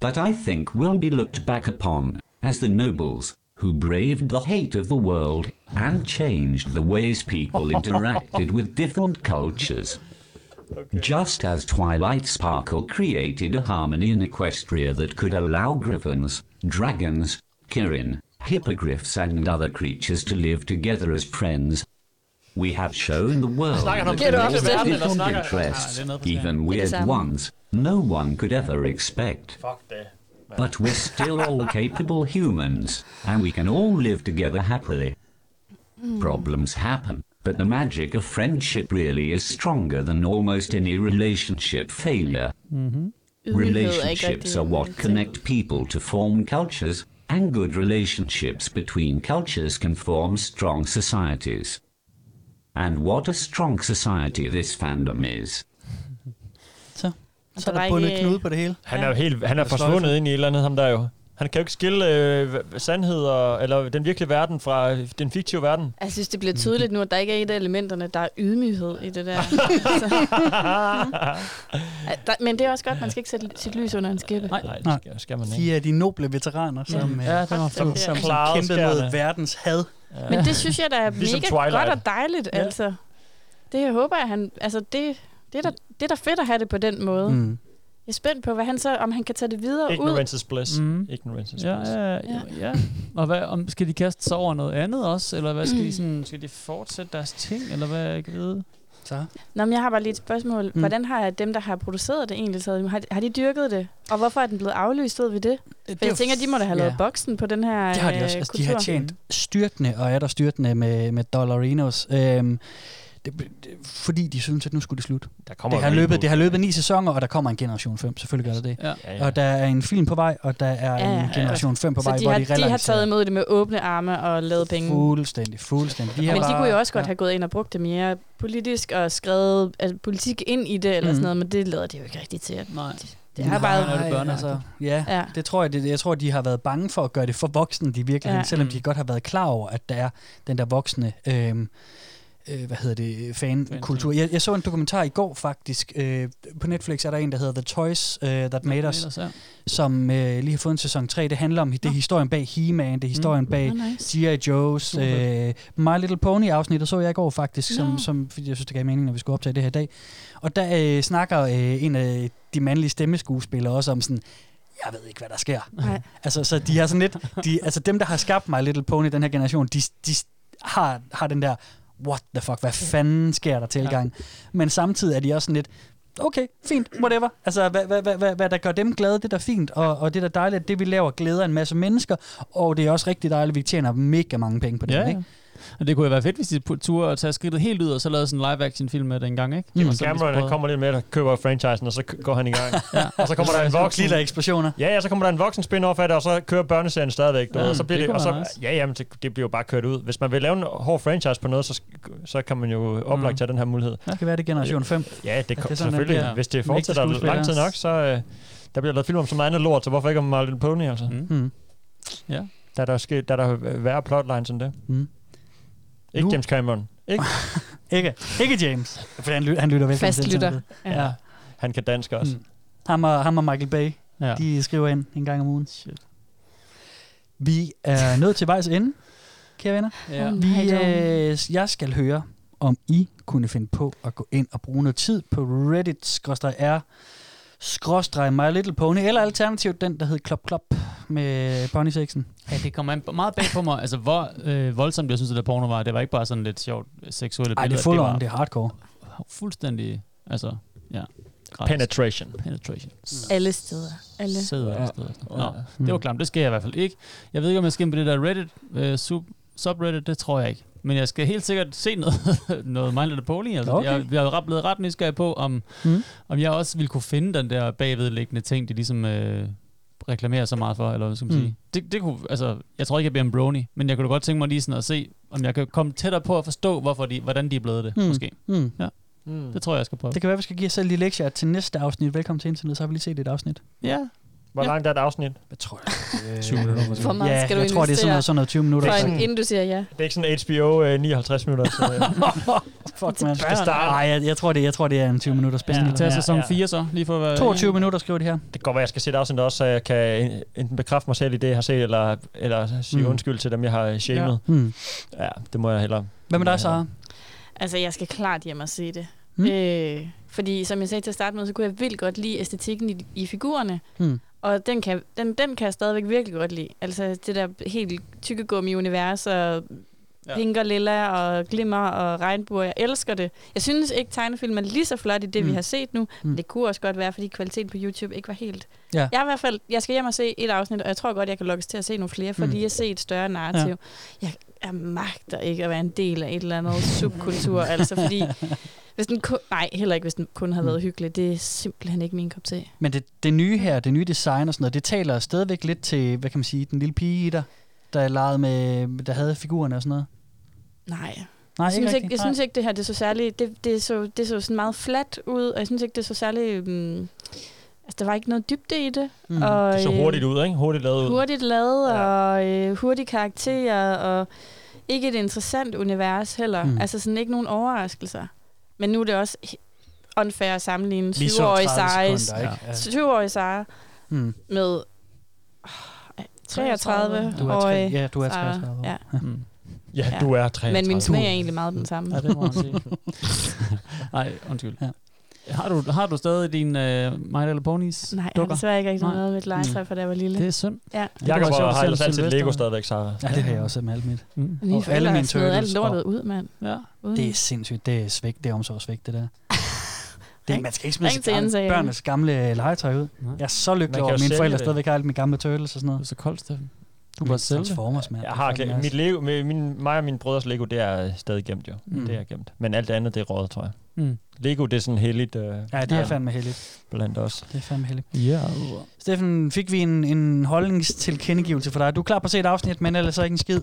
But I think we'll be looked back upon as the nobles who braved the hate of the world and changed the ways people interacted with different cultures. Just as Twilight Sparkle created a harmony in Equestria that could allow griffins, dragons, Kirin, hippogriffs, and other creatures to live together as friends, we have shown the world Snakker han om that Get there up, is Stefan, eller different snakker- interests, Ah, det er noget, even det er det weird samme. ones, no one could ever expect. Fuck det. But we're still all capable humans, and we can all live together happily. Problems happen, but the magic of friendship really is stronger than almost any relationship failure. Mhm. Relationships are what connect people to form cultures, and good relationships between cultures can form strong societies. And what a strong society this fandom is. Så der er der var bundet ikke- knude på det hele. Han er jo helt, han er Eller sløjfe. forsvundet ind i et eller andet, ham der jo. Han kan jo ikke skille øh, h- sandhed og, eller den virkelige verden fra den fiktive verden. Jeg synes, det bliver tydeligt nu, at der ikke er et af elementerne, der er ydmyghed i det der. Så. Ja, der- Men det er også godt, man skal ikke sætte sit lys under en skæppe. Nej, nej. Nej. Skal, skal man ikke. De er de noble veteraner, som, Ja, øh, dem har som, fået som, som klaret kæmpede mod skærene. verdens had. Ja. Men det synes jeg, der er Ligesom mega Twilight. godt og dejligt, ja. altså. Det håber jeg, han... Altså, det, det, er da, det er da fedt at have det på den måde. Mm. Mm. Jeg er spændt på, hvad han så, om han kan tage det videre ud. Ignorance is bliss. Mm. Mhm. Ignorance is Ja, bliss. ja, ja, ja. Og hvad, om, skal de kaste sig over noget andet også? Eller hvad, skal, Mm. de sådan, skal de fortsætte deres ting? Eller hvad, jeg kan vide? Så. Nå, men jeg har bare lige et spørgsmål. Hmm. Mm. Mm. Hvordan har dem, der har produceret det egentlig taget? Har, de- har de dyrket det? Og hvorfor er den blevet aflyst, ved vi det? Øh, det For er jeg jo tænker, de må da have ja. lavet boksen på den her Det har de også. øh, Altså, de kultur. har tjent styrtende, og er der styrtende med, med Dollarinos. Øhm, det, det, fordi de synes, at nu skulle det slutte. Der kommer det, har en løbet, reboot. det har løbet ni sæsoner, og der kommer en generation 5. Selvfølgelig gør det det. Ja. Ja, ja. Og der er en film på vej, og der er Ja, ja, en ja. generation 5 på så vej, de hvor har, de de har taget relancerer. imod det med åbne arme og lavet penge. Fuldstændig, fuldstændig. Men de kunne jo også godt have gået ind og brugt det mere politisk og skrevet altså, politik ind i det eller Mm. sådan noget, men det lader de jo ikke rigtigt til. Nej. Det har bare... Nej, altså, ja, ja, det tror jeg, det, jeg tror, de har været bange for at gøre det for voksne i virkeligheden, Ja. ja. selvom de godt har været klar over, at der er den der voksne, øhm, øh, hvad hedder det, fankultur. Jeg, jeg så en dokumentar i går faktisk, øh, på Netflix er der en, der hedder The Toys uh, That Made Us, ja. som øh, lige har fået en sæson 3. Det handler om det er historien bag He-Man, det er historien bag Nå, G.I. Joe's, øh, My Little Pony afsnittet så jeg i går faktisk, som, Nå. som fordi jeg synes, det gav mening, når vi skulle optage det her i dag. Og der øh, snakker øh, en af de mandlige stemmeskuespillere også om sådan, jeg ved ikke, hvad der sker. Nej. Altså, så de har sådan lidt, de, altså dem, der har skabt My Little Pony, den her generation, de, de har, har den der, what the fuck, hvad fanden sker der tilgang? Ja. Men samtidig er de også sådan lidt, okay, fint, whatever. Altså, hvad, hvad, hvad, hvad, hvad der gør dem glade, det er da fint, og, og det der er da dejligt, at det vi laver glæder en masse mennesker, og det er også rigtig dejligt, at vi tjener mega mange penge på det, Ja, ja, ja. ikke? Og det kunne jo være fedt, hvis de pu- turde at tage skridtet helt ud, og så lavede sådan en live-action-film med det engang, ikke? Mm. Cameron, han kommer lidt med, der køber franchisen, og så k- går han i gang. ja. Og så kommer der en voksen... Lille eksplosioner. Ja, ja, så kommer der en voksen spin-off af det, og så kører børneserien stadigvæk. Du Ja, ja, ved, og så bliver det det, kunne og være så, nice. Ja, jamen, det, det bliver jo bare kørt ud. Hvis man vil lave en hård franchise på noget, så, sk- så kan man jo oplagt tage den her mulighed. Det kan Mm. være, det er generation 5. Ja, det, kom, det At det er sådan, den selvfølgelig. bliver. Hvis det Med ægte fortsætter lang tid skuespillere. nok, så øh, der bliver lavet film om så meget andet lort, så hvorfor ikke om My Little Pony, altså? Mm. Ja. Der er der, ske, der, er der værre plotlines end det. Mm. Ikke James Cameron. Ikke? ikke, ikke James, for han, lyt, han lytter velkommen til Fastlytter. internettet. Ja. Ja. Han kan dansk også. Mm. Ham, og, ham og Michael Bay, Ja. ja. de skriver ind en gang om ugen. Shit. Vi er nået til vejs ende, kære venner. Ja. Vi, Hej, Dom. øh, jeg skal høre, om I kunne finde på at gå ind og bruge noget tid på Reddit-r skråstreg My Little Pony, eller alternativt den, der hed Klop Klop med Bonnie Sexen. Ja, det kommer an- meget bag på mig. Altså, hvor øh, voldsomt jeg synes, at det porno var. Det var ikke bare sådan lidt sjovt seksuelle Ej, det er billeder. full var on, det er hardcore. Fuldstændig, altså, ja. Gratis. Penetration. Penetration. Alle steder. Alle. Sæder alle steder. Nå, Mm. det var klamt. Det skal jeg i hvert fald ikke. Jeg ved ikke, om jeg skal ind på det der Reddit, øh, sub, subreddit, det tror jeg ikke. Men jeg skal helt sikkert se noget, noget My Little Pony. Altså, Okay. okay. jeg, jeg er ret- blevet ret nysgerrig på, om, Mm. om jeg også ville kunne finde den der bagvedliggende ting, de ligesom øh, reklamerer så meget for, eller hvad skal man Mm. mm. sige. Det, det kunne, altså, jeg tror ikke, jeg bliver en brony, men jeg kunne da godt tænke mig lige sådan at se, om jeg kan komme tættere på at forstå, hvorfor de, hvordan de er blevet det, Mm. mm. måske. Mm. Ja. Mm. Det tror jeg, jeg skal prøve. Det kan være, vi skal give os selv lige lektier til næste afsnit. Velkommen til internet, så har vi lige set et afsnit. Ja. Hvor Ja. langt er et afsnit? Jeg tror, øh, 20 minutter. måske. Hvor meget Ja, skal du jeg tror, det er sådan noget- investere sådan noget 20 minutter. for en- Sådan- inden du siger ja. Det er ikke sådan HBO øh, 59 minutter. Så, Fuck, man. skal starte. Nej, jeg, jeg, tror, det, jeg tror, det er en 20 minutter spændende. Ja, ja, ja. så, lige for at være... 22 minutter, skriver de her. Det kan godt være, jeg skal se et afsnit også, så jeg kan enten bekræfte mig selv i det, jeg har set, eller, eller sige Mm. mm. undskyld til dem, jeg har shamed. Ja. Ja. Mm. ja, det må jeg hellere. Hvad med dig, Sara? Altså, jeg skal klart hjem og se det. Mm. Øh, fordi, som jeg sagde til at starte med, så kunne jeg vildt godt lide æstetikken i, i figurerne. Mm. Og den kan, den, den kan jeg stadigvæk virkelig godt lide. Altså det der helt tykkegummi-univers, og ja. Ja. pink og lilla, og glimmer og regnbuer. Jeg elsker det. Jeg synes ikke, tegnefilm er lige så flot i det, mm. vi Mm. har set nu. Mm. Mm. Det kunne også godt være, fordi kvaliteten på YouTube ikke var helt... Ja. Jeg, er i hvert fald, jeg skal hjem og se et afsnit, og jeg tror godt, jeg kan lokkes til at se nogle flere, for Mm. mm. lige at se et større narrativ. Ja. Jeg, jeg magter ikke at være en del af et eller andet subkultur, altså fordi... Hvis den kun, nej, heller ikke, hvis den kun har været hyggelig. Det er simpelthen ikke min kop te. Men det, det nye her, det nye design og sådan noget, det taler stadigvæk lidt til, hvad kan man sige, den lille pige i dig, der legede med, der havde figurerne og sådan noget. Nej. Nej, jeg ikke synes, ikke, rigtigt. jeg synes Nej. ikke, det her det så særlig... Det, det, så, det så sådan meget fladt ud, og jeg synes ikke, det så særlig... Um, altså, der var ikke noget dybde i det. Mm. Og, det så øh, hurtigt ud, ikke? Hurtigt lavet ud. Hurtigt lavet, ja. og øh, hurtige karakterer, og ikke et interessant univers heller. Mm. Mm. Altså sådan ikke nogen overraskelser. Men nu er det også he- unfair at sammenligne Lige så 20-årige 30 Sarah, sekunder, ikke? Ja. 20-årige Sarah Mm. med øh, 33 Du er tre- ja, du er 33 år. øh, Ja. Mm. Ja, du er Men 33. min smag er egentlig meget den samme. Ja, det må man sige. Nej, undskyld. Ja. Har du, har du stadig din uh, My Little Ponies Nej, jeg har dukker? desværre ikke rigtig Nej. Mm. noget med et legetøj, for da jeg var lille. Det er synd. Ja. Jakob Det var sjovt har at ellers se altid Sylvester. Lego stadigvæk, Sara. Ja, det har jeg også med alt mit. Mm. Mine Og forældre alle har mine smidt alt turtles. lortet og- ud, mand. Ja. Uden. Det er sindssygt. Det er svigt. Det er omsorgsvigt, det der. Det, er- man skal ikke smide Ring sit til Jens, sagde gamle, jeg. børnenes gamle øh, legetøj ud. Jeg er så Man kan lykkelig over, jo at mine sælge forældre det. stadigvæk har alle mine gamle turtles og sådan noget. Det er så koldt, Steffen. Du var selv Transformers, mand. Jeg har Det er glemt. fucking Mit Lego, med min, mig og min brødres Lego, det er øh, stadig gemt jo. Mm. Mm. Det er gemt. Men alt det andet, det er rådet, tror jeg. Mm. Lego, det er sådan heldigt. Øh, nice. Ja, det er fandme heldigt. Blandt os. Det er fandme heldigt. Ja. Steffen, fik vi en, en holdningstilkendegivelse for dig? Du er klar på at se et afsnit, men ellers er ikke en skid.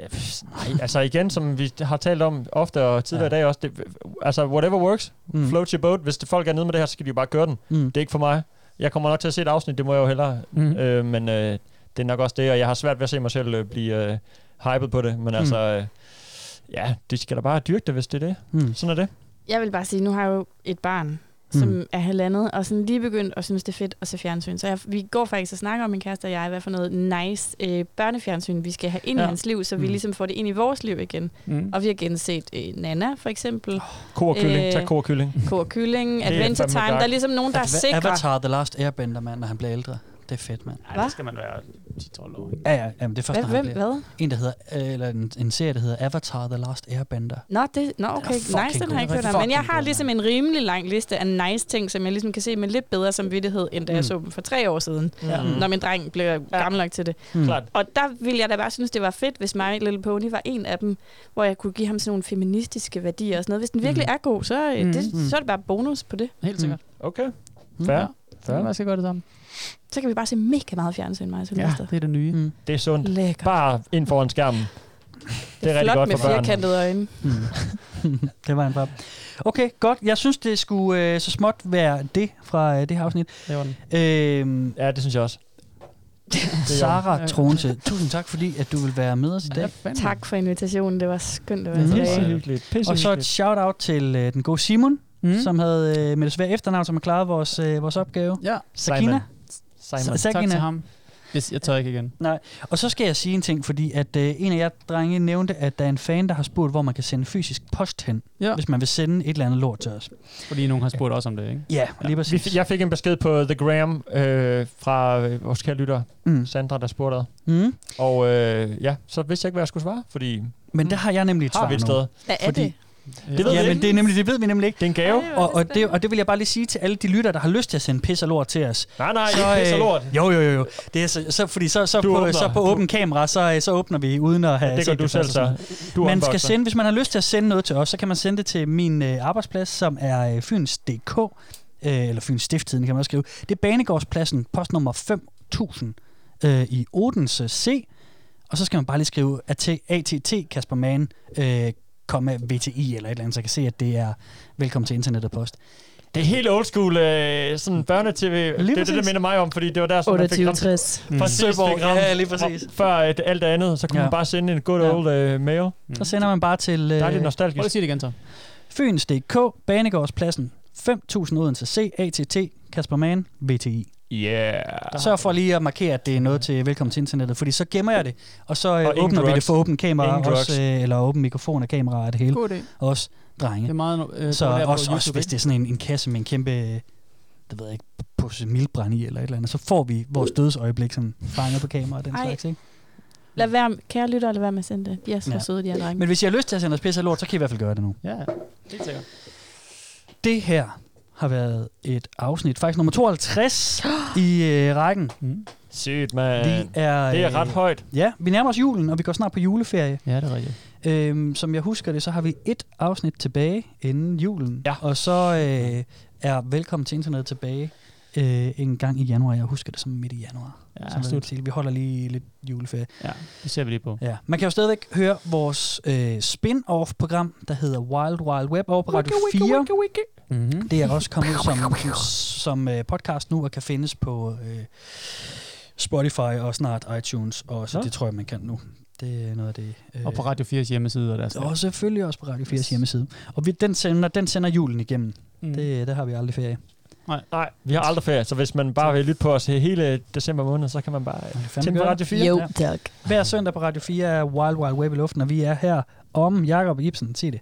Ja, pff, Nej, altså igen, som vi har talt om ofte og tidligere ja. i dag også, det, altså whatever works, Mm. mm. float your boat. Hvis det, folk er nede med det her, så skal de jo bare gøre den. Mm. Det er ikke for mig. Jeg kommer nok til at se et afsnit, det må jeg jo hellere. Mm. Øh, men øh, det er nok også det, og jeg har svært ved at se mig selv øh, blive øh, hyped på det. Mm. Men altså, øh, ja, det skal da bare dyrke det, hvis det er det. Mm. Sådan er det. Jeg vil bare sige, nu har jeg jo et barn, som mm. er halvandet, og sådan lige begyndt at synes, det er fedt at se fjernsyn. Så jeg, vi går faktisk og snakker om min kæreste og jeg, hvad for noget nice øh, børnefjernsyn, vi skal have ind ja. i Ja. hans liv, så vi Mm. ligesom får det ind i vores liv igen. Mm. Og vi har genset øh, Nana, for eksempel. Oh, Ko og kylling. Tag ko og kylling. Ko og kylling, Det er Adventure fandme Time. Der dark. er ligesom nogen, der er Adva- sikre. Avatar The Last Airbender, mand, når han bliver ældre. Det er fedt, mand. Hva? skal man være 10-12 år. Ja, ja, jamen, det er først, Hvad- når hvem- han bliver. hvad? En, der hedder, øh, eller en, en serie, der hedder Avatar The Last Airbender. Nå, det, nå er okay, nice, den fucking har god. jeg ikke hørt Den er om. Men jeg fucking har ligesom en rimelig lang liste af nice ting, som jeg ligesom kan se med lidt bedre samvittighed, end da jeg Mm. så dem for tre år siden, Ja. ja. når min dreng blev gammel nok til det. Hmm. Mm. Klart. Og der ville jeg da bare synes, det var fedt, hvis My Little Pony var en af dem, hvor jeg kunne give ham sådan nogle feministiske værdier og sådan noget. Hvis den virkelig Mm. er god, så, mm. Mm. det, Mm. så er det bare bonus på det. Helt sikkert. Mm. Okay. Ja. Så kan man skal gøre det samme. Så kan vi bare se mega meget fjernsyn, mig og Ja, Sylvester. det er det nye. Mm. Det er sundt. Lækker. Bare ind foran skærmen. Det er, rigtig Flot godt med for børn. firkantede øjne. Mm. det var en Øhm, pap. Okay, godt. Jeg synes, det skulle øh, så småt være det fra øh, det her afsnit. Det var den. Øhm, ja, det synes jeg også. Sara Tronse, tusind tak fordi, at du vil være med os i dag. Tak for invitationen. Det var skønt at være Mm. tilbage. Og så et shout-out til øh, den gode Simon, mm. som havde øh, med det svære efternavn, som har klaret vores, øh, vores opgave. Ja. Sakina. Simon. Sa- Tak Sakina. til ham. Hvis jeg tør ikke igen. Nej, og så skal jeg sige en ting, fordi at øh, en af jer drenge nævnte, at der er en fan, der har spurgt, hvor man kan sende fysisk post hen, ja. hvis man vil sende et eller andet lort til os. Fordi nogen har spurgt også om det, ikke? Ja, lige præcis. Vi, jeg fik en besked på The Gram øh, fra øh, vores kære lytter, mm. Sandra, der spurgte ad. Mm. Og øh, ja, så vidste jeg ikke, hvad jeg skulle svare, fordi... Mm. Men der har jeg nemlig et har svar vi et nu. sted. Hvad er Fordi- det? Det ved ja, vi men ikke. det, er nemlig, det ved vi nemlig ikke. Det er en gave. og, og, det, og det vil jeg bare lige sige til alle de lytter, der har lyst til at sende pis og lort til os. Nej, nej, ikke pis og lort. øh, Jo, jo, jo. jo. Det er så, så, fordi så, så, Du på, åbner. så på åben kamera, så, øh, så åbner vi uden at have Det gør set du først selv, og sådan så. noget. Du man unboxer. skal sende, Hvis man har lyst til at sende noget til os, så kan man sende det til min øh, arbejdsplads, som er øh, Fyns.dk, øh, eller Fyns Stifttiden kan man også skrive. Det er Banegårdspladsen, postnummer 5 1000 øh, i Odense C. Og så skal man bare lige skrive at ATT Kasper Mann, øh, komma VTI eller et eller andet, så jeg kan se, at det er velkommen til internet og post. Det er helt old school, øh, sådan børnetv. det er det, præcis. der minder mig om, fordi det var der, som man fik 28. ramt. Fra Mm. Søborg. Søborg, ja, lige præcis. Fra, før et, alt det andet, så kunne Ja. man bare sende en good Ja. old øh, mail. Så sender man bare til... Øh, Dejligt nostalgisk. Prøv at sige det igen, så. Fyns.dk, Banegårdspladsen, 5.000 Odense C, ATT, Kasper Mann, VTI. Yeah. Sørg for lige at markere, at det er noget til velkommen til internettet, fordi så gemmer jeg det, og så øh, Og ingen åbner vi det drugs. for åbent kamera, Ingen drugs. også, øh, eller åben mikrofon og kamera og det hele. God idé. Også drenge. Det er meget, øh, så det er på også, YouTube, også hvis ikke? det er sådan en, en kasse med en kæmpe, øh, det ved jeg ikke, pose mildbrand i eller et eller andet, så får vi vores dødsøjeblik sådan fanget på kamera og den Ej. slags, ikke? Lad være, kære lytter, lad være med at sende det. De er så Ja. søde, de her drenge. Men hvis jeg har lyst til at sende os pisse og lort, så kan I i hvert fald gøre det nu. Ja, helt sikkert. Det her har været et afsnit, faktisk nummer 52 i øh, rækken. Mm. Sygt, man. Vi er, det er øh, ret højt. Ja, vi nærmer os julen, og vi går snart på juleferie. Ja, det er rigtigt. Øhm, som jeg husker det, så har vi et afsnit tilbage inden julen. Ja. Og så øh, er velkommen til internet tilbage øh, en gang i januar. Jeg husker det som midt i januar. Ja, som slut. til. Vi holder lige lidt juleferie. Ja, det ser vi lige på. Ja. Man kan jo stadigvæk høre vores øh, spin-off-program, der hedder Wild Wild Web over på Radio 4. Mm-hmm. Det er også kommet ud som, som øh, podcast nu og kan findes på øh, Spotify og snart iTunes. Og så Nå. det tror jeg, man kan nu. Det er noget af det. Øh, Og på Radio 4's hjemmeside og deres. og selvfølgelig også på Radio 4's hjemmeside. Og vi, den, sender, den sender julen igennem. Mm. Mm. Det, der har vi aldrig ferie. Nej. Nej, vi har aldrig ferie, så hvis man bare vil lytte på os hele december måned, så kan man bare øh, tænde på Radio 4. Ja. tak. Hver søndag på Radio 4 er Wild Wild Web i luften, og vi er her om Jakob Ibsen. Sig det.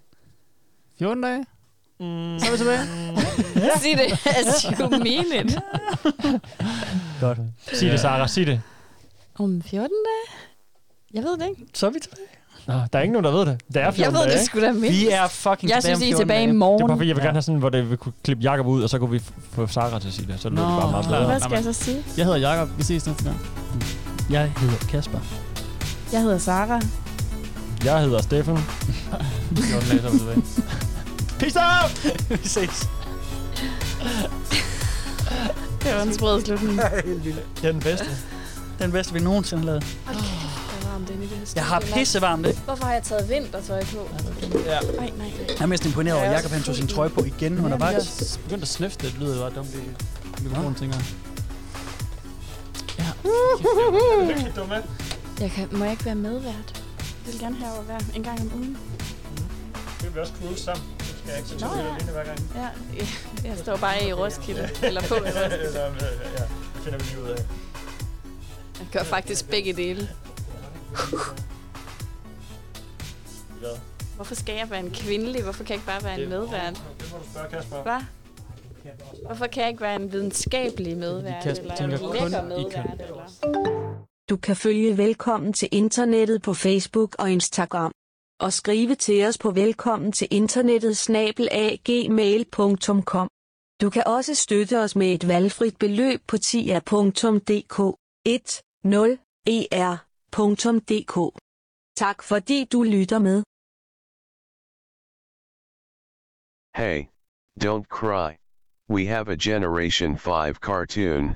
14 dage. Mm. Så er vi tilbage. Sig det, Altså, as you mean it. Godt. Sig det, Sarah, sig det. Om 14 dage? Jeg ved det ikke. Så er vi tilbage. Nå, der er ingen nogen, der ved det. Det er 14 Jeg ved det dage, ikke? sgu da mindst. Vi er fucking Jeg tilbage synes, om I er 14 tilbage i dage. Det er morgen. bare fordi, jeg vil gerne have sådan, hvor det, vi kunne klippe Jakob ud, og så kunne vi f- få Sarah til at sige det. Så lød det bare meget bedre. Hvad skal jeg så sige? Jeg hedder Jakob. Vi ses næste gang. Jeg hedder Kasper. Jeg hedder Sara. Jeg hedder Steffen. 14 dage, så er vi tilbage. Peace out! vi ses. Det var en sprød slutning. Det er den bedste. Den bedste, vi nogensinde har lavet. Hold kæft, hvor er varmt inde i det her Jeg har studie, mand. pissevarmt, ikke? Hvorfor har jeg taget vintertøj på? Ja. Ej, nej, nej. Jeg er mest imponeret over, at Jacob han tog sin trøje på igen undervejs. Jeg begyndte at snøfte. Det lyder bare dumt i mikrofonen, tænker jeg. Jeg kan, må jeg ikke være medvært? Jeg vil gerne have at være en gang om ugen. Det vi også cruise sammen. Skal jeg ikke Nå, ja. Ja, jeg står bare i Roskilde. Eller på i Roskilde. ja, det finder vi lige ud af. Jeg gør faktisk begge dele. Hvorfor skal jeg være en kvindelig? Hvorfor kan jeg ikke bare være en medvært? Det må du spørge Kasper. Hvad? Hvorfor kan jeg ikke være en videnskabelig medvært? Kasper Eller en tænker kun lækker i medvært? køn. Eller? Du kan følge Velkommen til Internettet på Facebook og Instagram. Og skrive til os på velkommen til internettet snabelagmail.com. Du kan også støtte os med et valgfrit beløb på tia.dk E 10er.dk. Tak fordi du lytter med. Hey, don't cry. We have a Generation 5 cartoon,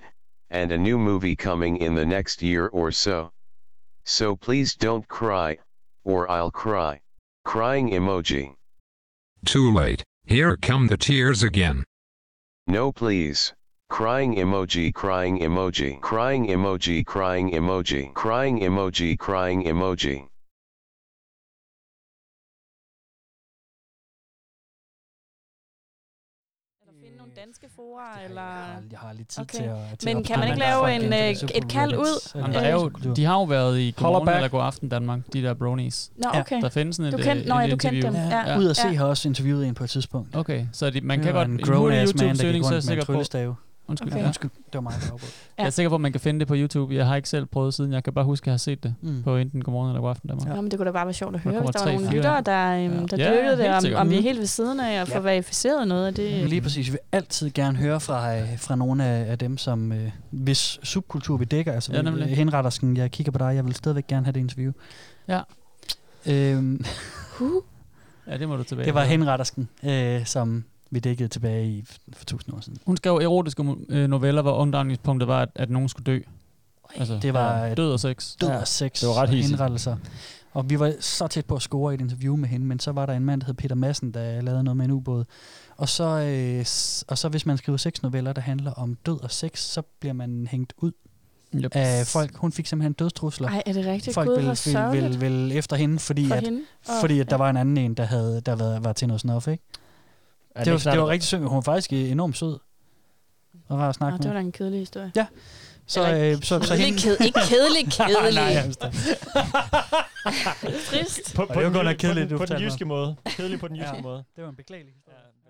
and a new movie coming in the next year or so. So please don't cry, or I'll cry. Crying emoji. Too late. Here come the tears again. No please. Crying emoji, crying emoji, crying emoji, crying emoji, crying emoji, crying emoji. Finde nogle danske forer, eller... Jeg har lidt tid til at... til Men at kan man ikke opdage andre lave folk en, inden øh, for et kald ud? subkulturer? Jamen, der er jo, de har jo været i Holler Godmorgen back. eller God Aften Danmark, de der bronies. Nå, okay. Der findes sådan et, Du øh, kendte- et nå, ja, lille du kendte interview. dem. Ja, Ja, ud at se har også interviewet en på et tidspunkt. Okay, så de, man Det kan var godt... en en grown ass mulig man, der gik YouTube-søgning, så er jeg rundt med en sikker på- tryllestave. Undskyld, Okay. ja. Undskyld, det var mig, der afbrød. Jeg er sikker på, at man kan finde det på YouTube. Jeg har ikke selv prøvet siden. Jeg kan bare huske, at jeg har set det Mm. på enten Godmorgen eller God Aften Danmark. Nå, men det kunne da bare være sjovt at Der høre, kommer hvis der tre var nogle fyre. lyttere, der, øhm, der Ja, dyrkede helt det, sikkert. om, om vi er Mm. helt ved siden af at få Ja. verificeret noget af det. Men lige præcis, vi vil altid gerne høre fra, øh, fra nogle af, af dem, som øh, hvis subkultur vi dækker, altså Ja, ja, nemlig. henretter sådan, jeg kigger på dig, jeg vil stadigvæk gerne have det interview. Ja. Øhm, Ja, det må du tilbage. det var med. henrettersken, øh, som vi dækkede tilbage i for tusind år siden. Hun skrev erotiske mo- øh, noveller, hvor omdrejningspunktet var, at, at nogen skulle dø. Altså, det var ja, død og sex. Død Ja. og sex Det var ret og hisigt. indrettelser. Og vi var så tæt på at score i et interview med hende, men så var der en mand, der hed Peter Madsen, der lavede noget med en ubåd. Og så, øh, s- og så hvis man skriver seks noveller, der handler om død og sex, så bliver man hængt ud yep. af folk. Hun fik simpelthen dødstrusler. Ej, er det rigtigt? Folk Gud, ville, hvor ville, sørgeligt. ville, ville efter hende, fordi, For at, hende, og- fordi at der ja. var en anden en, der, havde, der var, var til noget snuff, ikke? Er Det det var, ikke snart- det var rigtig synd. Hun var faktisk øh, enormt sød. Og var at snakke Nå, det med. var da en kedelig historie. Ja. Så, Eller øh, så, så kedelig, hende- ked- ikke kedelig, kedelig. Nej, jeg forstår. Trist. På- på- Det var godt nok jyske- på, den- kedeligt, du på den fortalte mig. jyske måde. Kedelig på den jyske Ja. måde. Det var en beklagelig historie.